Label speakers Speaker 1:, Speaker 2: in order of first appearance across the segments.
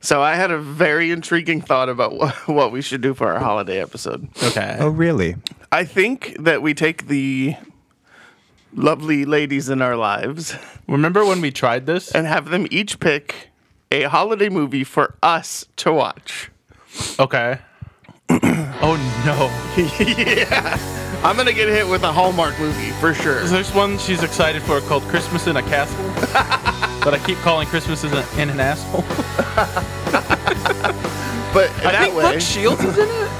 Speaker 1: So I had a very intriguing thought about what, what we should do for our holiday episode.
Speaker 2: Okay.
Speaker 3: Oh, really?
Speaker 1: I think that we take the lovely ladies in our lives
Speaker 2: Remember when we tried this?
Speaker 1: and have them each pick a holiday movie for us to watch.
Speaker 2: Okay. oh no.
Speaker 1: I'm gonna get hit with a Hallmark movie for sure.
Speaker 2: There's one she's excited for called Christmas in a Castle. but I keep calling Christmas in, a, in an asshole.
Speaker 1: But that way,
Speaker 2: Shields is in it.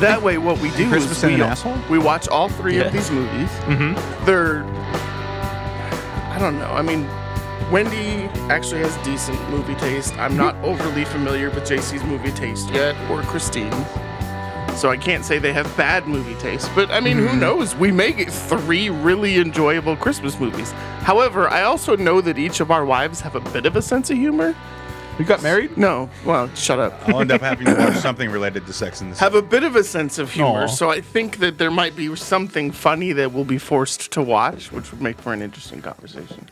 Speaker 1: that way, what we do
Speaker 3: Christmas
Speaker 1: is
Speaker 3: and
Speaker 1: we,
Speaker 3: an asshole? Mm-hmm.
Speaker 1: we watch all three
Speaker 2: Yeah.
Speaker 1: of these movies. They're, I don't know. I mean, Wendy actually has decent movie taste. I'm not
Speaker 3: Mm-hmm.
Speaker 1: overly familiar with JC's movie taste yet, or Christine. So I can't say they have bad movie taste, but I mean,
Speaker 3: Mm-hmm.
Speaker 1: who knows? We may get three really enjoyable Christmas movies. However, I also know that each of our wives have a bit of a sense of humor.
Speaker 2: You got married?
Speaker 1: No, well, shut up.
Speaker 4: I'll end up having to watch something related to Sex in the
Speaker 1: have
Speaker 4: City.
Speaker 1: a bit of a sense of humor.
Speaker 2: Aw.
Speaker 1: So I think that there might be something funny that we'll be forced to watch, which would make for an interesting conversation.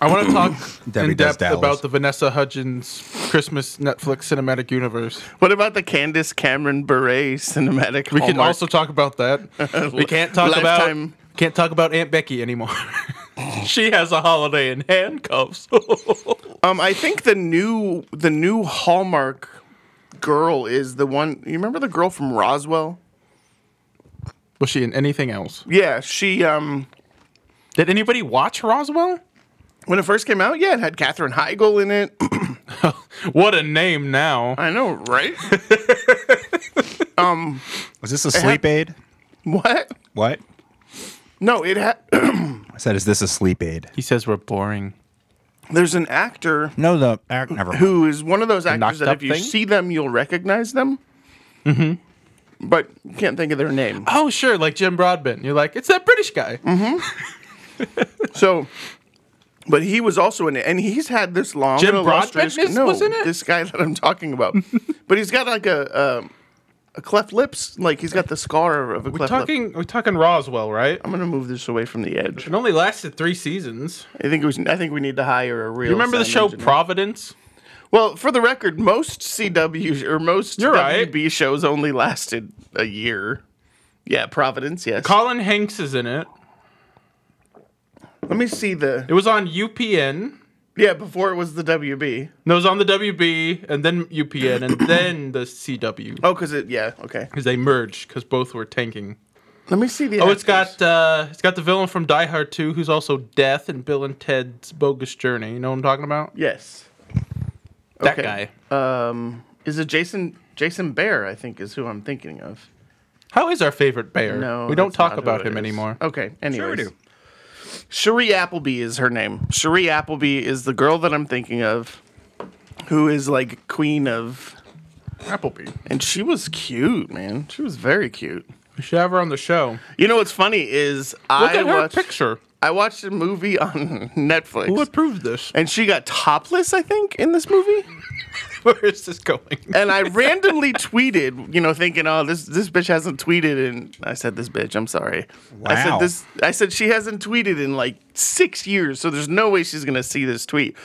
Speaker 2: I want to talk
Speaker 4: Debbie
Speaker 2: in
Speaker 4: does
Speaker 2: depth
Speaker 4: Dallas.
Speaker 2: about the Vanessa Hudgens Christmas Netflix cinematic universe.
Speaker 1: What about the Candace Cameron Bure cinematic?
Speaker 2: We can also talk about that. We can't talk
Speaker 1: Lifetime.
Speaker 2: about can't talk about Aunt Becky anymore. she has a holiday in handcuffs.
Speaker 1: Um, I think the new the new Hallmark girl is the one. You remember the girl from Roswell?
Speaker 2: Was she in anything else?
Speaker 1: Yeah, she. Um,
Speaker 2: Did anybody watch Roswell?
Speaker 1: when it first came out, yeah, it had Katherine Heigl in it.
Speaker 2: What a name now.
Speaker 1: I know, right?
Speaker 4: Was this a sleep aid?
Speaker 1: what?
Speaker 4: What?
Speaker 1: No, it had.
Speaker 3: I said, is this a sleep aid?
Speaker 2: He says we're boring.
Speaker 1: There's an actor
Speaker 3: No, the act never. mind.
Speaker 1: who is one of those actors
Speaker 2: knocked
Speaker 1: that
Speaker 2: up
Speaker 1: if you
Speaker 2: thing?
Speaker 1: see them, you'll recognize them. Mm-hmm. But you can't think of their name.
Speaker 2: Oh, sure, like Jim Broadbent. You're like, it's that British guy.
Speaker 1: Mm-hmm. So, but he was also in it, and he's had this long.
Speaker 2: Jim
Speaker 1: and illustrious-
Speaker 2: Broadbent is- was in it?
Speaker 1: This guy that I'm talking about, but he's got like a um, a cleft lips, like he's got the scar of a
Speaker 2: We're
Speaker 1: cleft lip.
Speaker 2: talking we're talking Roswell, right?
Speaker 1: I'm gonna move this away from the edge.
Speaker 2: It only lasted three seasons.
Speaker 1: I think it was, I think we need to hire a real.
Speaker 2: You remember the
Speaker 1: sound
Speaker 2: show
Speaker 1: engineer.
Speaker 2: Providence?
Speaker 1: Well, for the record, most CW or most
Speaker 2: You're right.
Speaker 1: WB shows only lasted a year. Yeah, Providence. Yes.
Speaker 2: Colin Hanks is in it.
Speaker 1: Let me see the.
Speaker 2: It was on UPN.
Speaker 1: Yeah, before it was the WB.
Speaker 2: No, it was on the WB and then UPN and then the CW.
Speaker 1: Oh, because it. Yeah, okay.
Speaker 2: because they merged because both were tanking.
Speaker 1: Let me see the.
Speaker 2: Oh, it's
Speaker 1: actors.
Speaker 2: got uh, it's got the villain from Die Hard 2, who's also Death in Bill and Ted's Bogus Journey. You know what I'm talking about?
Speaker 1: Yes.
Speaker 2: That
Speaker 1: Okay.
Speaker 2: guy.
Speaker 1: Um, is it Jason? Jason Bear, I think, is who I'm thinking of.
Speaker 2: How is our favorite bear?
Speaker 1: No,
Speaker 2: we don't
Speaker 1: that's
Speaker 2: talk
Speaker 1: not who
Speaker 2: about
Speaker 1: it
Speaker 2: him
Speaker 1: is.
Speaker 2: anymore.
Speaker 1: Okay. Anyways.
Speaker 4: Sure we do.
Speaker 1: Cherie Appleby is her name. Cherie Appleby is the girl that I'm thinking of, who is like queen of,
Speaker 2: Appleby.
Speaker 1: and she was cute, man. She was very cute.
Speaker 2: We should have her on the show. Look
Speaker 1: You know what's funny is I
Speaker 2: at her
Speaker 1: watched
Speaker 2: picture.
Speaker 1: I watched a movie on Netflix.
Speaker 2: Who approved this?
Speaker 1: and she got topless, I think, in this movie.
Speaker 2: Where is this going?
Speaker 1: And I randomly tweeted, you know, thinking, "Oh, this this bitch hasn't tweeted." And I said, "This bitch, I'm sorry." I said
Speaker 4: Wow.
Speaker 1: this. I said she hasn't tweeted in like six years, so there's no way she's gonna see this tweet.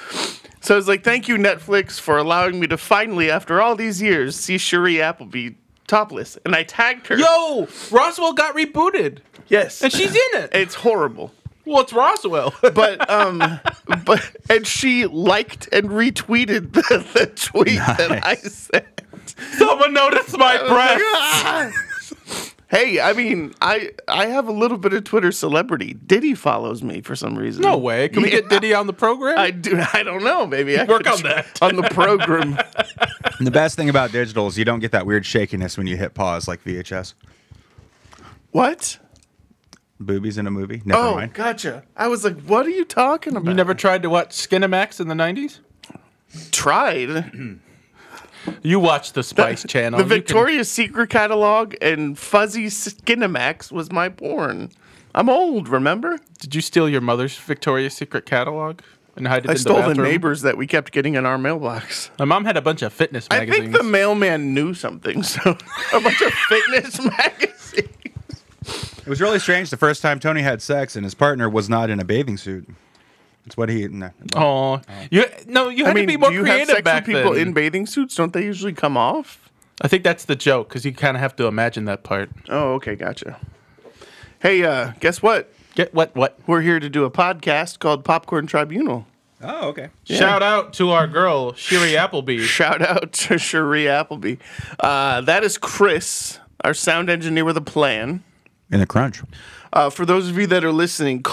Speaker 1: So I was like, "Thank you, Netflix, for allowing me to finally, after all these years, see Cherie Appleby topless." And I tagged her.
Speaker 2: Yo, Roswell got rebooted,
Speaker 1: yes,
Speaker 2: and she's in it.
Speaker 1: it's horrible.
Speaker 2: Well, it's Roswell.
Speaker 1: but um but and she liked and retweeted the, the tweet that I sent.
Speaker 2: Someone noticed my
Speaker 1: I was like, "Ah."
Speaker 2: breath.
Speaker 1: hey, I mean, I I have a little bit of Twitter celebrity. Diddy follows me for some reason.
Speaker 2: No way. Can we
Speaker 1: Yeah.
Speaker 2: get Diddy on the program?
Speaker 1: I do. I don't know. Maybe I
Speaker 2: Work
Speaker 1: could-
Speaker 2: on that.
Speaker 1: on the program.
Speaker 4: And the best thing about digital is you don't get that weird shakiness when you hit pause like VHS.
Speaker 1: what?
Speaker 4: Boobies in a movie. Never
Speaker 1: Oh,
Speaker 4: mind.
Speaker 1: gotcha. I was like, what are you talking about?
Speaker 2: you never tried to watch Skinamax in the 90s?
Speaker 1: tried
Speaker 2: You watch the Spice Channel.
Speaker 1: the
Speaker 2: You can-
Speaker 1: Victoria's Secret catalog and fuzzy Skinamax was my porn. I'm old, remember?
Speaker 2: did you steal your mother's Victoria's Secret catalog and hide it
Speaker 1: I
Speaker 2: in
Speaker 1: stole
Speaker 2: the
Speaker 1: the,
Speaker 2: bathroom?
Speaker 1: neighbors that we kept getting in our mailbox.
Speaker 2: My mom had a bunch of fitness
Speaker 1: I
Speaker 2: magazines.
Speaker 1: think the mailman knew something, so a bunch of fitness magazines.
Speaker 4: It was really strange the first time Tony had sex and his partner was not in a bathing suit. It's what he. No,
Speaker 2: Oh, you no, you had
Speaker 1: I mean,
Speaker 2: to be more
Speaker 1: do you have
Speaker 2: creative
Speaker 1: sex
Speaker 2: back
Speaker 1: with people
Speaker 2: then.
Speaker 1: in bathing suits? Don't they usually come off?
Speaker 2: I think that's the joke because you kind of have to imagine that part.
Speaker 1: Oh, okay, gotcha. Hey, uh, guess what?
Speaker 2: Get what? What?
Speaker 1: We're here to do a podcast called Popcorn Tribunal.
Speaker 4: oh okay.
Speaker 2: Shout out to our girl Shiri Appleby.
Speaker 1: Shout out to Cherie Appleby. Uh, that is Chris, our sound engineer with a plan.
Speaker 4: In the crunch.
Speaker 1: Uh, for those of you that are listening,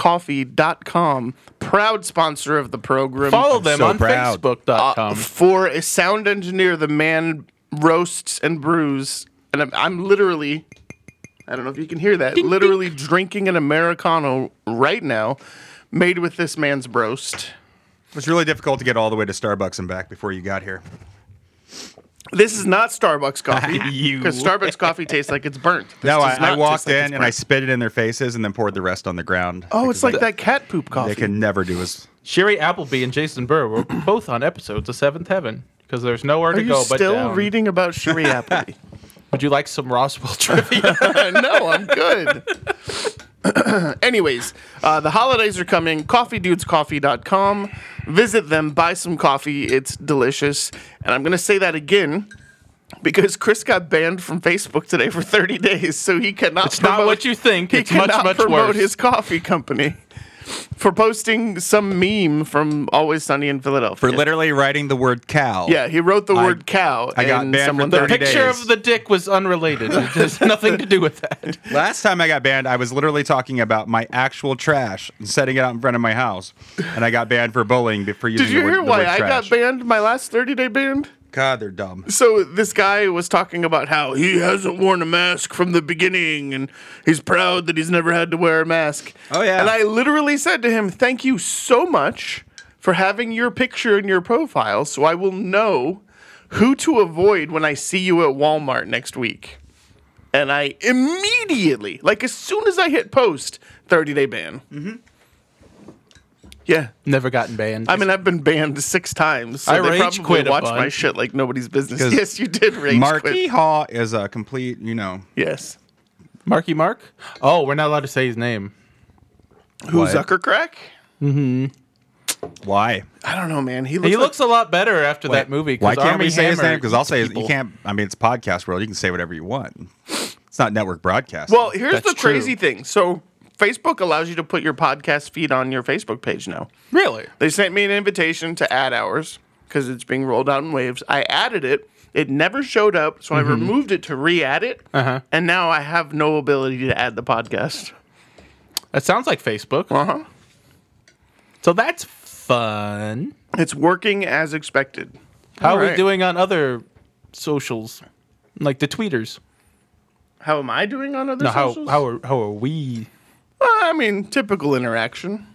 Speaker 1: coffeedudescoffee.com, proud sponsor of the program.
Speaker 2: Follow them
Speaker 4: so
Speaker 2: on
Speaker 4: proud.
Speaker 2: Facebook.com.
Speaker 1: Uh, For a sound engineer, the man roasts and brews. And I'm, I'm literally, I don't know if you can hear that, literally drinking an Americano right now, made with this man's roast.
Speaker 4: It was really difficult to get all the way to Starbucks and back before you got here.
Speaker 1: This is not Starbucks coffee.
Speaker 2: You.
Speaker 1: Because Starbucks coffee tastes like it's burnt. This
Speaker 4: No, I,
Speaker 1: does
Speaker 4: I
Speaker 1: not
Speaker 4: walked
Speaker 1: taste like
Speaker 4: in
Speaker 1: it's
Speaker 4: and I
Speaker 1: burnt.
Speaker 4: spit it in their faces and then poured the rest on the ground.
Speaker 1: Oh,
Speaker 4: because
Speaker 1: it's like
Speaker 4: they-
Speaker 1: that cat poop coffee.
Speaker 4: They could never do as.
Speaker 2: Sherry Appleby and Jason Burr were both on episodes of Seventh Heaven because there's nowhere
Speaker 1: Are
Speaker 2: to
Speaker 1: you
Speaker 2: go but
Speaker 1: still
Speaker 2: down.
Speaker 1: reading about Cherie Appleby?
Speaker 2: Would you like some Roswell trivia?
Speaker 1: no, I'm good. Anyways, uh, the holidays are coming. CoffeeDudesCoffee.com. Visit them, buy some coffee. It's delicious. And I'm going to say that again because Chris got banned from Facebook today for 30 days, so he cannot.
Speaker 2: It's not what you think.
Speaker 1: He
Speaker 2: It's much,
Speaker 1: cannot
Speaker 2: much
Speaker 1: promote
Speaker 2: worse.
Speaker 1: his coffee company for posting some meme from Always Sunny in Philadelphia.
Speaker 4: For literally writing the word cow.
Speaker 1: yeah, he wrote the word cow.
Speaker 4: I got
Speaker 1: and
Speaker 4: banned
Speaker 1: someone
Speaker 4: from
Speaker 2: the
Speaker 4: 30
Speaker 1: thought-
Speaker 2: picture
Speaker 4: days.
Speaker 2: of the dick was unrelated. It has nothing to do with that.
Speaker 4: Last time I got banned, I was literally talking about my actual trash and setting it out in front of my house, and I got banned for bullying before using
Speaker 1: Did you
Speaker 4: the word,
Speaker 1: hear
Speaker 4: the
Speaker 1: why
Speaker 4: word
Speaker 1: I
Speaker 4: trash.
Speaker 1: got banned my last 30 day banned?
Speaker 4: God, they're dumb.
Speaker 1: So this guy was talking about how he hasn't worn a mask from the beginning and he's proud that he's never had to wear a mask.
Speaker 4: Oh, yeah.
Speaker 1: And I literally said to him, "Thank you so much for having your picture in your profile so I will know who to avoid when I see you at Walmart next week." And I immediately, like as soon as I hit post, 30 day ban. Mm-hmm. Yeah.
Speaker 2: Never gotten banned.
Speaker 1: I mean, I've been banned six times. So
Speaker 2: I
Speaker 1: they
Speaker 2: rage
Speaker 1: probably
Speaker 2: quit a
Speaker 1: watch my
Speaker 2: bunch.
Speaker 1: shit like nobody's business.
Speaker 4: 'Cause
Speaker 1: Yes, you did rage
Speaker 4: Marky
Speaker 1: quit.
Speaker 4: Haw is a complete, you know.
Speaker 1: Yes.
Speaker 2: Marky Mark? Oh, we're not allowed to say his name.
Speaker 1: Who
Speaker 4: What?
Speaker 1: Zucker crack?
Speaker 4: Why?
Speaker 1: I don't know, man. He looks.
Speaker 2: He
Speaker 1: like-
Speaker 2: looks a lot better after that movie. 'cause
Speaker 4: Why can't
Speaker 2: Armie
Speaker 4: we say his
Speaker 2: Hammer
Speaker 4: name? Because I'll
Speaker 2: eats
Speaker 4: say his,
Speaker 2: people.
Speaker 4: you can't. I mean, it's podcast world. You can say whatever you want. It's not network broadcast.
Speaker 1: well, here's
Speaker 2: That's
Speaker 1: the crazy thing. So Facebook allows you to put your podcast feed on your Facebook page now.
Speaker 2: Really?
Speaker 1: They sent me an invitation to add ours because it's being rolled out in waves. I added it. It never showed up, so
Speaker 2: Mm-hmm.
Speaker 1: I removed it to re-add it, uh-huh. and now I have no ability to add the podcast.
Speaker 2: That sounds like Facebook.
Speaker 1: Uh huh.
Speaker 2: So that's fun.
Speaker 1: It's working as expected.
Speaker 2: How
Speaker 1: All
Speaker 2: are we
Speaker 1: right.
Speaker 2: doing on other socials? Like the tweeters.
Speaker 1: How am I doing on other
Speaker 2: No, how,
Speaker 1: socials?
Speaker 2: how, are, how are we?
Speaker 1: Well, Uh, I mean, typical interaction.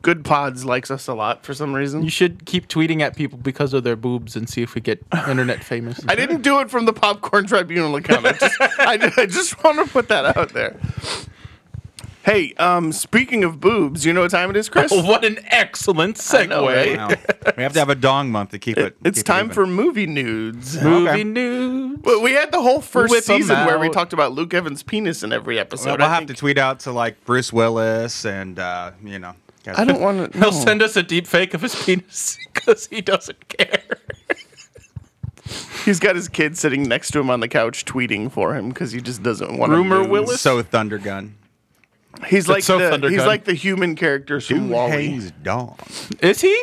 Speaker 1: Good Pods likes us a lot for some reason.
Speaker 2: You should keep tweeting at people because of their boobs and see if we get internet famous.
Speaker 1: I didn't do it from the Popcorn Tribunal account. I just, I, ju- I just want to put that out there. Hey, um, speaking of boobs, you know what time it is, Chris?
Speaker 2: Oh, What an excellent segue.
Speaker 1: know, right?
Speaker 4: Wow. we have to have a dong month to keep it.
Speaker 1: It's
Speaker 4: keep it
Speaker 1: time
Speaker 4: even.
Speaker 1: for movie nudes.
Speaker 2: Movie
Speaker 4: Okay.
Speaker 2: news.
Speaker 1: Well, we had the whole first
Speaker 2: Whip 'em
Speaker 1: season where we
Speaker 2: out.
Speaker 1: talked about Luke Evans' penis in every episode.
Speaker 4: Well,
Speaker 1: I
Speaker 4: we'll have
Speaker 1: think-
Speaker 4: to tweet out to like Bruce Willis and uh, you know. guys-
Speaker 1: I don't want to.
Speaker 2: He'll send us a deep fake of his penis because he doesn't care.
Speaker 1: He's got his kid sitting next to him on the couch tweeting for him because he just doesn't want
Speaker 2: Rumor
Speaker 1: to.
Speaker 2: Willis?
Speaker 4: So Thunder Gun.
Speaker 1: He's like
Speaker 2: so
Speaker 1: the, he's
Speaker 2: Thundergun.
Speaker 1: like the human characters from
Speaker 4: Who
Speaker 1: Wall-E.
Speaker 4: hates dong?
Speaker 2: Is he?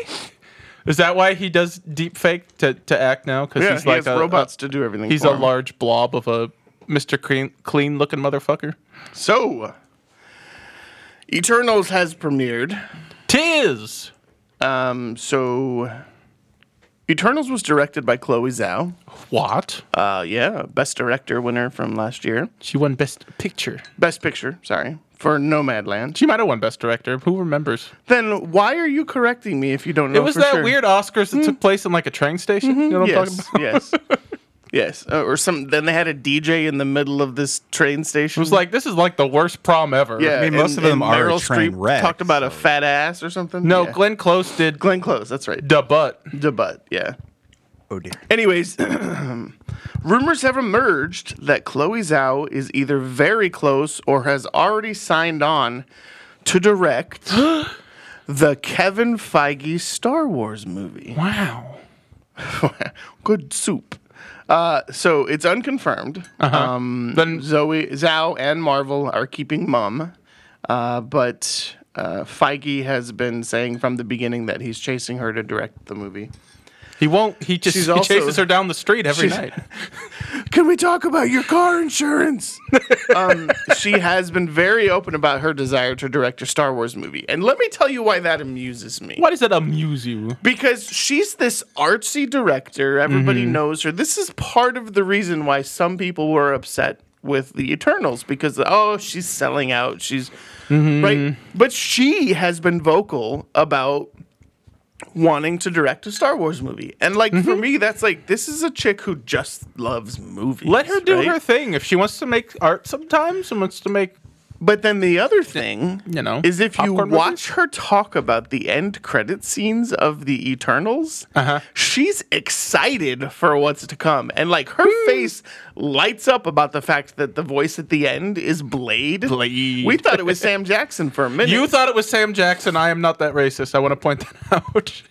Speaker 2: Is that why he does deep fake to, to act now? Because
Speaker 1: Yeah,
Speaker 2: he's
Speaker 1: he
Speaker 2: like
Speaker 1: has
Speaker 2: a,
Speaker 1: robots
Speaker 2: a-
Speaker 1: to do everything.
Speaker 2: he's
Speaker 1: for
Speaker 2: a
Speaker 1: him.
Speaker 2: large blob of a Mr. Clean, clean looking motherfucker.
Speaker 1: So, Eternals has premiered.
Speaker 2: Tis.
Speaker 1: Um, so, Eternals was directed by Chloe Zhao.
Speaker 2: What?
Speaker 1: Uh, yeah, Best Director winner from last year.
Speaker 2: She won Best Picture.
Speaker 1: Best Picture, sorry, for Nomadland.
Speaker 2: She might have won Best Director. Who remembers?
Speaker 1: Then why are you correcting me if you don't know?
Speaker 2: it was
Speaker 1: for
Speaker 2: that
Speaker 1: sure?
Speaker 2: weird Oscars that took place in like a train station. You know what I'm
Speaker 1: Yes,
Speaker 2: talking about?
Speaker 1: yes, yes. Uh, or some. Then they had a DJ in the middle of this train station.
Speaker 2: It was like this is like the worst prom ever.
Speaker 1: yeah,
Speaker 4: I mean, most
Speaker 1: and-
Speaker 4: of them
Speaker 1: and
Speaker 4: are
Speaker 1: Meryl
Speaker 4: train
Speaker 1: Streep
Speaker 4: wrecks,
Speaker 1: talked about a fat ass or something.
Speaker 2: No,
Speaker 1: Yeah.
Speaker 2: Glenn Close did
Speaker 1: Glenn Close. That's right.
Speaker 2: the butt.
Speaker 1: The butt. Yeah.
Speaker 4: Oh dear.
Speaker 1: Anyways, rumors have emerged that Chloe Zhao is either very close or has already signed on to direct the Kevin Feige Star Wars movie.
Speaker 2: Wow.
Speaker 1: Good soup. Uh, so it's unconfirmed.
Speaker 4: Uh-huh.
Speaker 1: Um,
Speaker 2: Mm. Then-
Speaker 1: Zoe Zhao and Marvel are keeping mum, uh, but uh, Feige has been saying from the beginning that he's chasing her to direct the movie.
Speaker 2: He won't. He just
Speaker 1: She's
Speaker 2: he
Speaker 1: also-
Speaker 2: chases her down the street every
Speaker 1: She's-
Speaker 2: night.
Speaker 1: Can we talk about your car insurance? um, she has been very open about her desire to direct a Star Wars movie, and let me tell you why that amuses me.
Speaker 2: Why does that amuse you?
Speaker 1: because she's this artsy director. Everybody
Speaker 2: Mm-hmm.
Speaker 1: knows her. This is part of the reason why some people were upset with the Eternals because oh, she's selling out. She's
Speaker 2: Mm-hmm.
Speaker 1: right, but she has been vocal about wanting to direct a Star Wars movie. And like for
Speaker 2: Mm-hmm.
Speaker 1: me, that's like this is a chick who just loves movies.
Speaker 2: Let her do
Speaker 1: right?
Speaker 2: her thing. If she wants to make art sometimes and wants to make
Speaker 1: But then the other thing,
Speaker 2: you know,
Speaker 1: is if you
Speaker 2: popcorn movies?
Speaker 1: watch her talk about the end credit scenes of the Eternals,
Speaker 2: Uh-huh.
Speaker 1: she's excited for what's to come, and like her
Speaker 2: Hmm.
Speaker 1: face lights up about the fact that the voice at the end is Blade.
Speaker 2: Blade.
Speaker 1: We thought it was Sam Jackson for a minute.
Speaker 2: You thought it was Sam Jackson. I am not that racist. I want to point that out.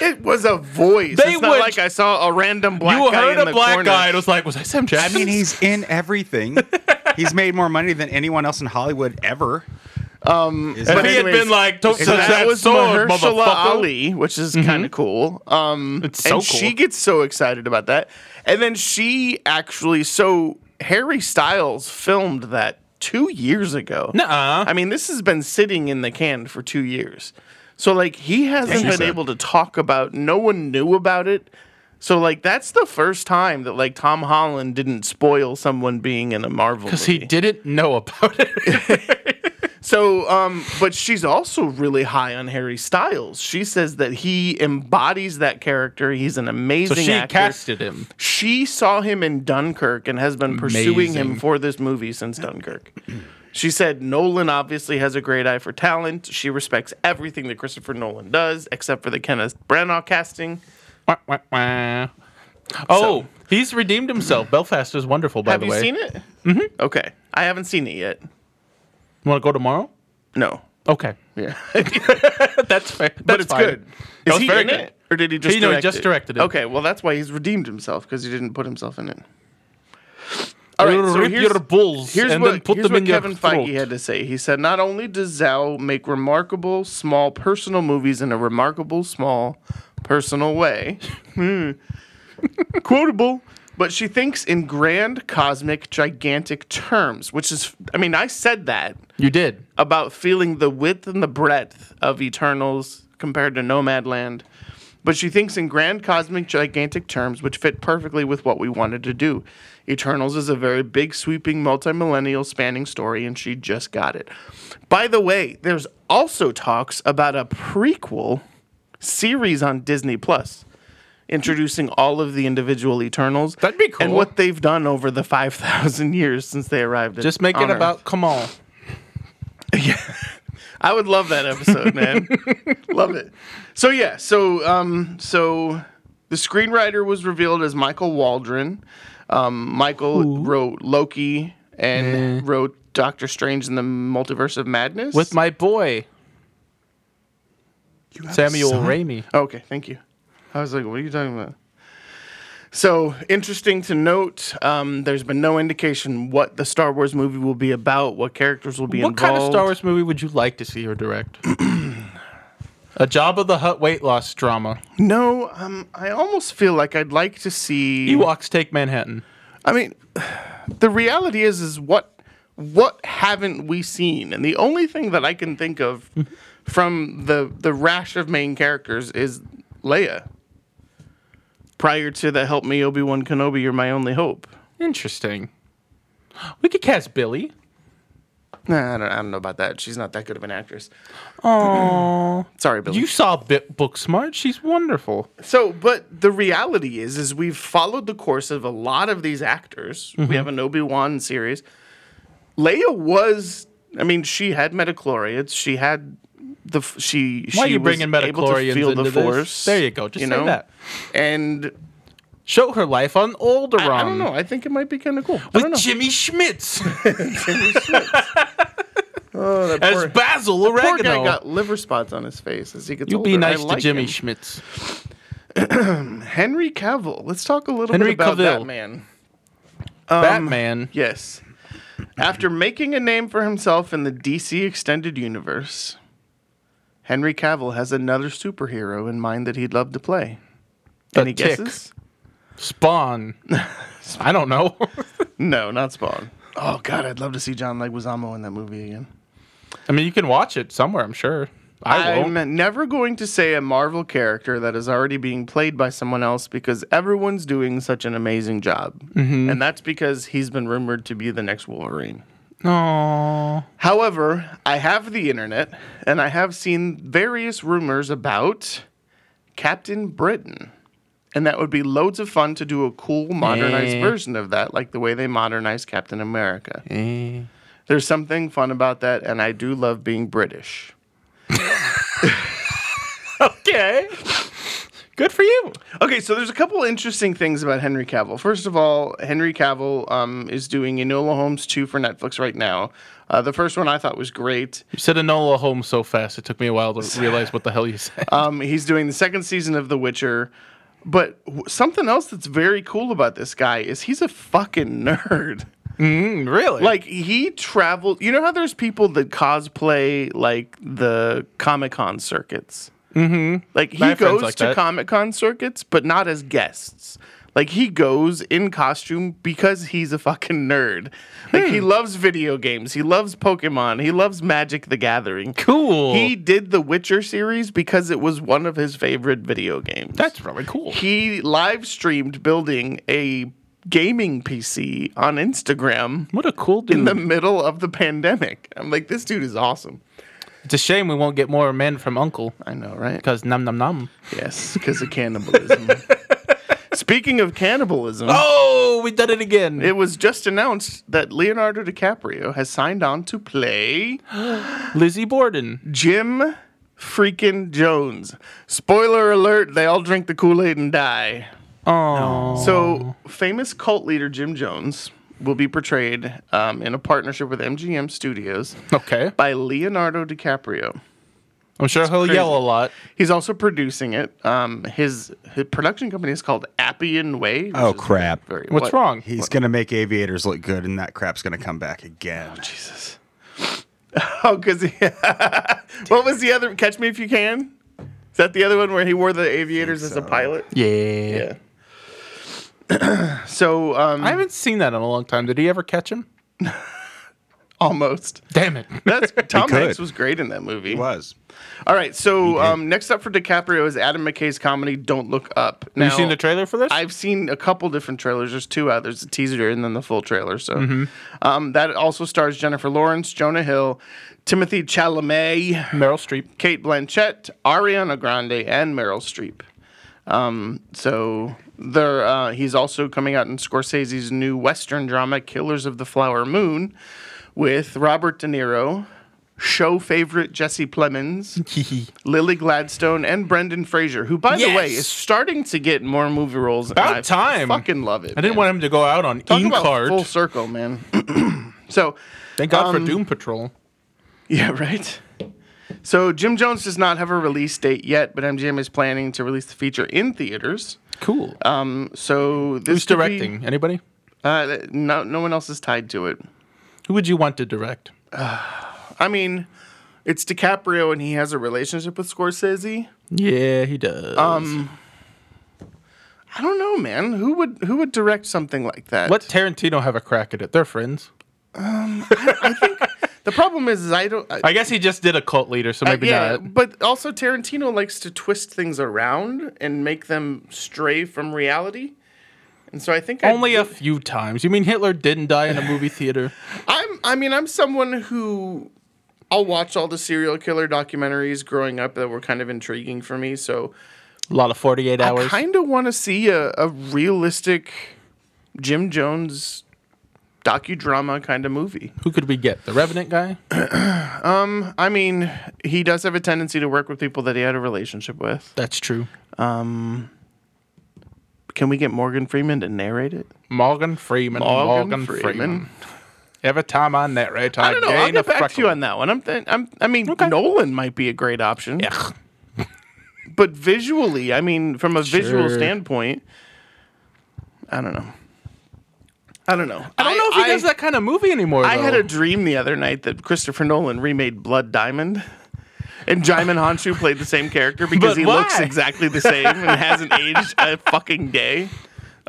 Speaker 1: it was a voice.
Speaker 2: They
Speaker 1: it's not
Speaker 2: would-
Speaker 1: like I saw a random black
Speaker 2: you
Speaker 1: guy
Speaker 2: heard
Speaker 1: in
Speaker 2: a
Speaker 1: the
Speaker 2: black
Speaker 1: corner.
Speaker 2: guy and was like, "Was I Sam
Speaker 4: I
Speaker 2: Jackson?"
Speaker 4: mean, he's in everything. he's made more money than anyone else in Hollywood ever. Um,
Speaker 2: if
Speaker 1: but
Speaker 2: he had
Speaker 1: anyways,
Speaker 2: been like, "Don't touch
Speaker 1: So that,
Speaker 2: that,
Speaker 1: was
Speaker 2: sword,
Speaker 1: Mahershala
Speaker 2: motherfucker." Mm-hmm.
Speaker 1: Ali, which is kind of cool. Um,
Speaker 2: It's
Speaker 1: and
Speaker 2: so cool.
Speaker 1: she gets so excited about that, and then she actually so Harry Styles filmed that two years ago.
Speaker 2: Nuh-uh.
Speaker 1: I mean this has been sitting in the can for two years, so like he hasn't been
Speaker 3: sir.
Speaker 1: able to talk about. No one knew about it. So like that's the first time that like Tom Holland didn't spoil someone being in a Marvel
Speaker 2: Because he
Speaker 1: movie.
Speaker 2: didn't know about it.
Speaker 1: So, um, but she's also really high on Harry Styles. She says that he embodies that character. He's an amazing
Speaker 2: So she
Speaker 1: actor.
Speaker 2: casted him.
Speaker 1: She saw him in Dunkirk and has been pursuing him
Speaker 2: Amazing.
Speaker 1: for this movie since Dunkirk. She said Nolan obviously has a great eye for talent. She respects everything that Christopher Nolan does, except for the Kenneth Branagh casting.
Speaker 2: Wah, wah, wah. Oh, he's redeemed himself. Belfast is wonderful, by
Speaker 1: Have
Speaker 2: the
Speaker 1: you
Speaker 2: way.
Speaker 1: seen it? Mm-hmm. Okay, I haven't seen it yet.
Speaker 2: Want to go tomorrow?
Speaker 1: No.
Speaker 2: Okay,
Speaker 1: Yeah.
Speaker 2: that's fair.
Speaker 1: but
Speaker 2: That's
Speaker 1: it's
Speaker 2: fine.
Speaker 1: good.
Speaker 2: That
Speaker 1: Is
Speaker 2: was
Speaker 1: he
Speaker 2: very
Speaker 1: in
Speaker 2: good.
Speaker 1: it, or did he just?
Speaker 2: He- no, he
Speaker 1: direct
Speaker 2: just directed it.
Speaker 1: Okay, well that's why he's redeemed himself because he didn't put himself in it. All right, so
Speaker 2: Rip
Speaker 1: here's,
Speaker 2: your bulls
Speaker 1: here's
Speaker 2: and
Speaker 1: what,
Speaker 2: then put
Speaker 1: here's
Speaker 2: them
Speaker 1: what
Speaker 2: in your
Speaker 1: Kevin Feige
Speaker 2: throat.
Speaker 1: had to say. He said, "Not only does Zhao make remarkable small personal movies in a remarkable small personal way, hmm, quotable." But she thinks in grand, cosmic, gigantic terms, which is, I mean, I said that
Speaker 2: You did.
Speaker 1: about feeling the width and the breadth of Eternals compared to Nomadland. But she thinks in grand cosmic gigantic terms, which fit perfectly with what we wanted to do. Eternals is a very big, sweeping, multi-millennial spanning story, and she just got it. By the way, there's also talks about a prequel series on Disney Plus, introducing all of the individual Eternals.
Speaker 2: That'd be
Speaker 1: And
Speaker 2: cool.
Speaker 1: what they've done over the five thousand years since they arrived. at-
Speaker 2: Just make
Speaker 1: on
Speaker 2: it
Speaker 1: Earth.
Speaker 2: about come on.
Speaker 1: I would love that episode, man. love it. So yeah, so um, so the screenwriter was revealed as Michael Waldron. Um, Michael wrote Loki and wrote Doctor Strange in the Multiverse of Madness.
Speaker 2: with my boy Samuel Raimi.
Speaker 1: okay, thank you. I was like, what are you talking about? So interesting to note. Um, there's been no indication what the Star Wars movie will be about, what characters will be
Speaker 2: What
Speaker 1: involved.
Speaker 2: kind of Star Wars movie would you like to see her direct? A Job of the Hut weight loss drama.
Speaker 1: No, um, I almost feel like I'd like to see.
Speaker 2: Ewoks take Manhattan.
Speaker 1: I mean, the reality is, is what what haven't we seen? And the only thing that I can think of from the the rash of main characters is Leia. Prior to the "Help me, Obi Wan Kenobi, you're my only hope."
Speaker 2: Interesting. We could cast Billy.
Speaker 1: Nah, I don't, I don't know about that. She's not that good of an actress. Oh, sorry, Billy.
Speaker 2: You saw Bit Book Smart. She's wonderful.
Speaker 1: So, but the reality is, is we've followed the course of a lot of these actors.
Speaker 2: Mm-hmm.
Speaker 1: We have an Obi Wan series. Leia was, I mean, she had metachlorians. She had the f- she.
Speaker 2: Why are
Speaker 1: she
Speaker 2: you
Speaker 1: was
Speaker 2: bringing
Speaker 1: able to
Speaker 2: metachlorians
Speaker 1: feel
Speaker 2: into
Speaker 1: the
Speaker 2: this?
Speaker 1: force?
Speaker 2: There you go. Just say that.
Speaker 1: And
Speaker 2: Show her life on Alderaan.
Speaker 1: I, I don't know. I think it might be kind of cool. I don't know.
Speaker 2: With Jimmy Schmitz.
Speaker 1: Oh, that
Speaker 2: As
Speaker 1: poor,
Speaker 2: Basil
Speaker 1: poor
Speaker 2: Oregano.
Speaker 1: guy got liver spots on his face as he gets
Speaker 2: you
Speaker 1: older.
Speaker 2: be
Speaker 1: I
Speaker 2: nice to
Speaker 1: like
Speaker 2: Jimmy
Speaker 1: him.
Speaker 2: Schmitz.
Speaker 1: Henry Cavill. Let's talk a little bit
Speaker 2: Henry
Speaker 1: about
Speaker 2: Cavill.
Speaker 1: that man. Um,
Speaker 2: Batman.
Speaker 1: Yes. After making a name for himself in the DC Extended Universe, Henry Cavill has another superhero in mind that he'd love to play.
Speaker 2: The
Speaker 1: Any
Speaker 2: Tick.
Speaker 1: guesses?
Speaker 2: Spawn. I don't know.
Speaker 1: No, not Spawn. Oh God, I'd love to see John Leguizamo in that movie again.
Speaker 2: I mean, you can watch it somewhere, I'm sure. I won't.
Speaker 1: I'm never going to say a Marvel character that is already being played by someone else because everyone's doing such an amazing job.
Speaker 2: Mm-hmm.
Speaker 1: And that's because he's been rumored to be the next Wolverine.
Speaker 2: No.
Speaker 1: However, I have the internet and I have seen various rumors about Captain Britain. And that would be loads of fun to do a cool modernized
Speaker 2: Eh.
Speaker 1: version of that, like the way they modernized Captain America. There's something fun about that, and I do love being British.
Speaker 2: Okay. Good for you.
Speaker 1: Okay, so there's a couple interesting things about Henry Cavill. First of all, Henry Cavill um, is doing Enola Holmes 2 for Netflix right now. Uh, the first one I thought was great.
Speaker 2: You said Enola Holmes so fast, it took me a while to realize what the hell you said.
Speaker 1: Um, he's doing the second season of The Witcher. But w- something else that's very cool about this guy is he's a fucking nerd.
Speaker 2: Mm, really?
Speaker 1: Like he traveled. You know how there's people that cosplay like the Comic Con circuits. Mm-hmm. Like he
Speaker 2: My friend's
Speaker 1: goes
Speaker 2: like
Speaker 1: to
Speaker 2: that.
Speaker 1: Comic Con circuits, but not as guests. Like he goes in costume because he's a fucking nerd. Like
Speaker 2: Hmm.
Speaker 1: he loves video games. He loves Pokemon. He loves Magic the Gathering.
Speaker 2: cool.
Speaker 1: He did the Witcher series because it was one of his favorite video games.
Speaker 2: That's really cool.
Speaker 1: he live streamed building a gaming PC on Instagram
Speaker 2: What a cool
Speaker 1: in
Speaker 2: dude.
Speaker 1: the middle of the pandemic. I'm like, this dude is awesome.
Speaker 2: it's a shame we won't get more men from Uncle
Speaker 1: I know, right?
Speaker 2: because num num num.
Speaker 1: Yes, because of cannibalism. Speaking of cannibalism,
Speaker 2: Oh, we did it again.
Speaker 1: it was just announced that Leonardo DiCaprio has signed on to play
Speaker 2: Lizzie Borden.
Speaker 1: Jim freaking Jones. Spoiler alert, they all drink the Kool Aid and die.
Speaker 2: Oh.
Speaker 1: So, famous cult leader Jim Jones will be portrayed um, in a partnership with MGM Studios
Speaker 2: Okay.
Speaker 1: by Leonardo DiCaprio.
Speaker 2: I'm sure he'll
Speaker 1: crazy.
Speaker 2: yell a lot.
Speaker 1: He's also producing it. Um, his, his production company is called Appian Way. which
Speaker 3: Oh,
Speaker 1: is
Speaker 3: crap.
Speaker 1: very-
Speaker 2: What's
Speaker 1: what-
Speaker 2: wrong?
Speaker 4: He's gonna make aviators look good, and that crap's gonna come back again.
Speaker 1: Jesus. Oh, because what was the other? Catch me if you can. Is that the other one where he wore the aviators as a pilot?
Speaker 2: Yeah.
Speaker 1: Yeah. so um,
Speaker 2: I haven't seen that in a long time. Did he ever catch him?
Speaker 1: almost.
Speaker 2: Damn it.
Speaker 1: That's Tom
Speaker 4: could.
Speaker 1: Hanks was great in that movie.
Speaker 4: He was.
Speaker 1: All right, so um, next up for DiCaprio is Adam McKay's comedy "Don't Look Up." Now,
Speaker 2: you seen the trailer for this?
Speaker 1: I've seen a couple different trailers. There's two out. There's a teaser and then the full trailer. So um, that also stars Jennifer Lawrence, Jonah Hill, Timothy Chalamet,
Speaker 2: Meryl Streep.
Speaker 1: Kate Blanchett, Ariana Grande, and Meryl Streep. Um, so there, uh, he's also coming out in Scorsese's new Western drama, Killers of the Flower Moon, with Robert De Niro, show favorite Jesse Plemons, Lily Gladstone, and Brendan Fraser, who, by the way,
Speaker 2: Yes.
Speaker 1: is starting to get more movie roles. and
Speaker 2: About
Speaker 1: I
Speaker 2: time.
Speaker 1: Fucking love it.
Speaker 2: I didn't
Speaker 1: man.
Speaker 2: want him to go out on
Speaker 1: Talk
Speaker 2: Ink
Speaker 1: about
Speaker 2: card.
Speaker 1: full circle, man. so
Speaker 2: Thank God for Doom Patrol.
Speaker 1: yeah, right. So Jim Jones does not have a release date yet, but MGM is planning to release the feature in theaters.
Speaker 2: Cool. Uh,
Speaker 1: Um, so this
Speaker 2: Who's
Speaker 1: could be-
Speaker 2: directing? Anybody?
Speaker 1: uh, no, no one else is tied to it.
Speaker 2: Who would you want to direct?
Speaker 1: I mean, it's DiCaprio, and he has a relationship with Scorsese.
Speaker 2: Yeah, he does. Um,
Speaker 1: I don't know, man. Who would who would direct something like that?
Speaker 2: Let Tarantino have a crack at it. They're friends.
Speaker 1: the problem is, is I don't. I,
Speaker 2: I guess he just did a cult leader, so maybe
Speaker 1: Uh, yeah,
Speaker 2: not.
Speaker 1: but also Tarantino likes to twist things around and make them stray from reality. And so I think I'd
Speaker 2: Only a few times. You mean Hitler didn't die in a movie theater?
Speaker 1: I'm I mean I'm someone who I'll watch all the serial killer documentaries growing up that were kind of intriguing for me. So
Speaker 2: A lot of 48
Speaker 1: I
Speaker 2: hours.
Speaker 1: kind of want to see a, a realistic Jim Jones docudrama kind of movie.
Speaker 2: Who could we get? The Revenant guy?
Speaker 1: I mean, he does have a tendency to work with people that he had a relationship with.
Speaker 2: That's true.
Speaker 1: Can we get Morgan Freeman to narrate it?
Speaker 2: Morgan Freeman. Morgan, Freeman. Every time on that right
Speaker 1: I don't know. I'll get back to you on that one. I'm, th- I'm I mean, Nolan might be a great option.
Speaker 2: Ugh.
Speaker 1: But visually, I mean, from a visual
Speaker 2: Sure.
Speaker 1: standpoint, I don't know. I don't know.
Speaker 2: I don't know if he does that kind of movie anymore.
Speaker 1: I had
Speaker 2: though.
Speaker 1: a dream the other night that Christopher Nolan remade Blood Diamond. And Jaimin Honshu played the same character because
Speaker 2: But
Speaker 1: he
Speaker 2: why?
Speaker 1: looks exactly the same and hasn't aged a fucking day.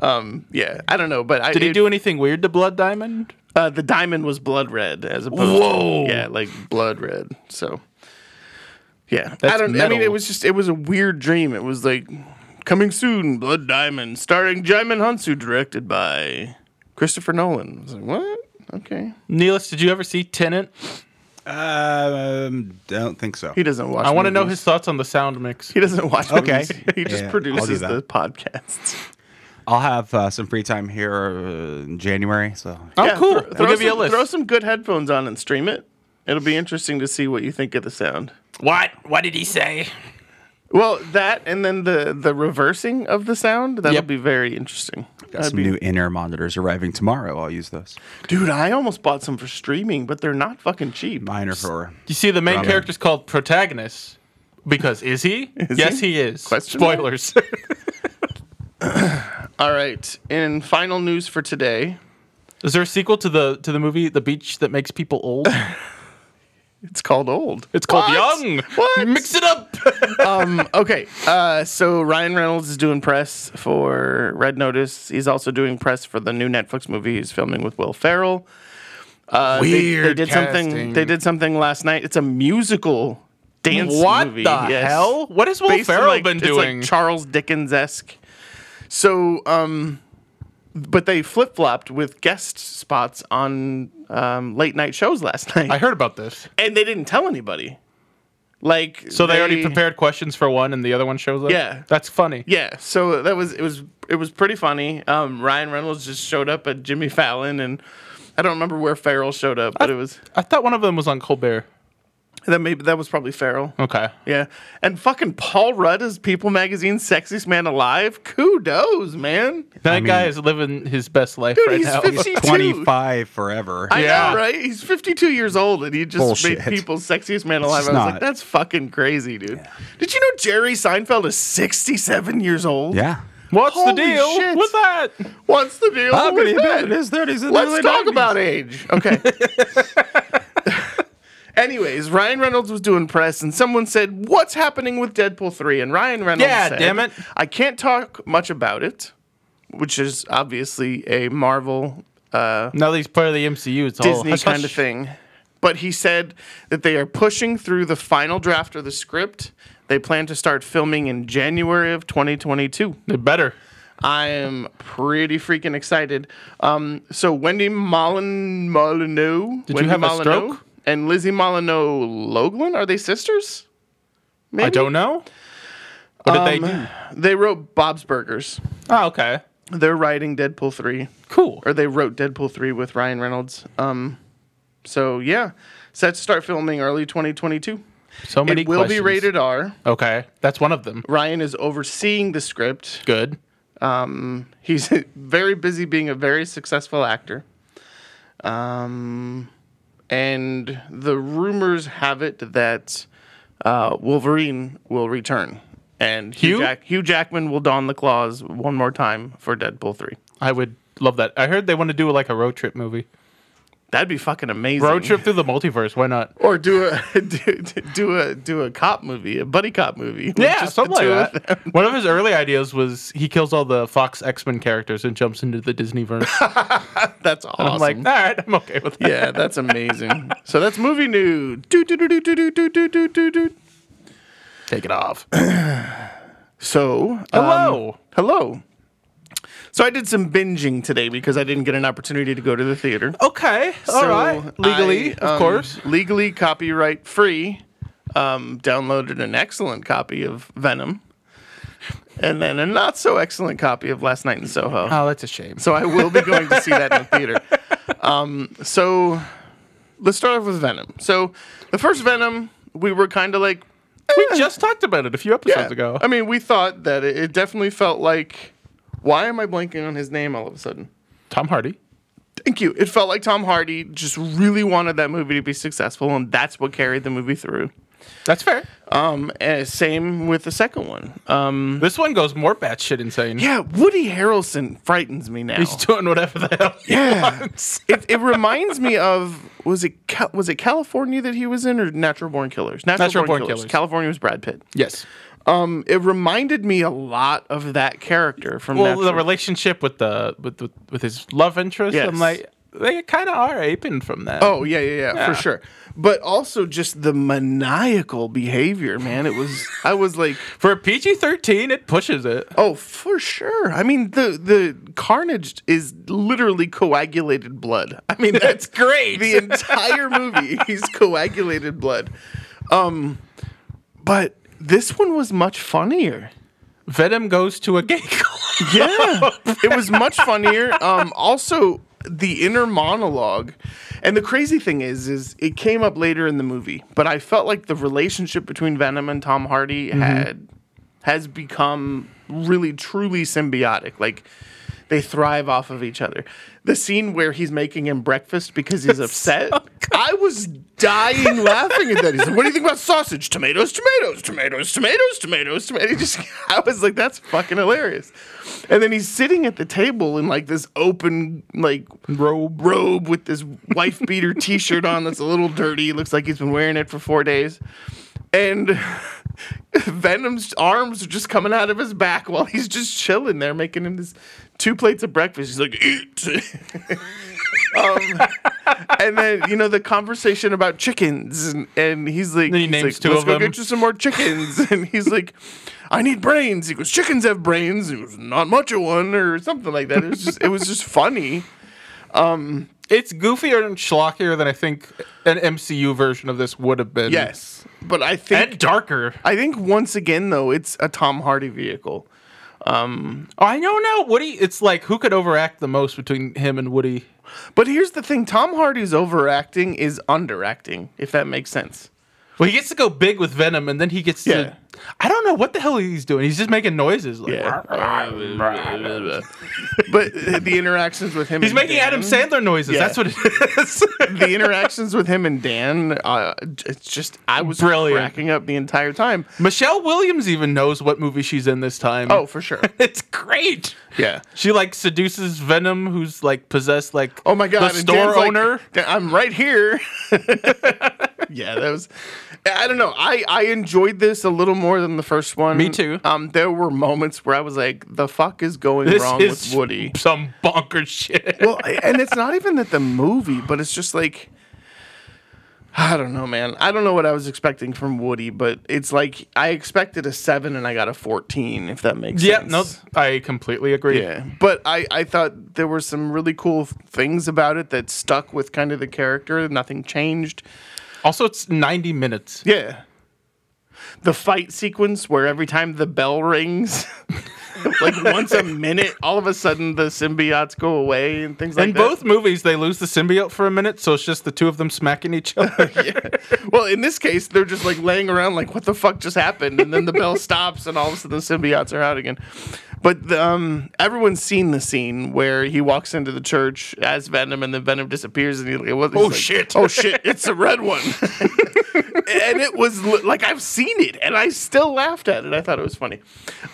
Speaker 1: Um, yeah, I don't know, but I
Speaker 2: Did he
Speaker 1: it-
Speaker 2: do anything weird to Blood Diamond?
Speaker 1: uh, the diamond was blood red as opposed
Speaker 2: Whoa.
Speaker 1: to yeah, like blood red. So yeah, I
Speaker 2: That's
Speaker 1: don't. I mean,
Speaker 2: metal.
Speaker 1: it was just it was a weird dream. It was like coming soon, Blood Diamond, starring Jaimin Hansu, directed by Christopher Nolan. I was like, what? Okay,
Speaker 2: Neelis, did you ever see Tenant?
Speaker 4: Um, don't think so.
Speaker 1: he doesn't watch.
Speaker 2: I want to know
Speaker 1: movies.
Speaker 2: his thoughts on the sound mix.
Speaker 1: He doesn't watch.
Speaker 4: Okay.
Speaker 1: movies. he just
Speaker 4: Yeah, I'll do
Speaker 1: produces
Speaker 4: that.
Speaker 1: the podcasts.
Speaker 4: I'll have uh, some free time here uh, in January, so
Speaker 2: Oh,
Speaker 1: Yeah,
Speaker 2: cool.
Speaker 1: thro-
Speaker 2: we'll
Speaker 1: throw
Speaker 2: give you a
Speaker 1: some-
Speaker 2: list.
Speaker 1: Throw some good headphones on and stream it. It'll be interesting to see what you think of the sound.
Speaker 2: What? What did he say?
Speaker 1: Well, that and then the the reversing of the sound that'll
Speaker 2: Yep.
Speaker 1: be very interesting.
Speaker 4: got
Speaker 1: That'd
Speaker 4: some
Speaker 1: be-
Speaker 4: new in-ear monitors arriving tomorrow. I'll use those.
Speaker 1: dude, I almost bought some for streaming, but they're not fucking cheap.
Speaker 4: Mine are for
Speaker 2: You see, the main
Speaker 4: Drummond.
Speaker 2: character's called protagonist because is he? yes, he, is.
Speaker 1: Question mark?
Speaker 2: Spoilers.
Speaker 1: All right, and final news for today.
Speaker 2: is there a sequel to the to the movie The Beach that makes people old?
Speaker 1: It's called old.
Speaker 2: It's called
Speaker 1: What?
Speaker 2: Young.
Speaker 1: What?
Speaker 2: Mix it up.
Speaker 1: um, okay, uh, so Ryan Reynolds is doing press for Red Notice. He's also doing press for the new Netflix movie he's filming with Will Ferrell. Uh, they- They,
Speaker 2: Weird
Speaker 1: did something.
Speaker 2: casting.
Speaker 1: They did something last night. It's a musical dance
Speaker 2: what
Speaker 1: movie.
Speaker 2: the
Speaker 1: yes.
Speaker 2: hell? What has Will
Speaker 1: based in,
Speaker 2: Ferrell
Speaker 1: like-
Speaker 2: been
Speaker 1: it's
Speaker 2: doing?
Speaker 1: like Charles Dickens esque. So, um, but they flip flopped with guest spots on um, late night shows last night,
Speaker 2: I heard about this.
Speaker 1: and they didn't tell anybody. Like,
Speaker 2: So they, already prepared questions for one, and the other one shows up.
Speaker 1: Yeah.
Speaker 2: that's funny.
Speaker 1: Yeah, so that was it was it was pretty funny. Um, Ryan Reynolds just showed up at Jimmy Fallon, and I don't remember where Farrell showed up, but it was
Speaker 2: I thought one of them was on Colbert.
Speaker 1: that maybe that was probably Farrell.
Speaker 2: Okay.
Speaker 1: Yeah, and fucking Paul Rudd is People Magazine sexiest man alive. Kudos, man.
Speaker 2: That
Speaker 4: mean-
Speaker 2: guy is living his best life
Speaker 1: Dude,
Speaker 2: right
Speaker 1: he's
Speaker 2: now.
Speaker 1: 52.
Speaker 4: twenty-five forever.
Speaker 1: I
Speaker 2: Yeah.
Speaker 1: know, right? He's 52 years old and he just
Speaker 4: Bullshit.
Speaker 1: made people sexiest man alive. I was like,
Speaker 4: not-
Speaker 1: that's fucking crazy, dude. Did you know Jerry Seinfeld is 67 years old?
Speaker 4: yeah.
Speaker 2: What's
Speaker 1: Holy
Speaker 2: the deal
Speaker 1: shit.
Speaker 2: with that?
Speaker 1: What's the deal?
Speaker 4: How
Speaker 1: with
Speaker 4: could he
Speaker 1: that?
Speaker 4: do it? His thirties and
Speaker 1: Let's
Speaker 4: early
Speaker 1: talk
Speaker 4: 90s.
Speaker 1: about age. Okay. Anyways, Ryan Reynolds was doing press, and someone said, "What's happening with Deadpool 3? And Ryan Reynolds
Speaker 2: Yeah,
Speaker 1: said,
Speaker 2: damn it.
Speaker 1: "I can't talk much about it," which is obviously a Marvel
Speaker 2: Now that he's part of the MCU, it's all
Speaker 1: Disney
Speaker 2: hush,
Speaker 1: kind of
Speaker 2: hush.
Speaker 1: thing. But he said that they are pushing through the final draft of the script. They plan to start filming in January of 2022.
Speaker 2: They're better.
Speaker 1: I am pretty freaking excited. Um, so Wendy Molyn Molyneux,
Speaker 2: Did you
Speaker 1: Wendy
Speaker 2: have a
Speaker 1: Molyneux
Speaker 2: stroke?
Speaker 1: and Lizzie Molyneux Loughlin are they sisters? Maybe?
Speaker 2: I don't know. What did they do?
Speaker 1: They wrote Bob's Burgers.
Speaker 2: Oh, Um, okay.
Speaker 1: They're writing Deadpool three,
Speaker 2: Cool.
Speaker 1: or they wrote Deadpool three with Ryan Reynolds. Um, so yeah, set to start filming early 2022.
Speaker 2: So many
Speaker 1: It will
Speaker 2: questions.
Speaker 1: be rated R.
Speaker 2: Okay, that's one of them.
Speaker 1: Ryan is overseeing the script.
Speaker 2: Good.
Speaker 1: He's very busy being a very successful actor. Um, and the rumors have it that uh, Wolverine will return. And Hugh?
Speaker 2: Hugh?
Speaker 1: Jack- Hugh Jackman will don the claws one more time for Deadpool 3.
Speaker 2: I would love that. I heard they want to do like a road trip movie.
Speaker 1: That'd be fucking amazing.
Speaker 2: Road trip through the multiverse. Why not?
Speaker 1: Or do a do, do a do a cop movie, a buddy cop movie. with
Speaker 2: Yeah,
Speaker 1: just the
Speaker 2: something
Speaker 1: two
Speaker 2: like
Speaker 1: of them.
Speaker 2: that. One of his early ideas was he kills all the Fox X Men characters and jumps into the Disney verse.
Speaker 1: That's awesome.
Speaker 2: I'm like, all right, I'm okay with that.
Speaker 1: yeah, that's amazing. so that's movie news. Do do do do do do do do do do.
Speaker 2: Take it off.
Speaker 1: So um,
Speaker 2: Hello.
Speaker 1: Hello. So I did some binging today because I didn't get an opportunity to go to the theater.
Speaker 2: okay. all
Speaker 1: So
Speaker 2: right. Legally,
Speaker 1: I,
Speaker 2: of
Speaker 1: um,
Speaker 2: course.
Speaker 1: Legally copyright free. Um, downloaded an excellent copy of Venom. And then a not so excellent copy of Last Night in Soho.
Speaker 2: Oh, that's a shame.
Speaker 1: So I will be going to see that in the theater. Um, so let's start off with Venom. So the first Venom, we were kind of like,
Speaker 2: we just talked about it a few episodes ago.
Speaker 1: I mean, we thought that it, it definitely felt like. Why am I blanking on his name all of a sudden?
Speaker 2: Tom Hardy.
Speaker 1: Thank you. It felt like Tom Hardy just really wanted that movie to be successful, and that's what carried the movie through.
Speaker 2: That's fair.
Speaker 1: Um, and same with the second one. Um,
Speaker 2: This one goes more batshit insane.
Speaker 1: yeah, Woody Harrelson frightens me now.
Speaker 2: He's doing whatever the hell he
Speaker 1: Yeah.
Speaker 2: wants.
Speaker 1: it, it reminds me of was it Cal- was it California that he was in or Natural Born Killers?
Speaker 2: Natural Born Killers.
Speaker 1: California was Brad Pitt.
Speaker 2: Yes.
Speaker 1: Um, it reminded me a lot of that character from
Speaker 2: Well,
Speaker 1: Natural.
Speaker 2: the relationship with the with with, with his love interest,
Speaker 1: Yes.
Speaker 2: I'm like, they kind of are aping from that.
Speaker 1: Oh yeah, yeah, yeah, for sure. But also just the maniacal behavior, man. It was I was like,
Speaker 2: for PG thirteen, it pushes it.
Speaker 1: oh, for sure. I mean, the the carnage is literally coagulated blood. I mean, that's
Speaker 2: great.
Speaker 1: the entire movie. He's coagulated blood. Um, but this one was much funnier.
Speaker 2: Venom goes to a gay club.
Speaker 1: Yeah, it was much funnier. Um, also, the inner monologue, and the crazy thing is, is it came up later in the movie, but I felt like the relationship between Venom and Tom Hardy had has become really truly symbiotic. Like they thrive off of each other. The scene where he's making him breakfast because he's upset, I was dying laughing at that. He's like, "What do you think about sausage? Tomatoes, tomatoes, tomatoes, tomatoes, tomatoes, tomatoes." He Just, I was like, "That's fucking hilarious." And then he's sitting at the table in like this open like
Speaker 2: Robe.
Speaker 1: robe with this wife beater t-shirt on that's a little dirty. Looks like he's been wearing it for four days. And Venom's arms are just coming out of his back while he's just chilling there, making him this two plates of breakfast. He's like, eat. um, and then you know the conversation about chickens, and, and he's like,
Speaker 2: Then he
Speaker 1: he's
Speaker 2: names
Speaker 1: like,
Speaker 2: two
Speaker 1: let's
Speaker 2: of
Speaker 1: go
Speaker 2: them.
Speaker 1: get you some more chickens, and he's like, I need brains. He goes, chickens have brains. He goes, not much of one, or something like that. It was just, it was just funny.
Speaker 2: It's goofier and schlockier than I think an MCU version of this would have been.
Speaker 1: Yes, but I think
Speaker 2: and darker.
Speaker 1: I think once again though it's a Tom Hardy vehicle.
Speaker 2: I don't know Woody. It's like who could overact the most between him and Woody.
Speaker 1: But here's the thing: Tom Hardy's overacting is underacting, if that makes sense.
Speaker 2: Well, he gets to go big with Venom, and then he gets to. I don't know what the hell he's doing. He's just making noises. Like,
Speaker 1: but the interactions with him,
Speaker 2: He's
Speaker 1: and
Speaker 2: making
Speaker 1: Dan-
Speaker 2: Adam Sandler noises.
Speaker 1: Yeah.
Speaker 2: That's what it is.
Speaker 1: The interactions with him and Dan, uh, it's just I was
Speaker 2: Brilliant.
Speaker 1: cracking up the entire time.
Speaker 2: Michelle Williams even knows what movie she's in this time.
Speaker 1: Oh, for sure.
Speaker 2: it's great.
Speaker 1: Yeah.
Speaker 2: She like seduces Venom, who's like possessed, like
Speaker 1: Oh my god!
Speaker 2: the
Speaker 1: and
Speaker 2: store
Speaker 1: Dan's like,
Speaker 2: owner.
Speaker 1: "Dan, I'm right here. yeah, that was. I don't know. I I enjoyed this a little more than the first one.
Speaker 2: Me too.
Speaker 1: Um, there were moments where I was like, "The fuck is going
Speaker 2: this
Speaker 1: wrong
Speaker 2: is
Speaker 1: with Woody?"
Speaker 2: Some bonkers shit.
Speaker 1: well, I- and it's not even that the movie, but it's just like. I don't know, man. I don't know what I was expecting from Woody, but it's like I expected a seven and I got a fourteen. If that makes
Speaker 2: yeah,
Speaker 1: sense.
Speaker 2: no, I completely agree.
Speaker 1: Yeah, but I, I thought there were some really cool f- things about it that stuck with kind of the character. Nothing changed.
Speaker 2: Also, it's ninety minutes.
Speaker 1: Yeah. The fight sequence where every time the bell rings, like once a minute, all of a sudden the symbiotes go away and things like
Speaker 2: In
Speaker 1: that.
Speaker 2: both movies, they lose the symbiote for a minute, so it's just the two of them smacking each other.
Speaker 1: Well, in this case, they're just like laying around, like, what the fuck just happened? And then the bell stops, and all of a sudden the symbiotes are out again. But the, um, everyone's seen the scene where he walks into the church as Venom, and then Venom disappears, and he, like, what- he's
Speaker 2: Oh,
Speaker 1: like,
Speaker 2: shit.
Speaker 1: oh shit, it's the red one. and it was li- like I've seen it, and I still laughed at it. I thought it was funny.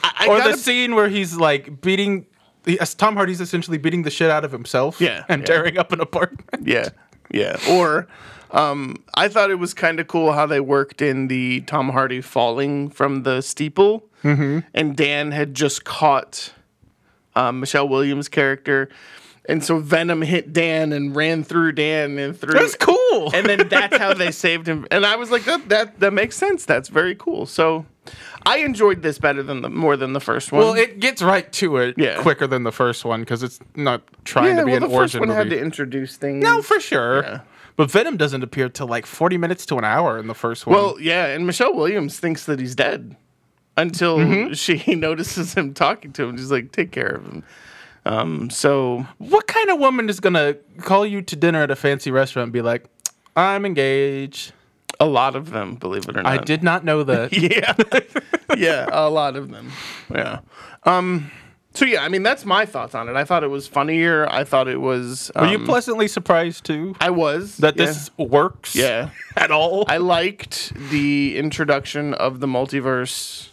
Speaker 1: I, I
Speaker 2: or
Speaker 1: gotta-
Speaker 2: the scene where he's like beating. he- as Tom Hardy's essentially beating the shit out of himself
Speaker 1: Yeah,
Speaker 2: and
Speaker 1: yeah.
Speaker 2: tearing up an apartment.
Speaker 1: Yeah. Yeah. Or um, I thought it was kind of cool how they worked in the Tom Hardy falling from the steeple. Mm-hmm. And Dan had just caught um, Michelle Williams' character. And so Venom hit Dan and ran through Dan and through.
Speaker 2: That's cool.
Speaker 1: And then that's how they saved him. And I was like, that, that that makes sense. That's very cool. So I enjoyed this better than the more than the first one.
Speaker 2: Well, it gets right to it
Speaker 1: Yeah.
Speaker 2: quicker than the first one because it's not trying
Speaker 1: yeah,
Speaker 2: to be
Speaker 1: well,
Speaker 2: an
Speaker 1: the first
Speaker 2: origin
Speaker 1: one had
Speaker 2: movie.
Speaker 1: to introduce things.
Speaker 2: no, for sure.
Speaker 1: Yeah.
Speaker 2: But Venom doesn't appear till like forty minutes to an hour in the first one.
Speaker 1: Well, Oh, yeah, and Michelle Williams thinks that he's dead until
Speaker 2: Mm-hmm.
Speaker 1: she notices him talking to him. She's like, "Take care of him." Um, so
Speaker 2: what kind of woman is gonna call you to dinner at a fancy restaurant and be like, "I'm engaged"?
Speaker 1: a lot of them, believe it or not,
Speaker 2: I did not know that.
Speaker 1: Yeah, yeah, a lot of them. Yeah. Um, So yeah, I mean that's my thoughts on it. I thought it was funnier. I thought it was.
Speaker 2: Were you
Speaker 1: um,
Speaker 2: pleasantly surprised too
Speaker 1: I was
Speaker 2: that
Speaker 1: yeah.
Speaker 2: this works?
Speaker 1: Yeah,
Speaker 2: At all?
Speaker 1: I liked the introduction of the multiverse.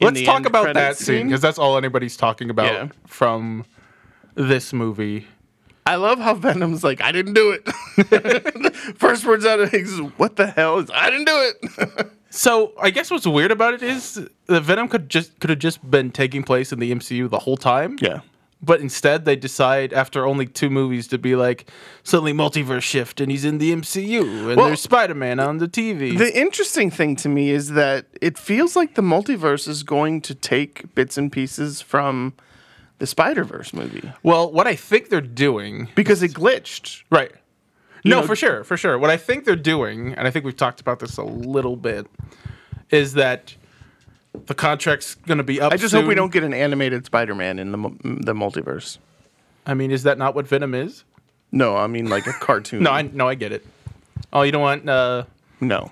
Speaker 1: in
Speaker 2: Let's
Speaker 1: the
Speaker 2: talk
Speaker 1: end
Speaker 2: about that
Speaker 1: credits
Speaker 2: scene because that's all anybody's talking about
Speaker 1: Yeah.
Speaker 2: from this movie.
Speaker 1: I love how Venom's like, I didn't do it. First words out of his, what the hell is I didn't do it.
Speaker 2: So I guess what's weird about it is the Venom could just could have just been taking place in the MCU the whole time. But instead, they decide after only two movies to be like suddenly multiverse shift, and he's in the MCU, and
Speaker 1: Well,
Speaker 2: there's Spider Man on the TV.
Speaker 1: The interesting thing to me is that it feels like the multiverse is going to take bits and pieces from the Spider Verse movie
Speaker 2: well, what I think they're doing,
Speaker 1: because it glitched.
Speaker 2: right? no,
Speaker 1: know-
Speaker 2: for sure, for sure. What I think they're doing, and I think we've talked about this a little bit, is that the contract's going to be up.
Speaker 1: I just hope we
Speaker 2: soon.
Speaker 1: don't get an animated Spider Man in the mu- the multiverse.
Speaker 2: I mean, is that not what Venom is?
Speaker 1: No, I mean like a cartoon.
Speaker 2: No, I no, I get it. Oh, you don't want uh,
Speaker 1: no,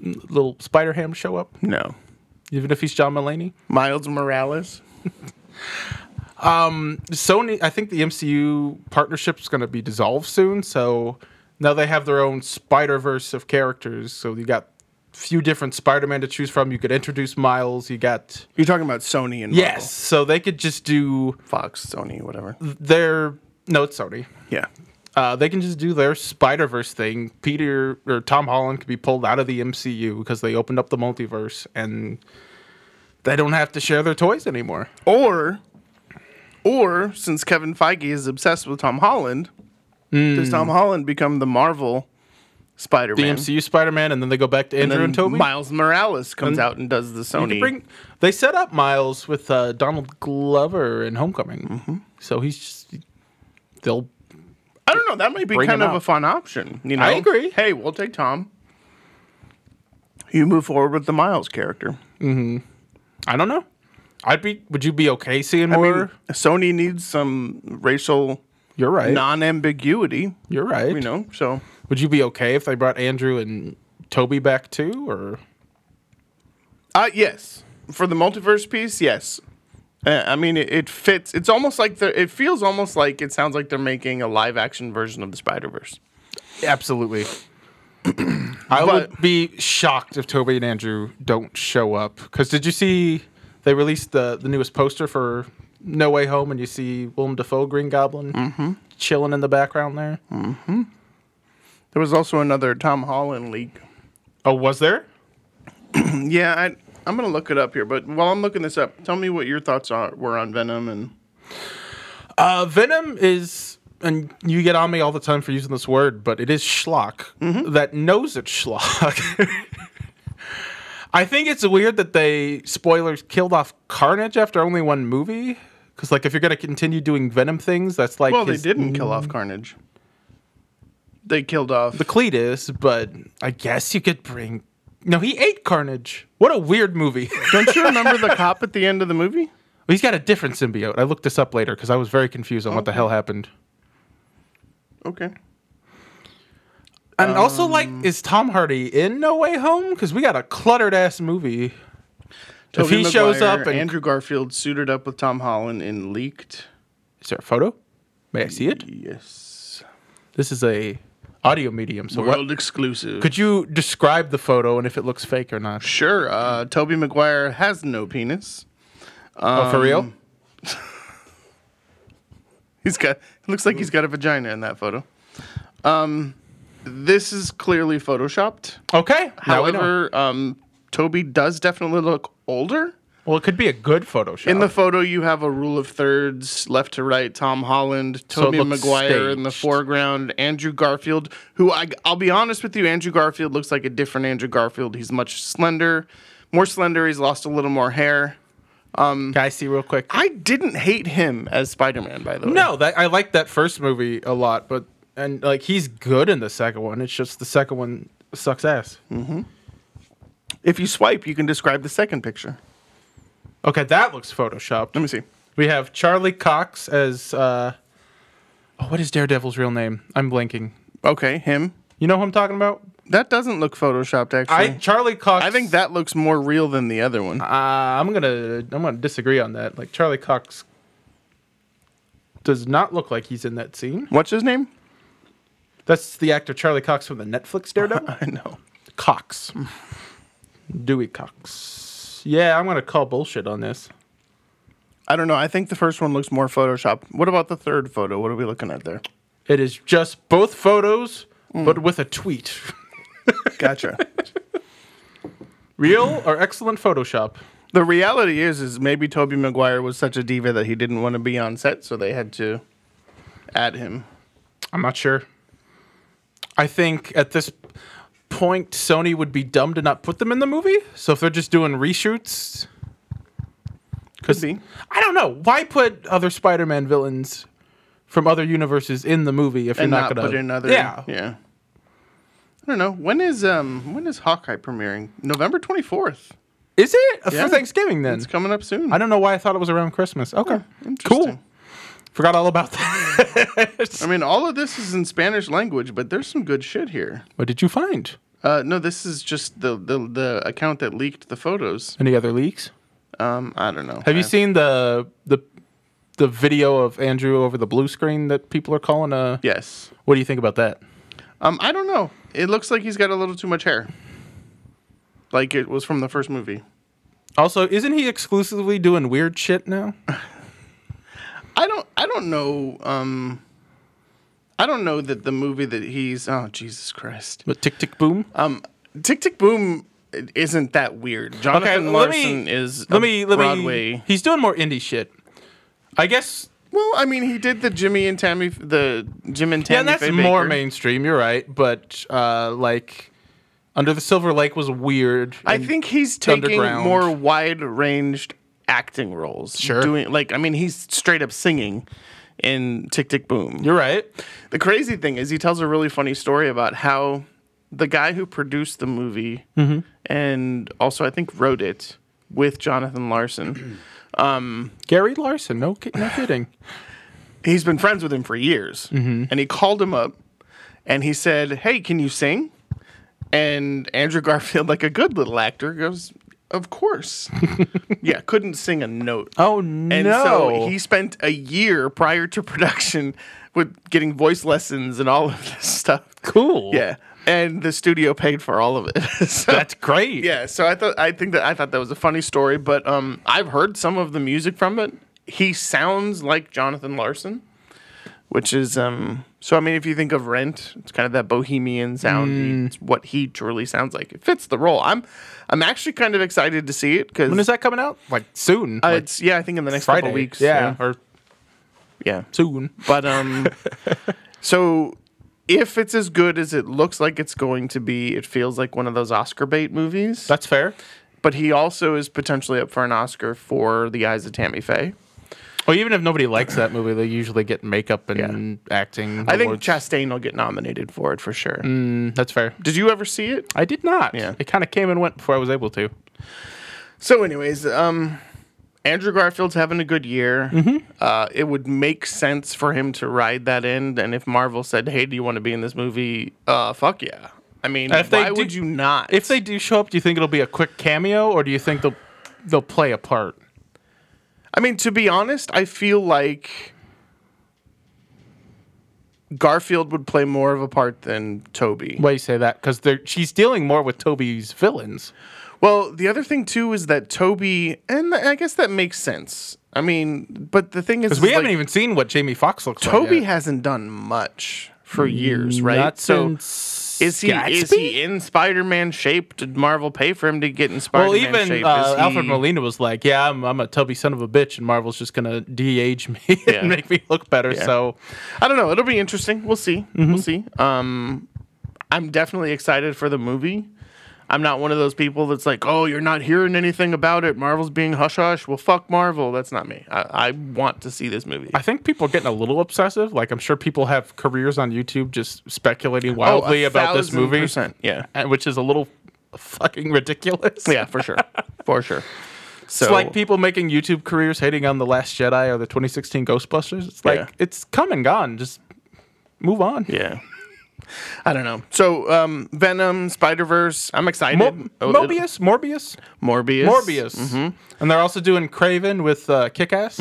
Speaker 2: little Spider Ham show up,
Speaker 1: no.
Speaker 2: even if he's John Mulaney.
Speaker 1: Miles Morales.
Speaker 2: Sony, I think the MCU partnership's going to be dissolved soon, so now they have their own Spider Verse of characters. So you got few different Spider Man to choose from. You could introduce Miles. You got
Speaker 1: You're talking about Sony and Marvel.
Speaker 2: yes, so they could just do
Speaker 1: Fox, Sony, whatever.
Speaker 2: their no, it's Sony.
Speaker 1: Yeah.
Speaker 2: Uh, they can just do their Spider Verse thing. Peter or Tom Holland could be pulled out of the MCU because they opened up the multiverse and they don't have to share their toys anymore.
Speaker 1: Or, or since Kevin Feige is obsessed with Tom Holland, does Tom Holland become the Marvel Spider
Speaker 2: Hmm. The
Speaker 1: Man?
Speaker 2: MCU Spider Man, and then they go back to
Speaker 1: and
Speaker 2: Andrew
Speaker 1: then
Speaker 2: and, Toby.
Speaker 1: Miles Morales comes out and does the
Speaker 2: You
Speaker 1: Sony.
Speaker 2: could bring- they set up Miles with uh, Donald Glover in Homecoming,
Speaker 1: Mm-hmm.
Speaker 2: so he's just they'll.
Speaker 1: I don't know. That might be
Speaker 2: Bring
Speaker 1: kind
Speaker 2: him
Speaker 1: of a
Speaker 2: out.
Speaker 1: fun option. You know,
Speaker 2: I agree.
Speaker 1: Hey, we'll take Tom. You move forward with the Miles character.
Speaker 2: I don't know. I'd be. Would you be okay seeing
Speaker 1: I
Speaker 2: more?
Speaker 1: mean, Sony needs some racial
Speaker 2: You're right.
Speaker 1: non-ambiguity.
Speaker 2: You're right.
Speaker 1: You know, so
Speaker 2: Would you be okay if they brought Andrew and Toby back too, or?
Speaker 1: Uh, yes. For the multiverse piece, yes. Uh, I mean, it, it fits. It's almost like they're, it feels almost like it sounds like they're making a live action version of the Spider Verse.
Speaker 2: Absolutely. I
Speaker 1: But-
Speaker 2: would be shocked if Toby and Andrew don't show up. Because did you see they released the, the newest poster for No Way Home and you see Willem Dafoe, Green Goblin, chilling in the background there?
Speaker 1: There was also another Tom Holland leak.
Speaker 2: Oh, was there?
Speaker 1: Yeah, I, I'm going to look it up here. But while I'm looking this up, tell me what your thoughts are, were on Venom. And
Speaker 2: Uh, Venom is, and you get on me all the time for using this word, but it is schlock
Speaker 1: Mm-hmm.
Speaker 2: that knows it's schlock. I think it's weird that they spoilers killed off Carnage after only one movie. Because like, if you're gonna continue doing Venom things, that's like
Speaker 1: Well, they
Speaker 2: his-
Speaker 1: didn't kill off Carnage, they killed off.
Speaker 2: the Cletus. But I guess you could bring. No, he ate Carnage. What a weird movie.
Speaker 1: Don't you remember the cop at the end of the movie?
Speaker 2: He's got a different symbiote. I looked this up later because I was very confused on what the hell happened.
Speaker 1: Okay.
Speaker 2: And also, like,
Speaker 1: Um,
Speaker 2: is Tom Hardy in No Way Home? Because we got a cluttered ass movie.
Speaker 1: Tobey
Speaker 2: he shows
Speaker 1: Maguire,
Speaker 2: up and-
Speaker 1: Andrew Garfield suited up with Tom Holland and leaked.
Speaker 2: Is there a photo? May I see it?
Speaker 1: Yes.
Speaker 2: This is a audio medium. So, what?
Speaker 1: World exclusive.
Speaker 2: Could you describe the photo and if it looks fake or not?
Speaker 1: Sure. Uh, Toby Maguire has no penis.
Speaker 2: oh, for
Speaker 1: Um,
Speaker 2: real?
Speaker 1: He's got. It looks like he's got a vagina in that photo. Um, this is clearly photoshopped.
Speaker 2: Okay. Now we know.
Speaker 1: However, um, Toby does definitely look older.
Speaker 2: well, it could be a good Photoshop.
Speaker 1: In the photo, you have a rule of thirds, left to right. Tom Holland,
Speaker 2: So it
Speaker 1: Toby
Speaker 2: looks
Speaker 1: Maguire in the
Speaker 2: staged.
Speaker 1: foreground, Andrew Garfield, who I, I'll be honest with you, Andrew Garfield looks like a different Andrew Garfield. He's much slender, more slender. He's lost a little more hair.
Speaker 2: Can I see real quick?
Speaker 1: I didn't hate him as Spider Man, by the way.
Speaker 2: No, that I like that first movie a lot, but and like he's good in the second one. It's just the second one sucks ass.
Speaker 1: Hmm. If you swipe, you can describe the second picture.
Speaker 2: Okay, that looks photoshopped.
Speaker 1: Let me see.
Speaker 2: We have Charlie Cox as uh oh, what is Daredevil's real name? I'm blanking.
Speaker 1: Okay, him.
Speaker 2: You know who I'm talking about?
Speaker 1: That doesn't look photoshopped,
Speaker 2: I
Speaker 1: actually.
Speaker 2: Charlie Cox.
Speaker 1: I, think that looks more real than the other one.
Speaker 2: uh, I'm gonna I'm gonna disagree on that. Like Charlie Cox does not look like he's in that scene.
Speaker 1: What's his name?
Speaker 2: That's the actor Charlie Cox from the Netflix Daredevil.
Speaker 1: I know.
Speaker 2: Cox. Dewey Cox. Yeah, I'm going to call bullshit on this.
Speaker 1: I don't know. I think the first one looks more Photoshop. What about the third photo? What are we looking at there?
Speaker 2: It is just both photos,
Speaker 1: Mm.
Speaker 2: but with a tweet.
Speaker 1: Gotcha.
Speaker 2: Real or excellent Photoshop?
Speaker 1: the reality is, is maybe Toby Maguire was such a diva that he didn't want to be on set, so they had to add him.
Speaker 2: I'm not sure. I think at this point, Sony would be dumb to not put them in the movie. So if they're just doing reshoots,
Speaker 1: Could be.
Speaker 2: I don't know. Why put other Spider-Man villains from other universes in the movie if you're
Speaker 1: and
Speaker 2: not,
Speaker 1: not,
Speaker 2: gonna
Speaker 1: put in other.
Speaker 2: Yeah.
Speaker 1: yeah. I don't know. When is um when is Hawkeye premiering? November twenty fourth.
Speaker 2: Is it
Speaker 1: Yeah.
Speaker 2: for Thanksgiving then?
Speaker 1: It's coming up soon.
Speaker 2: I don't know why I thought it was around Christmas. Okay, cool.
Speaker 1: interesting.
Speaker 2: Forgot all about that.
Speaker 1: I mean, all of this is in Spanish language, but there's some good shit here.
Speaker 2: what did you find?
Speaker 1: Uh, no, this is just the, the the account that leaked the photos.
Speaker 2: Any other leaks?
Speaker 1: Um, I don't know.
Speaker 2: Have you
Speaker 1: I-
Speaker 2: seen the the the video of Andrew over the blue screen that people are calling a?
Speaker 1: Yes.
Speaker 2: What do you think about that?
Speaker 1: Um, I don't know. It looks like he's got a little too much hair. Like it was from the first movie.
Speaker 2: Also, isn't he exclusively doing weird shit now?
Speaker 1: I don't. I don't know. Um, I don't know that the movie that he's. Oh Jesus Christ.
Speaker 2: But tick tick boom.
Speaker 1: Um, Tick Tick Boom isn't that weird. Jonathan Larson is a
Speaker 2: let me let
Speaker 1: Broadway.
Speaker 2: me. He's doing more indie shit. I guess.
Speaker 1: Well, I mean, he did the Jimmy and Tammy, the Jim and Tammy.
Speaker 2: yeah, and that's
Speaker 1: Faye
Speaker 2: more
Speaker 1: Baker.
Speaker 2: mainstream. You're right, but uh, like, Under the Silver Lake was weird.
Speaker 1: I
Speaker 2: and-
Speaker 1: think he's taking
Speaker 2: Underground.
Speaker 1: more wide-ranged acting roles.
Speaker 2: Sure.
Speaker 1: doing like I mean, he's straight up singing in Tick Tick Boom.
Speaker 2: you're right.
Speaker 1: The crazy thing is, he tells a really funny story about how the guy who produced the movie
Speaker 2: Mm-hmm.
Speaker 1: and also I think wrote it with Jonathan Larson.
Speaker 2: Gary Larson. No, ki- no kidding.
Speaker 1: he's been friends with him for years.
Speaker 2: Mm-hmm.
Speaker 1: And he called him up and he said, Hey, can you sing? And Andrew Garfield, like a good little actor, goes, Of course. yeah, couldn't sing a note.
Speaker 2: Oh
Speaker 1: and
Speaker 2: no.
Speaker 1: so he spent a year prior to production with getting voice lessons and all of this stuff.
Speaker 2: cool.
Speaker 1: Yeah. And the studio paid for all of it. So-
Speaker 2: that's great.
Speaker 1: yeah, so I thought I think that I thought that was a funny story, but um, I've heard some of the music from it. He sounds like Jonathan Larson, which is um. So I mean, if you think of Rent, it's kind of that bohemian sound.
Speaker 2: Mm.
Speaker 1: It's what he truly sounds like. It fits the role. I'm, I'm actually kind of excited to see it because
Speaker 2: When is that coming out? Like soon.
Speaker 1: Uh,
Speaker 2: like
Speaker 1: it's yeah, I think in the next couple weeks.
Speaker 2: Yeah, or
Speaker 1: yeah.
Speaker 2: soon.
Speaker 1: But um, so if it's as good as it looks like it's going to be, it feels like one of those Oscar bait movies.
Speaker 2: That's fair.
Speaker 1: but he also is potentially up for an Oscar for The Eyes of Tammy Faye.
Speaker 2: Well, even if nobody likes that movie, they usually get makeup and acting.
Speaker 1: I think
Speaker 2: awards.
Speaker 1: Chastain will get nominated for it for sure.
Speaker 2: Mm. that's fair.
Speaker 1: Did you ever see it?
Speaker 2: I did not.
Speaker 1: Yeah.
Speaker 2: It kind of came and went before I was able to.
Speaker 1: So, anyways, um, Andrew Garfield's having a good year.
Speaker 2: Mm-hmm.
Speaker 1: Uh, it would make sense for him to ride that end. And if Marvel said, "Hey, do you want to be in this movie?" Uh, fuck yeah. I mean,
Speaker 2: If they
Speaker 1: why
Speaker 2: do-
Speaker 1: would you not?
Speaker 2: If they do show up, do you think it'll be a quick cameo, or do you think they'll they'll play a part?
Speaker 1: I mean, to be honest, I feel like Garfield would play more of a part than Toby.
Speaker 2: Why you say that? Because they're she's dealing more with Toby's villains.
Speaker 1: Well, the other thing too is that Toby, and I guess that makes sense. I mean, but the thing is,
Speaker 2: Because we
Speaker 1: is,
Speaker 2: haven't
Speaker 1: like,
Speaker 2: even seen what Jamie Fox looks like.
Speaker 1: Toby
Speaker 2: yet.
Speaker 1: hasn't done much for years, right?
Speaker 2: Not
Speaker 1: so
Speaker 2: since
Speaker 1: is he is
Speaker 2: Gatsby?
Speaker 1: he in Spider-Man shape? Did Marvel pay for him to get in Spider-Man
Speaker 2: Well, even
Speaker 1: shape?
Speaker 2: uh,
Speaker 1: Is he-
Speaker 2: Alfred Molina was like, "Yeah, I'm, I'm a tubby son of a bitch, and Marvel's just gonna de-age me
Speaker 1: Yeah.
Speaker 2: and make me look better." So,
Speaker 1: I don't know. It'll be interesting. We'll see.
Speaker 2: Mm-hmm.
Speaker 1: We'll see. Um, I'm definitely excited for the movie. I'm not one of those people that's like, oh, you're not hearing anything about it. Marvel's being hush hush. Well, fuck Marvel. That's not me. I, I want to see this movie.
Speaker 2: I think people are getting a little obsessive. Like, I'm sure people have careers on YouTube just speculating wildly
Speaker 1: Oh, a
Speaker 2: about this
Speaker 1: thousand
Speaker 2: movie,
Speaker 1: percent, yeah.
Speaker 2: and- which is a little fucking ridiculous.
Speaker 1: Yeah, for sure. For sure. So
Speaker 2: It's like people making YouTube careers hating on the Last Jedi or the 2016 Ghostbusters. It's like
Speaker 1: Yeah.
Speaker 2: it's come and gone. Just move on.
Speaker 1: Yeah. I don't know. So um Venom, Spider-Verse, I'm excited.
Speaker 2: Mo-
Speaker 1: Oh, it- Mm-hmm.
Speaker 2: Mobius, Morbius,
Speaker 1: Morbius. Mm-hmm.
Speaker 2: Morbius, and they're also doing Craven with uh, Kick-Ass.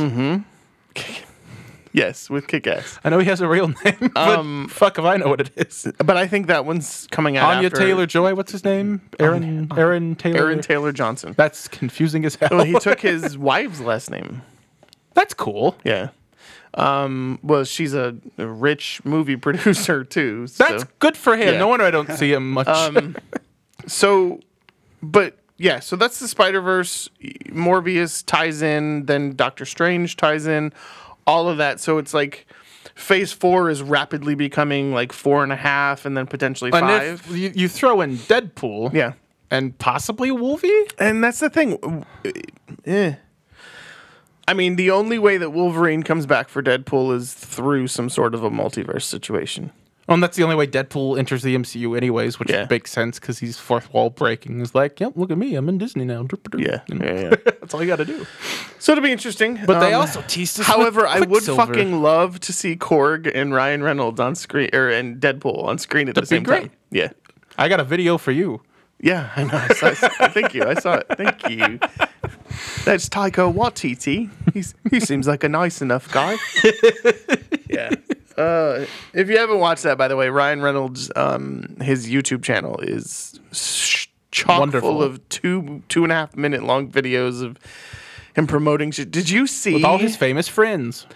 Speaker 1: Yes, with Kick Ass.
Speaker 2: I know he has a real name, but
Speaker 1: Um,
Speaker 2: fuck if I know what it is.
Speaker 1: But I think that one's coming out.
Speaker 2: Anya
Speaker 1: after
Speaker 2: Taylor Joy, what's his name? Aaron Aaron Taylor.
Speaker 1: Aaron Taylor Johnson.
Speaker 2: That's confusing as hell.
Speaker 1: Well, he took his wife's last name.
Speaker 2: That's cool.
Speaker 1: Yeah. Um, well, she's a, a rich movie producer too. So.
Speaker 2: That's good for him.
Speaker 1: Yeah. Um,
Speaker 2: No wonder I don't see him much.
Speaker 1: so, but yeah, so that's the Spider Verse. Morbius ties in, then Doctor Strange ties in, all of that. So it's like Phase Four is rapidly becoming like four and a half, and then potentially
Speaker 2: and
Speaker 1: five.
Speaker 2: if you, you throw in Deadpool,
Speaker 1: yeah,
Speaker 2: and possibly Wolvie.
Speaker 1: and that's the thing. Eh. I mean, the only way that Wolverine comes back for Deadpool is through some sort of a multiverse situation.
Speaker 2: Well, and that's the only way Deadpool enters the MCU, anyways, which
Speaker 1: Yeah.
Speaker 2: makes sense because he's fourth wall breaking. He's like, "Yep, look at me, I'm in Disney now."
Speaker 1: Yeah,
Speaker 2: You know?
Speaker 1: yeah, yeah.
Speaker 2: that's all you got to do.
Speaker 1: So it'll be interesting.
Speaker 2: Mm-hmm. But they
Speaker 1: Um,
Speaker 2: also teased us.
Speaker 1: However,
Speaker 2: with
Speaker 1: I would
Speaker 2: Quicksilver.
Speaker 1: fucking love to see Korg and Ryan Reynolds on screen or and Deadpool on screen at
Speaker 2: That'd
Speaker 1: the
Speaker 2: be
Speaker 1: same
Speaker 2: great.
Speaker 1: time. Yeah.
Speaker 2: I got a video for you.
Speaker 1: Yeah, I know. I saw, I saw- thank you. I saw it. Thank you. That's Taiko Watiti. He's, he seems like a nice enough guy. yeah. Uh, if you haven't watched that, by the way, Ryan Reynolds, um, his YouTube channel is sh- chock
Speaker 2: Wonderful.
Speaker 1: full of two two and a half minute long videos of him promoting shit. Did you see
Speaker 2: With all his famous friends.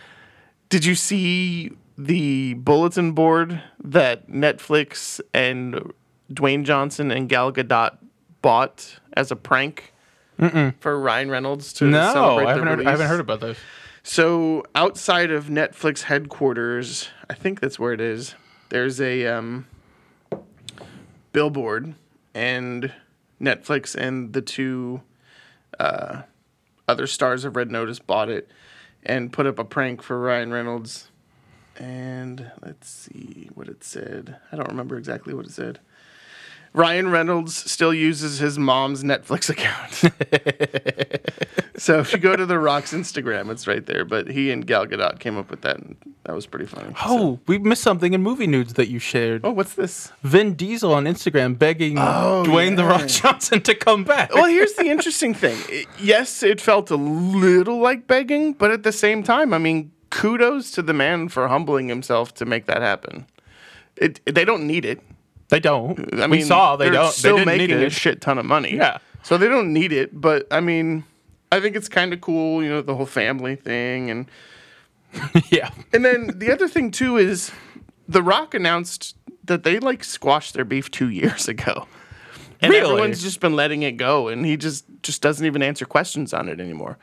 Speaker 1: Did you see the bulletin board that Netflix and Dwayne Johnson and Gal Gadot bought as a prank for Ryan Reynolds to
Speaker 2: No,
Speaker 1: celebrate
Speaker 2: I
Speaker 1: the
Speaker 2: haven't, heard,
Speaker 1: release?
Speaker 2: I haven't heard about those.
Speaker 1: So outside of Netflix headquarters, I think that's where it is. There's a um, billboard, and Netflix and the two uh, other stars of Red Notice bought it and put up a prank for Ryan Reynolds. And let's see what it said. I don't remember exactly what it said. Ryan Reynolds still uses his mom's Netflix account. So if you go to The Rock's Instagram, it's right there. But he and Gal Gadot came up with that, and that was pretty funny.
Speaker 2: Oh,
Speaker 1: So-
Speaker 2: we missed something in movie nudes that you shared.
Speaker 1: oh, what's this?
Speaker 2: Vin Diesel on Instagram begging Dwayne the Rock Johnson to come back.
Speaker 1: Well, here's the interesting thing. It- yes, it felt a little like begging, but at the same time, I mean, kudos to the man for humbling himself to make that happen. It, they don't need it.
Speaker 2: They don't.
Speaker 1: I mean,
Speaker 2: we saw they
Speaker 1: they're
Speaker 2: don't.
Speaker 1: Still
Speaker 2: they didn't
Speaker 1: making
Speaker 2: need
Speaker 1: a
Speaker 2: it.
Speaker 1: shit ton of money.
Speaker 2: Yeah.
Speaker 1: So they don't need it, but I mean, I think it's kind of cool, you know, the whole family thing and.
Speaker 2: yeah.
Speaker 1: And then the other thing too is The Rock announced that they like squashed their beef two years ago. And
Speaker 2: Really?
Speaker 1: everyone's just been letting it go and he just just doesn't even answer questions on it anymore.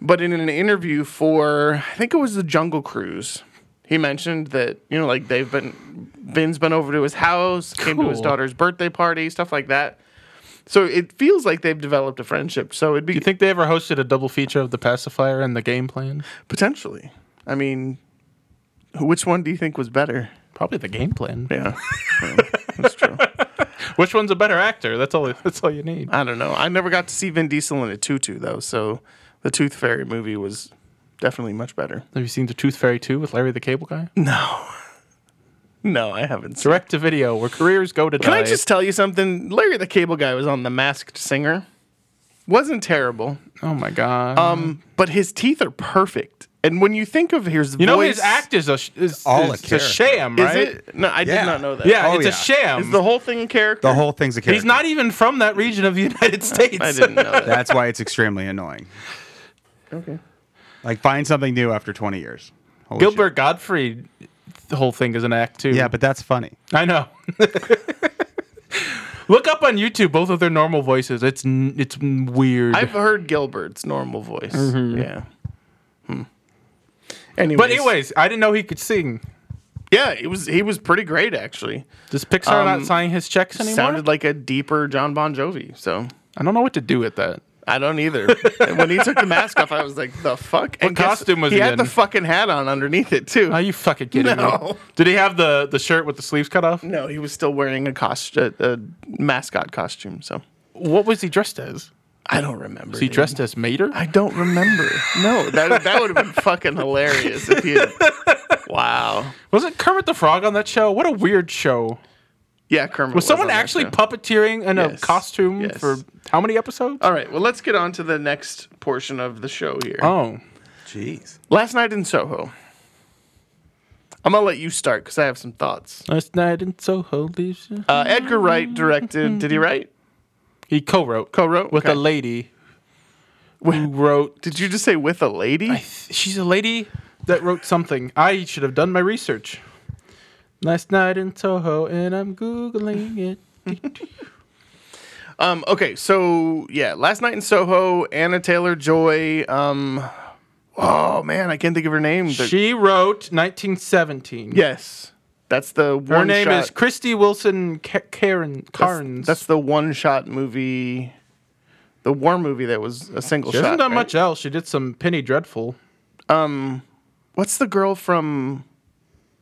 Speaker 1: But in an interview for I think it was the Jungle Cruise, he mentioned that, you know, like they've been Vin's been over to his house, came to his
Speaker 2: Cool.
Speaker 1: daughter's birthday party, stuff like that. So it feels like they've developed a friendship. So it'd be
Speaker 2: You think they ever hosted a double feature of the pacifier and the game plan?
Speaker 1: potentially. I mean, which one do you think was better?
Speaker 2: Probably the game plan.
Speaker 1: Yeah, that's true.
Speaker 2: Which one's a better actor? That's all. That's all you need.
Speaker 1: I don't know. I never got to see Vin Diesel in a tutu though, so the Tooth Fairy movie was definitely much better.
Speaker 2: Have you seen the Tooth Fairy two with Larry the Cable Guy?
Speaker 1: No, I haven't. Seen.
Speaker 2: Direct to video, where careers go to
Speaker 1: Can
Speaker 2: die.
Speaker 1: I just tell you something? Larry the Cable Guy was on The Masked Singer. Wasn't terrible,
Speaker 2: Oh my god.
Speaker 1: um, but his teeth are perfect. And when you think of his,
Speaker 2: you know
Speaker 1: voice,
Speaker 2: his act is a sh- is,
Speaker 3: all a
Speaker 2: is a,
Speaker 3: character.
Speaker 2: sham,
Speaker 1: is
Speaker 2: right?
Speaker 1: it? No, I
Speaker 3: Yeah.
Speaker 1: did not know that.
Speaker 2: Yeah,
Speaker 3: Oh,
Speaker 2: it's
Speaker 3: yeah.
Speaker 2: a sham.
Speaker 1: is the whole thing a character?
Speaker 3: The whole thing's a character.
Speaker 2: He's not even from that region of the United States.
Speaker 1: I didn't know that.
Speaker 4: That's why it's extremely annoying.
Speaker 1: okay.
Speaker 4: Like, find something new after 20 years. Holy
Speaker 2: Gilbert Gottfried, the whole thing is an act too.
Speaker 4: shit. Yeah, but that's funny.
Speaker 2: I know. Look up on YouTube both of their normal voices. It's n- it's n- weird.
Speaker 1: I've heard Gilbert's normal voice. Yeah. Hmm.
Speaker 2: Mm-hmm. but anyways, I didn't know he could sing.
Speaker 1: Yeah, he was he was pretty great actually.
Speaker 2: Does Pixar not sign his checks anymore?
Speaker 1: Um, Sounded like a deeper John Bon Jovi. So
Speaker 2: I don't know what to do with that.
Speaker 1: I don't either. And when he took the mask off, I was like, the fuck. And guess-
Speaker 2: costume was
Speaker 1: he
Speaker 2: he
Speaker 1: had the
Speaker 2: in?
Speaker 1: fucking hat on underneath it too?
Speaker 2: Are you fucking kidding me?
Speaker 1: No.
Speaker 2: Did he have the the shirt with the sleeves cut off?
Speaker 1: no, he was still wearing a cost a, a mascot costume. So
Speaker 2: What was he dressed as?
Speaker 1: I don't remember.
Speaker 2: Was he dressed as Mater?
Speaker 1: I don't remember. no, that that would have been fucking hilarious if he. Had, wow.
Speaker 2: Wasn't Kermit the Frog on that show? What a weird show.
Speaker 1: Yeah, Kermit.
Speaker 2: Was, someone
Speaker 1: on that
Speaker 2: actually
Speaker 1: show.
Speaker 2: puppeteering in a
Speaker 1: Yes.
Speaker 2: costume
Speaker 1: Yes. Uh,
Speaker 2: for how many episodes?
Speaker 1: All right. Well, let's get on to the next portion of the show here.
Speaker 2: oh.
Speaker 3: Jeez.
Speaker 1: Last night in Soho. I'm gonna let you start because I have some thoughts.
Speaker 2: Last night in Soho leaves you.
Speaker 1: Uh, Edgar Wright directed. Did he write?
Speaker 2: He co-wrote
Speaker 1: Co-wrote?
Speaker 2: with
Speaker 1: Okay.
Speaker 2: a lady who wrote.
Speaker 1: Did you just say with a lady?
Speaker 2: I th- she's a lady that wrote something. I should have done my research. Last night in Soho, and I'm googling it.
Speaker 1: Um, okay, so yeah, last night in Soho, Anna Taylor Joy. Um, oh man, I can't think of her name. The-
Speaker 2: She wrote 1917.
Speaker 1: yes, that's the one.
Speaker 2: Her name
Speaker 1: shot-
Speaker 2: is Christy Wilson Ka- Karen
Speaker 1: that's-
Speaker 2: Carnes.
Speaker 1: That's the one shot movie, the war movie that was a single
Speaker 2: she
Speaker 1: shot.
Speaker 2: hasn't done
Speaker 1: right?
Speaker 2: much else. She did some Penny Dreadful.
Speaker 1: What's the girl from